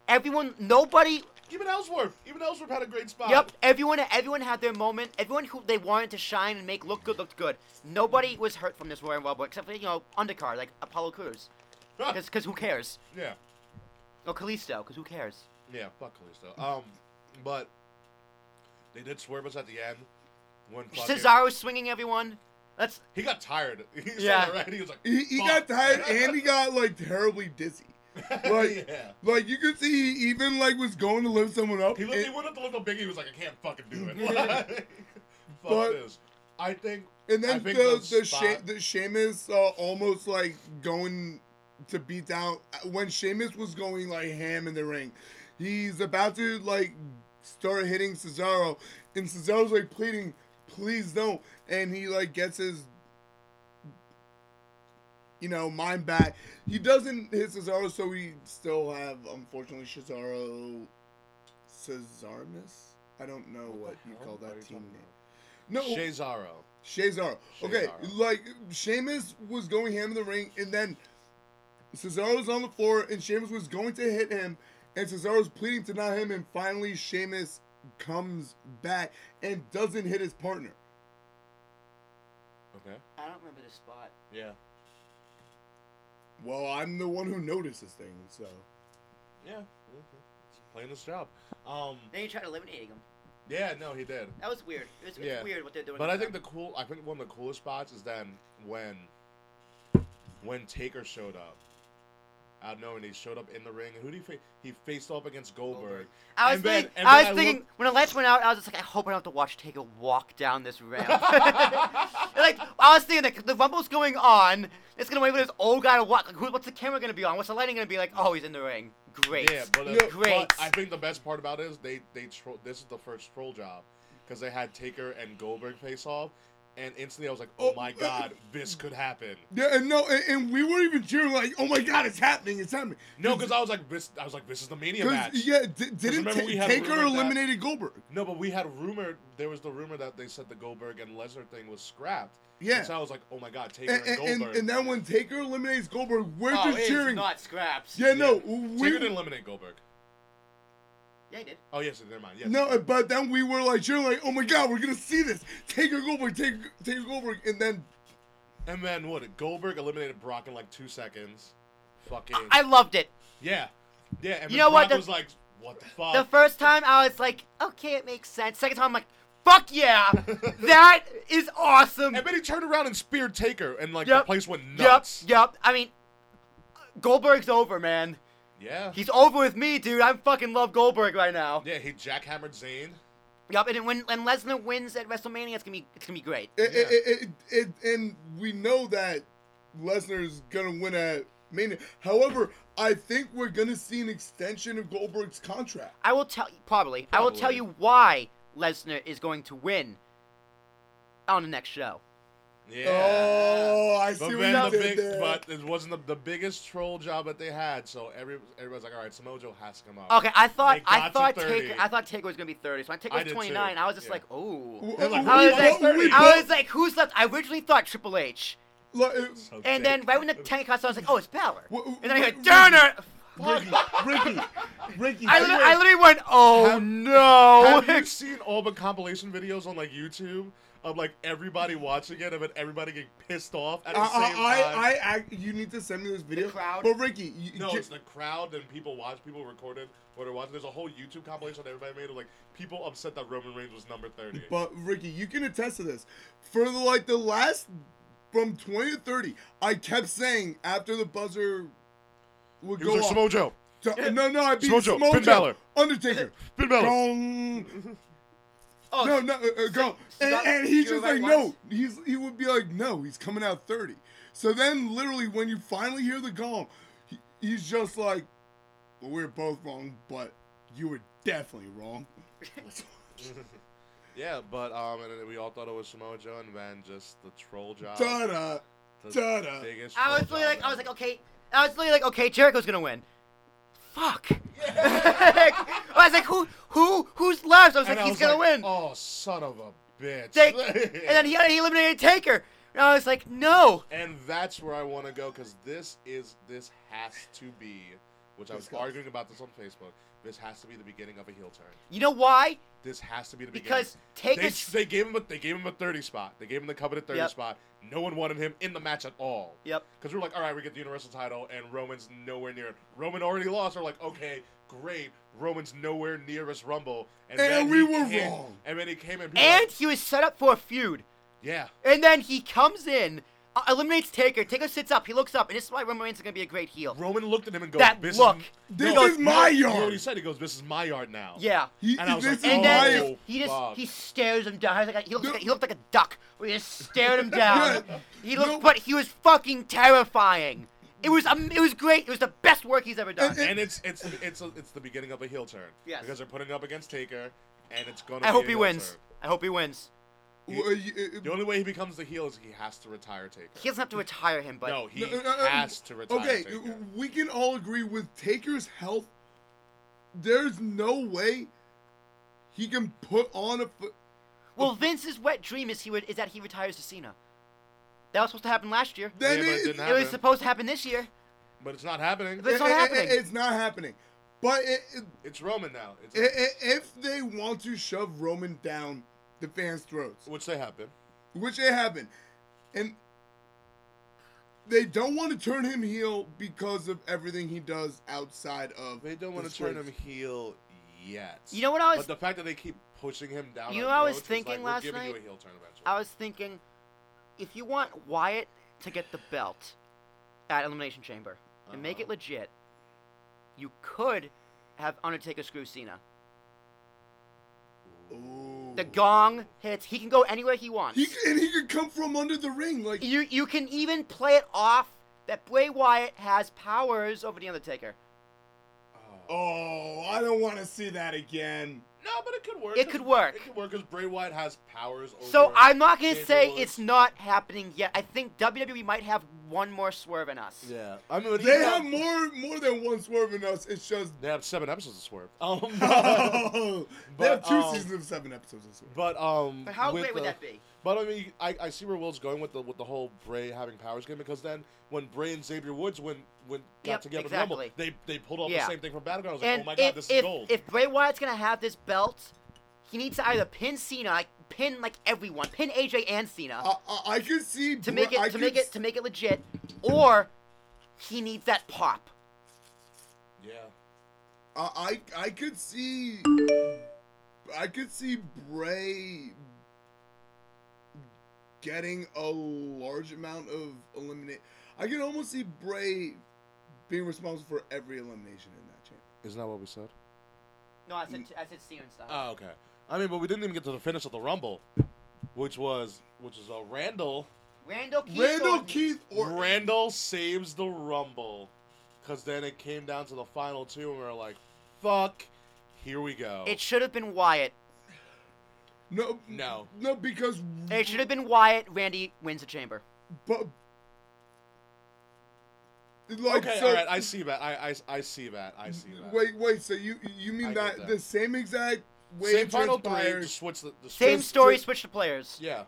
S5: everyone, nobody
S7: even Ellsworth. Even Ellsworth had a great spot.
S5: Yep, everyone everyone had their moment. Everyone who they wanted to shine and make look good looked good. Nobody was hurt from this Royal Rumble except for you know undercard like Apollo Crews,
S7: Uh.
S5: because who cares?
S7: yeah.
S5: Or Kalisto, because who cares?
S7: Yeah, fuck Kalisto. Um, but they did swerve us at the end. When fucking-
S5: Cesaro swinging everyone. That's
S7: he got tired. He saw
S5: Yeah.
S7: that, right? He was like,
S8: He, he
S7: fuck.
S8: got tired and he got like terribly dizzy. Like
S7: yeah.
S8: like you could see he even like was going to lift someone up.
S7: He, looked, he
S8: and-
S7: went up to look at Biggie. He was like, I can't fucking do it. Like, fuck
S8: But-
S7: this. I think.
S8: And
S7: I
S8: then
S7: think
S8: the
S7: those
S8: the, she-
S7: spot-
S8: the Sheamus uh, almost like going to beat down uh, when Sheamus was going like ham in the ring. He's about to like start hitting Cesaro, and Cesaro's like pleading, "Please don't!" And he like gets his you know mind back. He doesn't hit Cesaro, so we still have unfortunately Cesaro Cesarmus. I don't know what you call
S7: Oh,
S8: that team name. No,
S7: Cesaro.
S8: Cesaro. Okay,
S7: Cesaro.
S8: like Sheamus was going ham in the ring, and then Cesaro was on the floor, and Sheamus was going to hit him, and Cesaro's pleading to not him, and finally Sheamus comes back and doesn't hit his partner.
S7: Okay.
S5: I don't remember the spot.
S7: Yeah.
S8: Well, I'm the one who noticed this thing, so
S7: Yeah. He's playing his job. Um.
S5: Then you tried eliminating him.
S7: Yeah. No, he did.
S5: That was weird. It was, it's
S7: Yeah.
S5: weird what they're doing.
S7: But I think the
S5: with
S7: cool, I think one of the coolest spots is then when, when Taker showed up. I don't know, and he showed up in the ring. Who do he face? He faced off against Goldberg.
S5: that. I was
S7: and then-
S5: thinking.
S7: and
S5: I
S7: then
S5: was thinking
S7: looked-
S5: when the lights went out, I was just like, I hope I don't have to watch Taker walk down this ramp. like I was thinking, like, the rumble's going on. It's gonna wait for this old guy to walk. Like, who, what's the camera gonna be on? What's the lighting gonna be like? Oh, he's in the ring. Great.
S7: yeah, but, uh,
S8: Yeah.
S5: Great.
S7: but I think the best part about it is they they troll. This is the first troll job because they had Taker and Goldberg face off, and instantly I was like, oh,
S8: Oh,
S7: my
S8: uh,
S7: god, this could happen.
S8: yeah, and no, and, and we were even cheering like, "Oh my God, it's happening! It's happening!"
S7: No, because I was like, this. I was like, this is the mania match.
S8: Because yeah, d- didn't
S7: remember we
S8: ta-
S7: had
S8: Taker
S7: rumored that-
S8: eliminated Goldberg?
S7: No, but we had rumored there was the rumor that they said the Goldberg and Lesnar thing was scrapped.
S8: Yeah.
S7: And so I was like, oh my god, Taker
S8: And,
S7: and,
S8: and, and,
S7: Goldberg.
S8: and then when Taker eliminates Goldberg, we're
S5: oh,
S8: just
S5: it is
S8: cheering.
S5: not scraps.
S8: Yeah, no, we
S7: Taker didn't eliminate Goldberg.
S5: Yeah, he did.
S7: Oh yes, never mind. Yes.
S8: No, but then we were like, you're like, oh my god, we're gonna see this. Taker Goldberg, Taker, Taker Goldberg, and then uh,
S7: And then what? Goldberg eliminated Brock in like two seconds. Fucking.
S5: I, I loved it.
S7: yeah. Yeah. And
S5: You
S7: then
S5: know what?
S7: Brock
S5: The-
S7: was like, what the fuck?
S5: The first time I was like, okay, it makes sense. Second time I'm like, fuck yeah, that is awesome.
S7: and then he turned around and speared Taker, and like
S5: Yep.
S7: the place went
S5: Yep,
S7: nuts.
S5: yep. I mean, Goldberg's over, man.
S7: Yeah.
S5: He's over with me, dude. I fucking love Goldberg right now.
S7: yeah. He jackhammered Zayn.
S5: Yup, and when when Lesnar wins at WrestleMania, it's gonna be it's gonna be great.
S8: it, it, it, it, it, and we know that Lesnar's gonna win at Mania. However, I think we're gonna see an extension of Goldberg's contract.
S5: I will tell you probably. I will tell
S7: Probably.
S5: you why Lesnar is going to win on the next show.
S7: Yeah.
S8: Oh, I see
S7: But,
S8: what
S7: then
S8: you
S7: the
S8: did
S7: big,
S8: there.
S7: but it wasn't the, the biggest troll job that they had, so every, everybody's like, all right, Samoa Joe has to come up.
S5: Okay, I thought
S7: They
S5: I
S7: got to
S5: thought
S7: 30.
S5: Taker I thought Taker was gonna be thirty, so when Taker
S7: I
S5: was
S7: did too.
S5: twenty nine, I was just
S7: Yeah.
S5: like, oh.
S8: W-
S7: like,
S8: w-
S5: I was
S8: what
S5: like,
S8: we
S5: I
S8: both-
S5: was like, who's left? I originally thought Triple H,
S8: like, uh,
S7: So big.
S5: and then right when the ten cuts, I was like, oh, it's Balor,
S8: W- w-
S5: and then I
S8: w-
S5: went Turner.
S8: Ricky, Ricky,
S5: I,
S8: you
S5: li-
S8: were-
S5: I literally went, oh
S7: Have-
S5: no.
S7: Have you seen all the compilation videos on like YouTube of like everybody watching it and then everybody getting pissed off at the
S8: I,
S7: same time?
S8: I, I, I, you need to send me this video.
S5: crowd?
S8: But Ricky, you,
S7: no,
S8: ju-
S7: it's the crowd and people watch, people recorded what they're watching. There's a whole YouTube compilation that everybody made of like people upset that Roman Reigns was number thirty.
S8: But Ricky, you can attest to this. For the, like the last from 20 to 30, I kept saying after the buzzer would
S7: He
S8: go
S7: was like, Samoa
S8: off.
S7: Joe,
S8: to- no, no, I beat
S7: Samoa Joe,
S8: Samoa
S7: Finn
S8: Joe,
S7: Balor.
S8: Undertaker.
S7: Finn Balor.
S8: Gong.
S5: Oh,
S8: no, no, uh, uh, go. And,
S5: got-
S8: and he's
S5: you were
S8: just
S5: right
S8: like, no.
S5: once?
S8: He's he would be like, no, he's coming out thirty. So then, literally, when you finally hear the gong, he, he's just like, well, we're both wrong, but you were definitely wrong.
S7: Yeah, but um, and then we all thought it was Samoa Joe, and then just the troll job.
S8: Ta-da.
S7: the
S8: ta-da.
S7: biggest
S5: I
S7: troll
S5: was literally
S7: job
S5: like, I was
S7: ever.
S5: like, oh, okay, I was literally like, okay, Jericho's gonna win. Fuck. I was like, who, who, who's left? I was
S7: And I
S5: like, he's
S7: was
S5: gonna
S7: like,
S5: win.
S7: Oh, son of a bitch!
S5: Take- and then he, he eliminated Taker. And I was like, no.
S7: And that's where I want to go because this is this has to be, which I was arguing about this on Facebook. This has to be the beginning of a heel turn.
S5: You know why?
S7: This has to be the
S5: Because
S7: beginning. They,
S5: Taker's.
S7: they gave him a they gave him a thirty spot. They gave him the coveted thirty
S5: Yep.
S7: spot. No one wanted him in the match at all.
S5: Yep.
S7: Because we were like, all right, we get the Universal title, and Roman's nowhere near it. Roman already lost. We're like, okay, great. Roman's nowhere near us Rumble.
S8: And
S7: then
S8: we
S7: he
S8: were
S7: came-
S8: wrong.
S7: And then he came in. people were
S5: And
S7: like,
S5: he was set up for a feud.
S7: yeah.
S5: And then he comes in, uh, eliminates Taker. Taker sits up. He looks up, and this is why Roman Reigns is gonna be a great heel.
S7: Roman looked at him and goes,
S5: That
S7: this
S5: look.
S7: Is,
S8: This
S7: no,
S8: is my
S7: he
S8: yard.
S7: already said he goes, this is my yard now.
S5: Yeah.
S8: He,
S7: And I was
S8: this
S7: like,
S8: is
S5: And
S7: oh,
S8: my
S5: then
S7: wow.
S5: he just
S7: fuck.
S5: he stares him down. He's like a- he looks like a,
S8: No.
S5: he looked like a duck. We just stared him down.
S8: Yeah.
S5: He looked,
S8: No.
S5: but he was fucking terrifying. It was um, it was great. It was the best work he's ever done.
S7: And it's it's it's a, it's the beginning of a heel turn.
S5: Yes.
S7: Because they're putting up against Taker, and it's going. to
S5: I
S7: be
S5: hope
S7: a
S5: he
S7: heel
S5: wins.
S7: turn.
S5: I hope he wins.
S8: Well, you- uh,
S7: The only way he becomes the heel is he has to retire Taker.
S5: He doesn't have to retire him, but
S7: no, he
S8: No, no, no,
S7: has to retire
S8: Okay, uh,
S7: Taker.
S8: we can all agree with Taker's health. There's no way he can put on a. f-
S5: well, Vince's wet dream is he would is that he retires to Cena. That was supposed to happen last year.
S7: Yeah,
S8: That
S7: but it
S8: is-
S7: didn't
S5: It was
S7: happen.
S5: supposed to happen this year.
S7: but it's not happening.
S5: But it's not
S8: it- it-
S5: happening.
S8: Eh, it's not happening. But it, it,
S7: It's Roman now. It's
S8: i- i- if they want to shove Roman down the fans' throats,
S7: which they have been.
S8: which it happened, and they don't want to turn him heel because of everything he does outside of.
S7: They don't
S8: the
S7: want to turn
S8: scripts.
S7: him heel yet.
S5: You know what I was-
S7: But the fact that they keep pushing him down. our
S5: You know what I was
S7: throats is
S5: thinking
S7: like, we're
S5: last
S7: giving You
S5: night?
S7: a heel turn eventually.
S5: I was thinking, if you want Wyatt to get the belt at Elimination Chamber and make it legit, you could have Undertaker screw Cena. The gong hits. He can go anywhere he wants.
S8: He, and he could come from under the ring like
S5: You you can even play it off that Bray Wyatt has powers over the Undertaker.
S8: Oh, I don't want to see that again.
S7: No, but it could work.
S5: It
S7: 'cause-
S5: could work.
S7: It could work because Bray Wyatt has powers. Over
S5: So I'm not gonna
S7: Xavier
S5: say
S7: Woods.
S5: it's not happening yet. I think WWE might have one more swerve in us.
S7: Yeah, I mean,
S8: They have more more than one swerve in us. It's just
S7: They have seven episodes of Swerve.
S8: oh, they
S7: But,
S8: have two
S7: um,
S8: seasons of seven episodes of swerve.
S7: But um,
S5: But how
S7: with
S5: great would
S7: the-
S5: that be?
S7: But I mean, I, I see where Will's going with the with the whole Bray having powers game because then when Bray and Xavier Woods went went got
S5: Yep,
S7: together in
S5: exactly.
S7: Rumble, they they pulled off
S5: Yeah.
S7: the same thing from Battleground. I was like,
S5: And
S7: oh my god,
S5: if,
S7: this
S5: if,
S7: is gold.
S5: if Bray Wyatt's gonna have this belt, he needs to either pin Cena, like pin like everyone, pin AJ and Cena
S8: I, I, I could see
S5: to make it
S8: I
S5: to
S8: could
S5: make
S8: s-
S5: it to make it legit, or he needs that pop.
S7: yeah,
S8: I I I could see I could see Bray getting a large amount of eliminate. I can almost see Bray being responsible for every elimination in that champ.
S7: isn't that what we said?
S5: No, I said I said Cena and stuff.
S7: Oh, okay. I mean, but we didn't even get to the finish of the Rumble, which was which is uh, Randall.
S5: Randall Keith.
S8: Randall
S5: Orton.
S8: Keith Orton.
S7: Randall saves the Rumble, because then it came down to the final two, and we were like, fuck, here we go.
S5: It should have been Wyatt.
S8: No,
S7: No.
S8: no, because
S5: It should have been Wyatt. Randy wins the chamber.
S8: But like
S7: okay,
S8: so,
S7: all right, I see that. I, I, I see that. I see that.
S8: wait, wait. So you you
S7: I get
S8: mean that,
S7: that.
S8: the same exact way
S7: Same
S8: it
S7: final three.
S8: transpired-
S7: Just switch the, the
S5: Same
S7: switch-
S5: story,
S7: switch-
S5: switch the players.
S7: Yeah,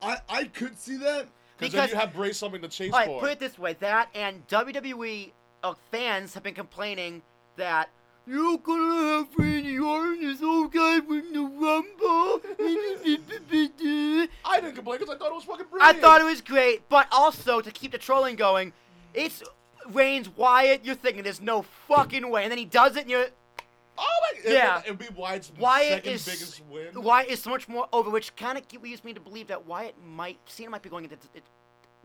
S8: I I could see that.
S7: because then
S5: Because-
S7: you have Bray something to chase
S5: All right,
S7: for.
S5: put it this way: that and WWE uh, fans have been complaining that you're gonna have Randy Orton, this old guy, win the Rumble.
S7: I didn't complain because I thought it was fucking
S5: I
S7: brilliant.
S5: thought it was great, but also to keep the trolling going, it's Reigns Wyatt. You're thinking there's no fucking way, and then he does it, and you're
S7: Oh my.
S5: Yeah.
S7: It, would be Wyatt's
S5: Wyatt
S7: second
S5: is
S7: biggest win.
S5: Wyatt is so much more over, which kind of leads me to believe that Wyatt might Cena might be going into t- it-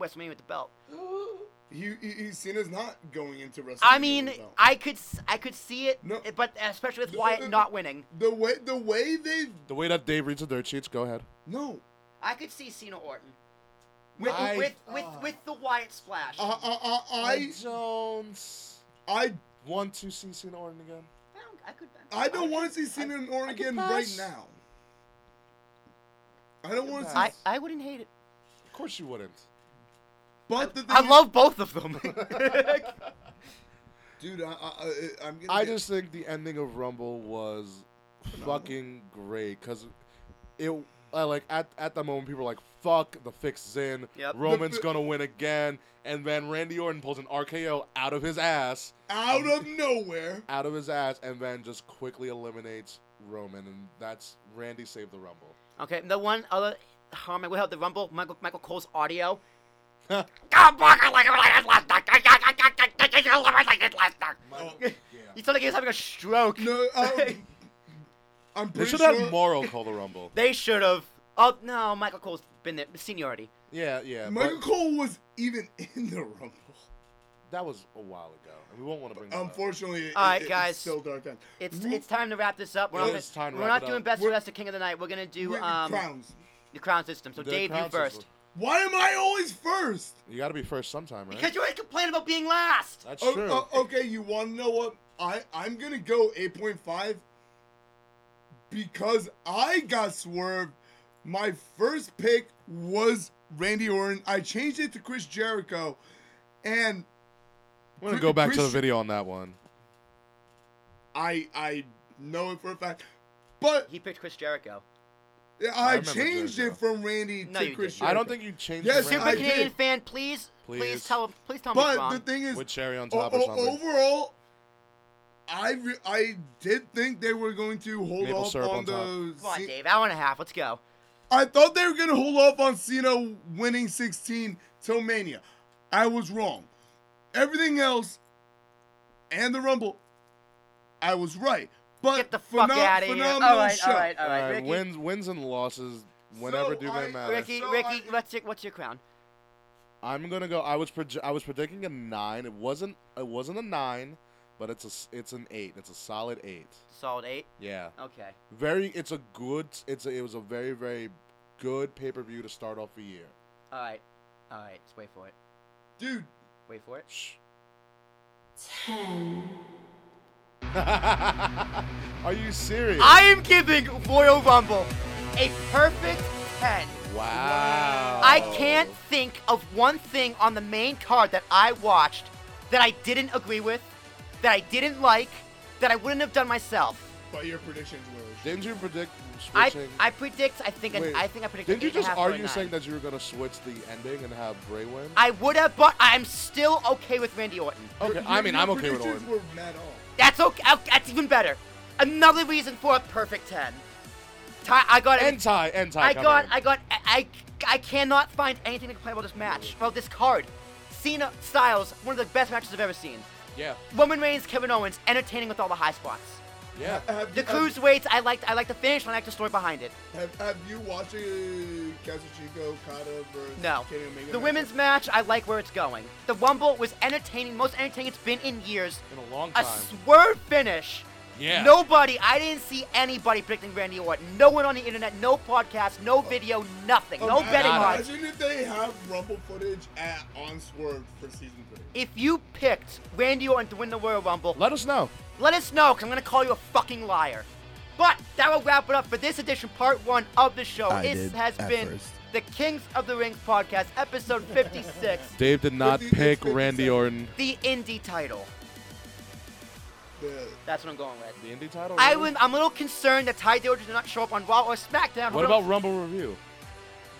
S5: WrestleMania with the belt.
S8: He, he he's seen as not going into wrestling.
S5: I mean,
S8: though.
S5: I could s- I could see it, eh,
S8: No.
S5: but especially with
S8: No, no,
S5: Wyatt
S8: no.
S5: not winning,
S8: the way the way they
S7: The way that Dave reads the dirt sheets, go ahead.
S8: no.
S5: I could see Cena Orton with
S7: I-
S5: with with,
S8: uh,
S5: with the Wyatt splash.
S8: I I I
S7: don't
S8: I,
S7: want to see Cena Orton again.
S5: I don't, I could,
S8: I don't want to see Cena and Orton
S7: could
S8: again right
S7: pass.
S8: now. I don't want to see.
S5: I, I wouldn't hate it.
S7: Of course you wouldn't.
S8: but the thing
S5: I
S8: is-
S5: love both of them.
S8: dude. I, I, I I'm gonna
S7: I
S8: get-
S7: just think the ending of Rumble was fucking great because it I, like at, at that moment people were like fuck the fix is in
S5: Yep.
S7: Roman's
S8: The-
S7: gonna win again and then Randy Orton pulls an RKO out of his ass
S8: out of nowhere.
S7: out of his ass and then just quickly eliminates Roman and that's Randy saved the Rumble.
S5: okay, and the one other harm I will have the Rumble, Michael Michael Cole's audio. Come back, I like it when I had last night. I- I- I- I- I- I- I- I- I- I- I- last night. He sounded like he was having a stroke.
S8: No, um, I'm
S7: They
S8: pretty
S7: should
S8: sure.
S7: have Morrow call the Rumble.
S5: They should have. Oh no, Michael Cole's been there. Seniority.
S7: Yeah, yeah.
S8: Michael
S7: but
S8: Cole was even in the Rumble.
S7: that was a while ago. and We won't want to bring that up.
S8: Unfortunately, it-
S5: All right,
S8: it-
S5: guys.
S8: It's still dark time.
S5: It's
S8: Woo-
S5: it's time to wrap this up. We're
S7: It
S5: not,
S7: is time to
S5: we're
S7: wrap
S5: not
S7: it up.
S5: doing best for
S8: We're-
S5: best of King of the Night. We're gonna do
S8: Wait,
S5: um
S8: crowns.
S5: the crown system. So
S7: The
S5: Dave, you
S7: crowd
S5: first.
S7: system.
S8: Why am I always first?
S7: You got to be first sometime, right?
S5: Because you always complain about being last.
S7: That's
S8: Oh,
S7: true.
S8: oh, okay, you want to know what? I I'm gonna go 8.5 because I got swerved. My first pick was Randy Orton. I changed it to Chris Jericho, and
S7: I'm gonna go back to the
S8: Chris-
S7: video on that one.
S8: I I know it for a fact. But
S5: He picked Chris Jericho.
S8: I,
S7: remember
S8: changed
S7: Jericho.
S8: it from Randy
S5: No,
S8: to
S5: you
S8: Chris.
S5: didn't.
S8: Jericho.
S7: I don't think you changed.
S8: Yes,
S7: the
S8: I
S5: Super
S7: ranking.
S5: Canadian
S8: did.
S5: fan, please, please,
S7: Please.
S5: tell him, please tell me
S8: But
S5: he's wrong.
S8: the thing is,
S7: with cherry on
S8: o-
S7: top or
S8: o-
S7: something.
S8: overall, I re- I did think they were going to hold
S7: Maple
S8: off
S7: syrup
S8: on,
S7: on top.
S8: the.
S5: Come on,
S8: se-
S5: Dave, hour and a half. Let's go.
S8: I thought they were gonna hold off on Cena winning 16 till Mania. I was wrong. Everything else, and the Rumble, I was right. But
S5: Get the fuck
S8: pheno-
S5: out of here. All
S8: phenomenal
S5: right,
S8: show.
S5: all right, all
S7: All
S5: right,
S7: right,
S5: Ricky.
S7: wins, wins and losses whenever do
S8: I-
S7: they matter.
S5: Ricky,
S8: So
S5: Ricky,
S8: I-
S5: what's your what's your crown?
S7: I'm gonna go. I was proj- I was predicting a nine. It wasn't. It wasn't a nine, but it's a s- it's an eight. It's a solid eight.
S5: Solid eight.
S7: Yeah.
S5: Okay.
S7: Very. It's a good. It's a, it was a very very good pay per view to start off the year.
S5: All right. All right. Let's wait for it.
S8: Dude,
S5: Wait for it.
S7: Shh. Are you serious?
S5: I am giving Royal Rumble a perfect 10.
S7: wow.
S5: I can't think of one thing on the main card that I watched that I didn't agree with, that I didn't like, that I wouldn't have done myself.
S8: but your predictions were.
S7: Didn't you predict
S5: I,
S7: switching?
S5: I predict. I think.
S7: Wait,
S5: I, I think I predict.
S7: Didn't you
S5: eight and a
S7: just
S5: half or a
S7: argue
S5: nine.
S7: saying that you were gonna switch the ending and have Bray win?
S5: I would have, but I'm still okay with Randy Orton.
S7: okay, I mean
S8: Your
S7: I'm okay with
S8: predictions
S7: Orton.
S8: were mad off.
S5: That's okay. oh, That's even better. Another reason for a perfect ten. Ty, I got.
S7: End tie, end tie.
S5: I
S7: coming
S5: got.
S7: in.
S5: I got. I. I cannot find anything to complain about this match. About this card. Cena Styles, one of the best matches I've ever seen.
S7: yeah,
S5: Roman Reigns, Kevin Owens, entertaining with all the high spots.
S7: yeah.
S8: Have
S5: The
S8: you, have,
S5: cruiserweights, I liked. I liked the finish. and I liked the story behind it.
S8: have, have you watched uh, Kazuchika Okada versus
S5: No.
S8: Kenny Omega
S5: The
S8: matchup?
S5: women's match, I like where it's going. The Rumble was entertaining, most entertaining it's been in years.
S7: In a long
S5: A
S7: time.
S5: swerve finish.
S7: Yeah.
S5: Nobody, I didn't see anybody predicting Randy Orton. No one on the internet, no podcast,
S7: Oh.
S5: no video, nothing. No
S8: Imagine-
S5: betting
S7: nada.
S5: odds.
S8: Oh, Imagine if they have Rumble footage at on Swerve for season three.
S5: If you picked Randy Orton to win the Royal Rumble,
S7: Let us know.
S5: let us know, because I'm going to call you a fucking liar. But that will wrap it up for this edition, part one of the show.
S16: I
S5: this
S16: did
S5: has
S16: at
S5: been
S16: first.
S5: the Kings of the Rings podcast, episode 56,
S7: Dave did not
S8: Fifty-
S7: pick
S8: fifty
S7: Randy
S8: seconds.
S7: Orton.
S5: the indie title.
S8: The-
S5: That's what I'm going with.
S7: The indie title.
S5: I
S7: really?
S5: was, I'm a little concerned that Ty Dillinger did not show up on Raw or SmackDown.
S7: What
S5: Who knows?
S7: about Rumble review?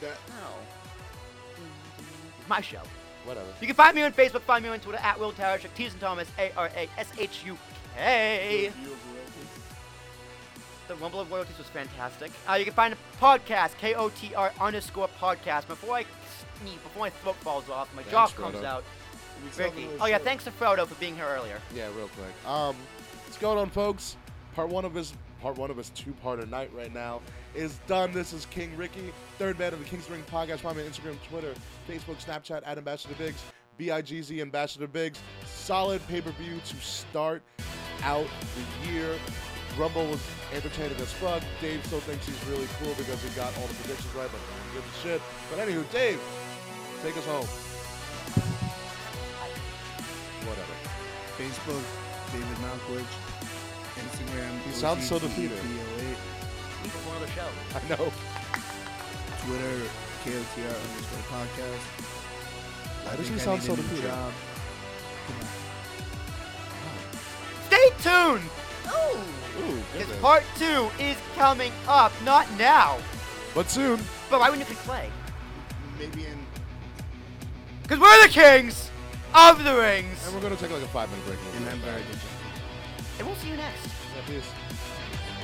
S8: that
S5: No. My show.
S7: Whatever.
S5: You can find me on Facebook, find me on Twitter at Will Tarashuk, T's and Thomas, A R A S H U K.
S8: review of Royalties.
S5: The Rumble of Royalties was fantastic. Uh, you can find a podcast, K O T R underscore podcast. Before I sneeze, before my throat falls off, my jaw
S7: Thanks,
S5: comes
S7: Frodo.
S5: out.
S8: We sell
S5: Ricky.
S8: them as
S5: Oh, yeah,
S8: short.
S5: thanks to Frodo for being here earlier.
S7: Yeah, real quick. Um, what's going on, folks? Part one of his part one of his two-parter night right now is done. This is King Ricky, third man of the King's Ring podcast. Find me on Instagram, Twitter, Facebook, Snapchat, at Ambassador Biggs. BIGZ Ambassador Biggs. Solid pay per view to start out the year. Rumble was entertaining as fuck. Dave still thinks he's really cool because he got all the predictions right, but no one gives a shit. But anywho, Dave, take us home. Whatever.
S8: Facebook, David Malkovich, Instagram.
S7: You sound so
S8: OGTPOH,
S7: defeated.
S17: Before the show.
S7: I know.
S8: Twitter, KOTR underscore podcast.
S7: Why
S8: I
S7: does
S8: think
S7: he
S8: I
S7: sound
S8: need
S7: so
S8: a new
S7: defeated?
S8: job.
S5: Stay tuned,
S7: Ooh, good
S5: because
S7: man.
S5: part two is coming up. Not now,
S7: But soon.
S5: but why wouldn't it be play?
S8: Maybe in
S5: Because we're the kings of the rings,
S7: And we're going to take like a five minute break. and we'll
S8: and
S7: be
S8: I'm
S7: right back.
S8: very good.
S5: and we'll see you next.
S7: Yeah, peace.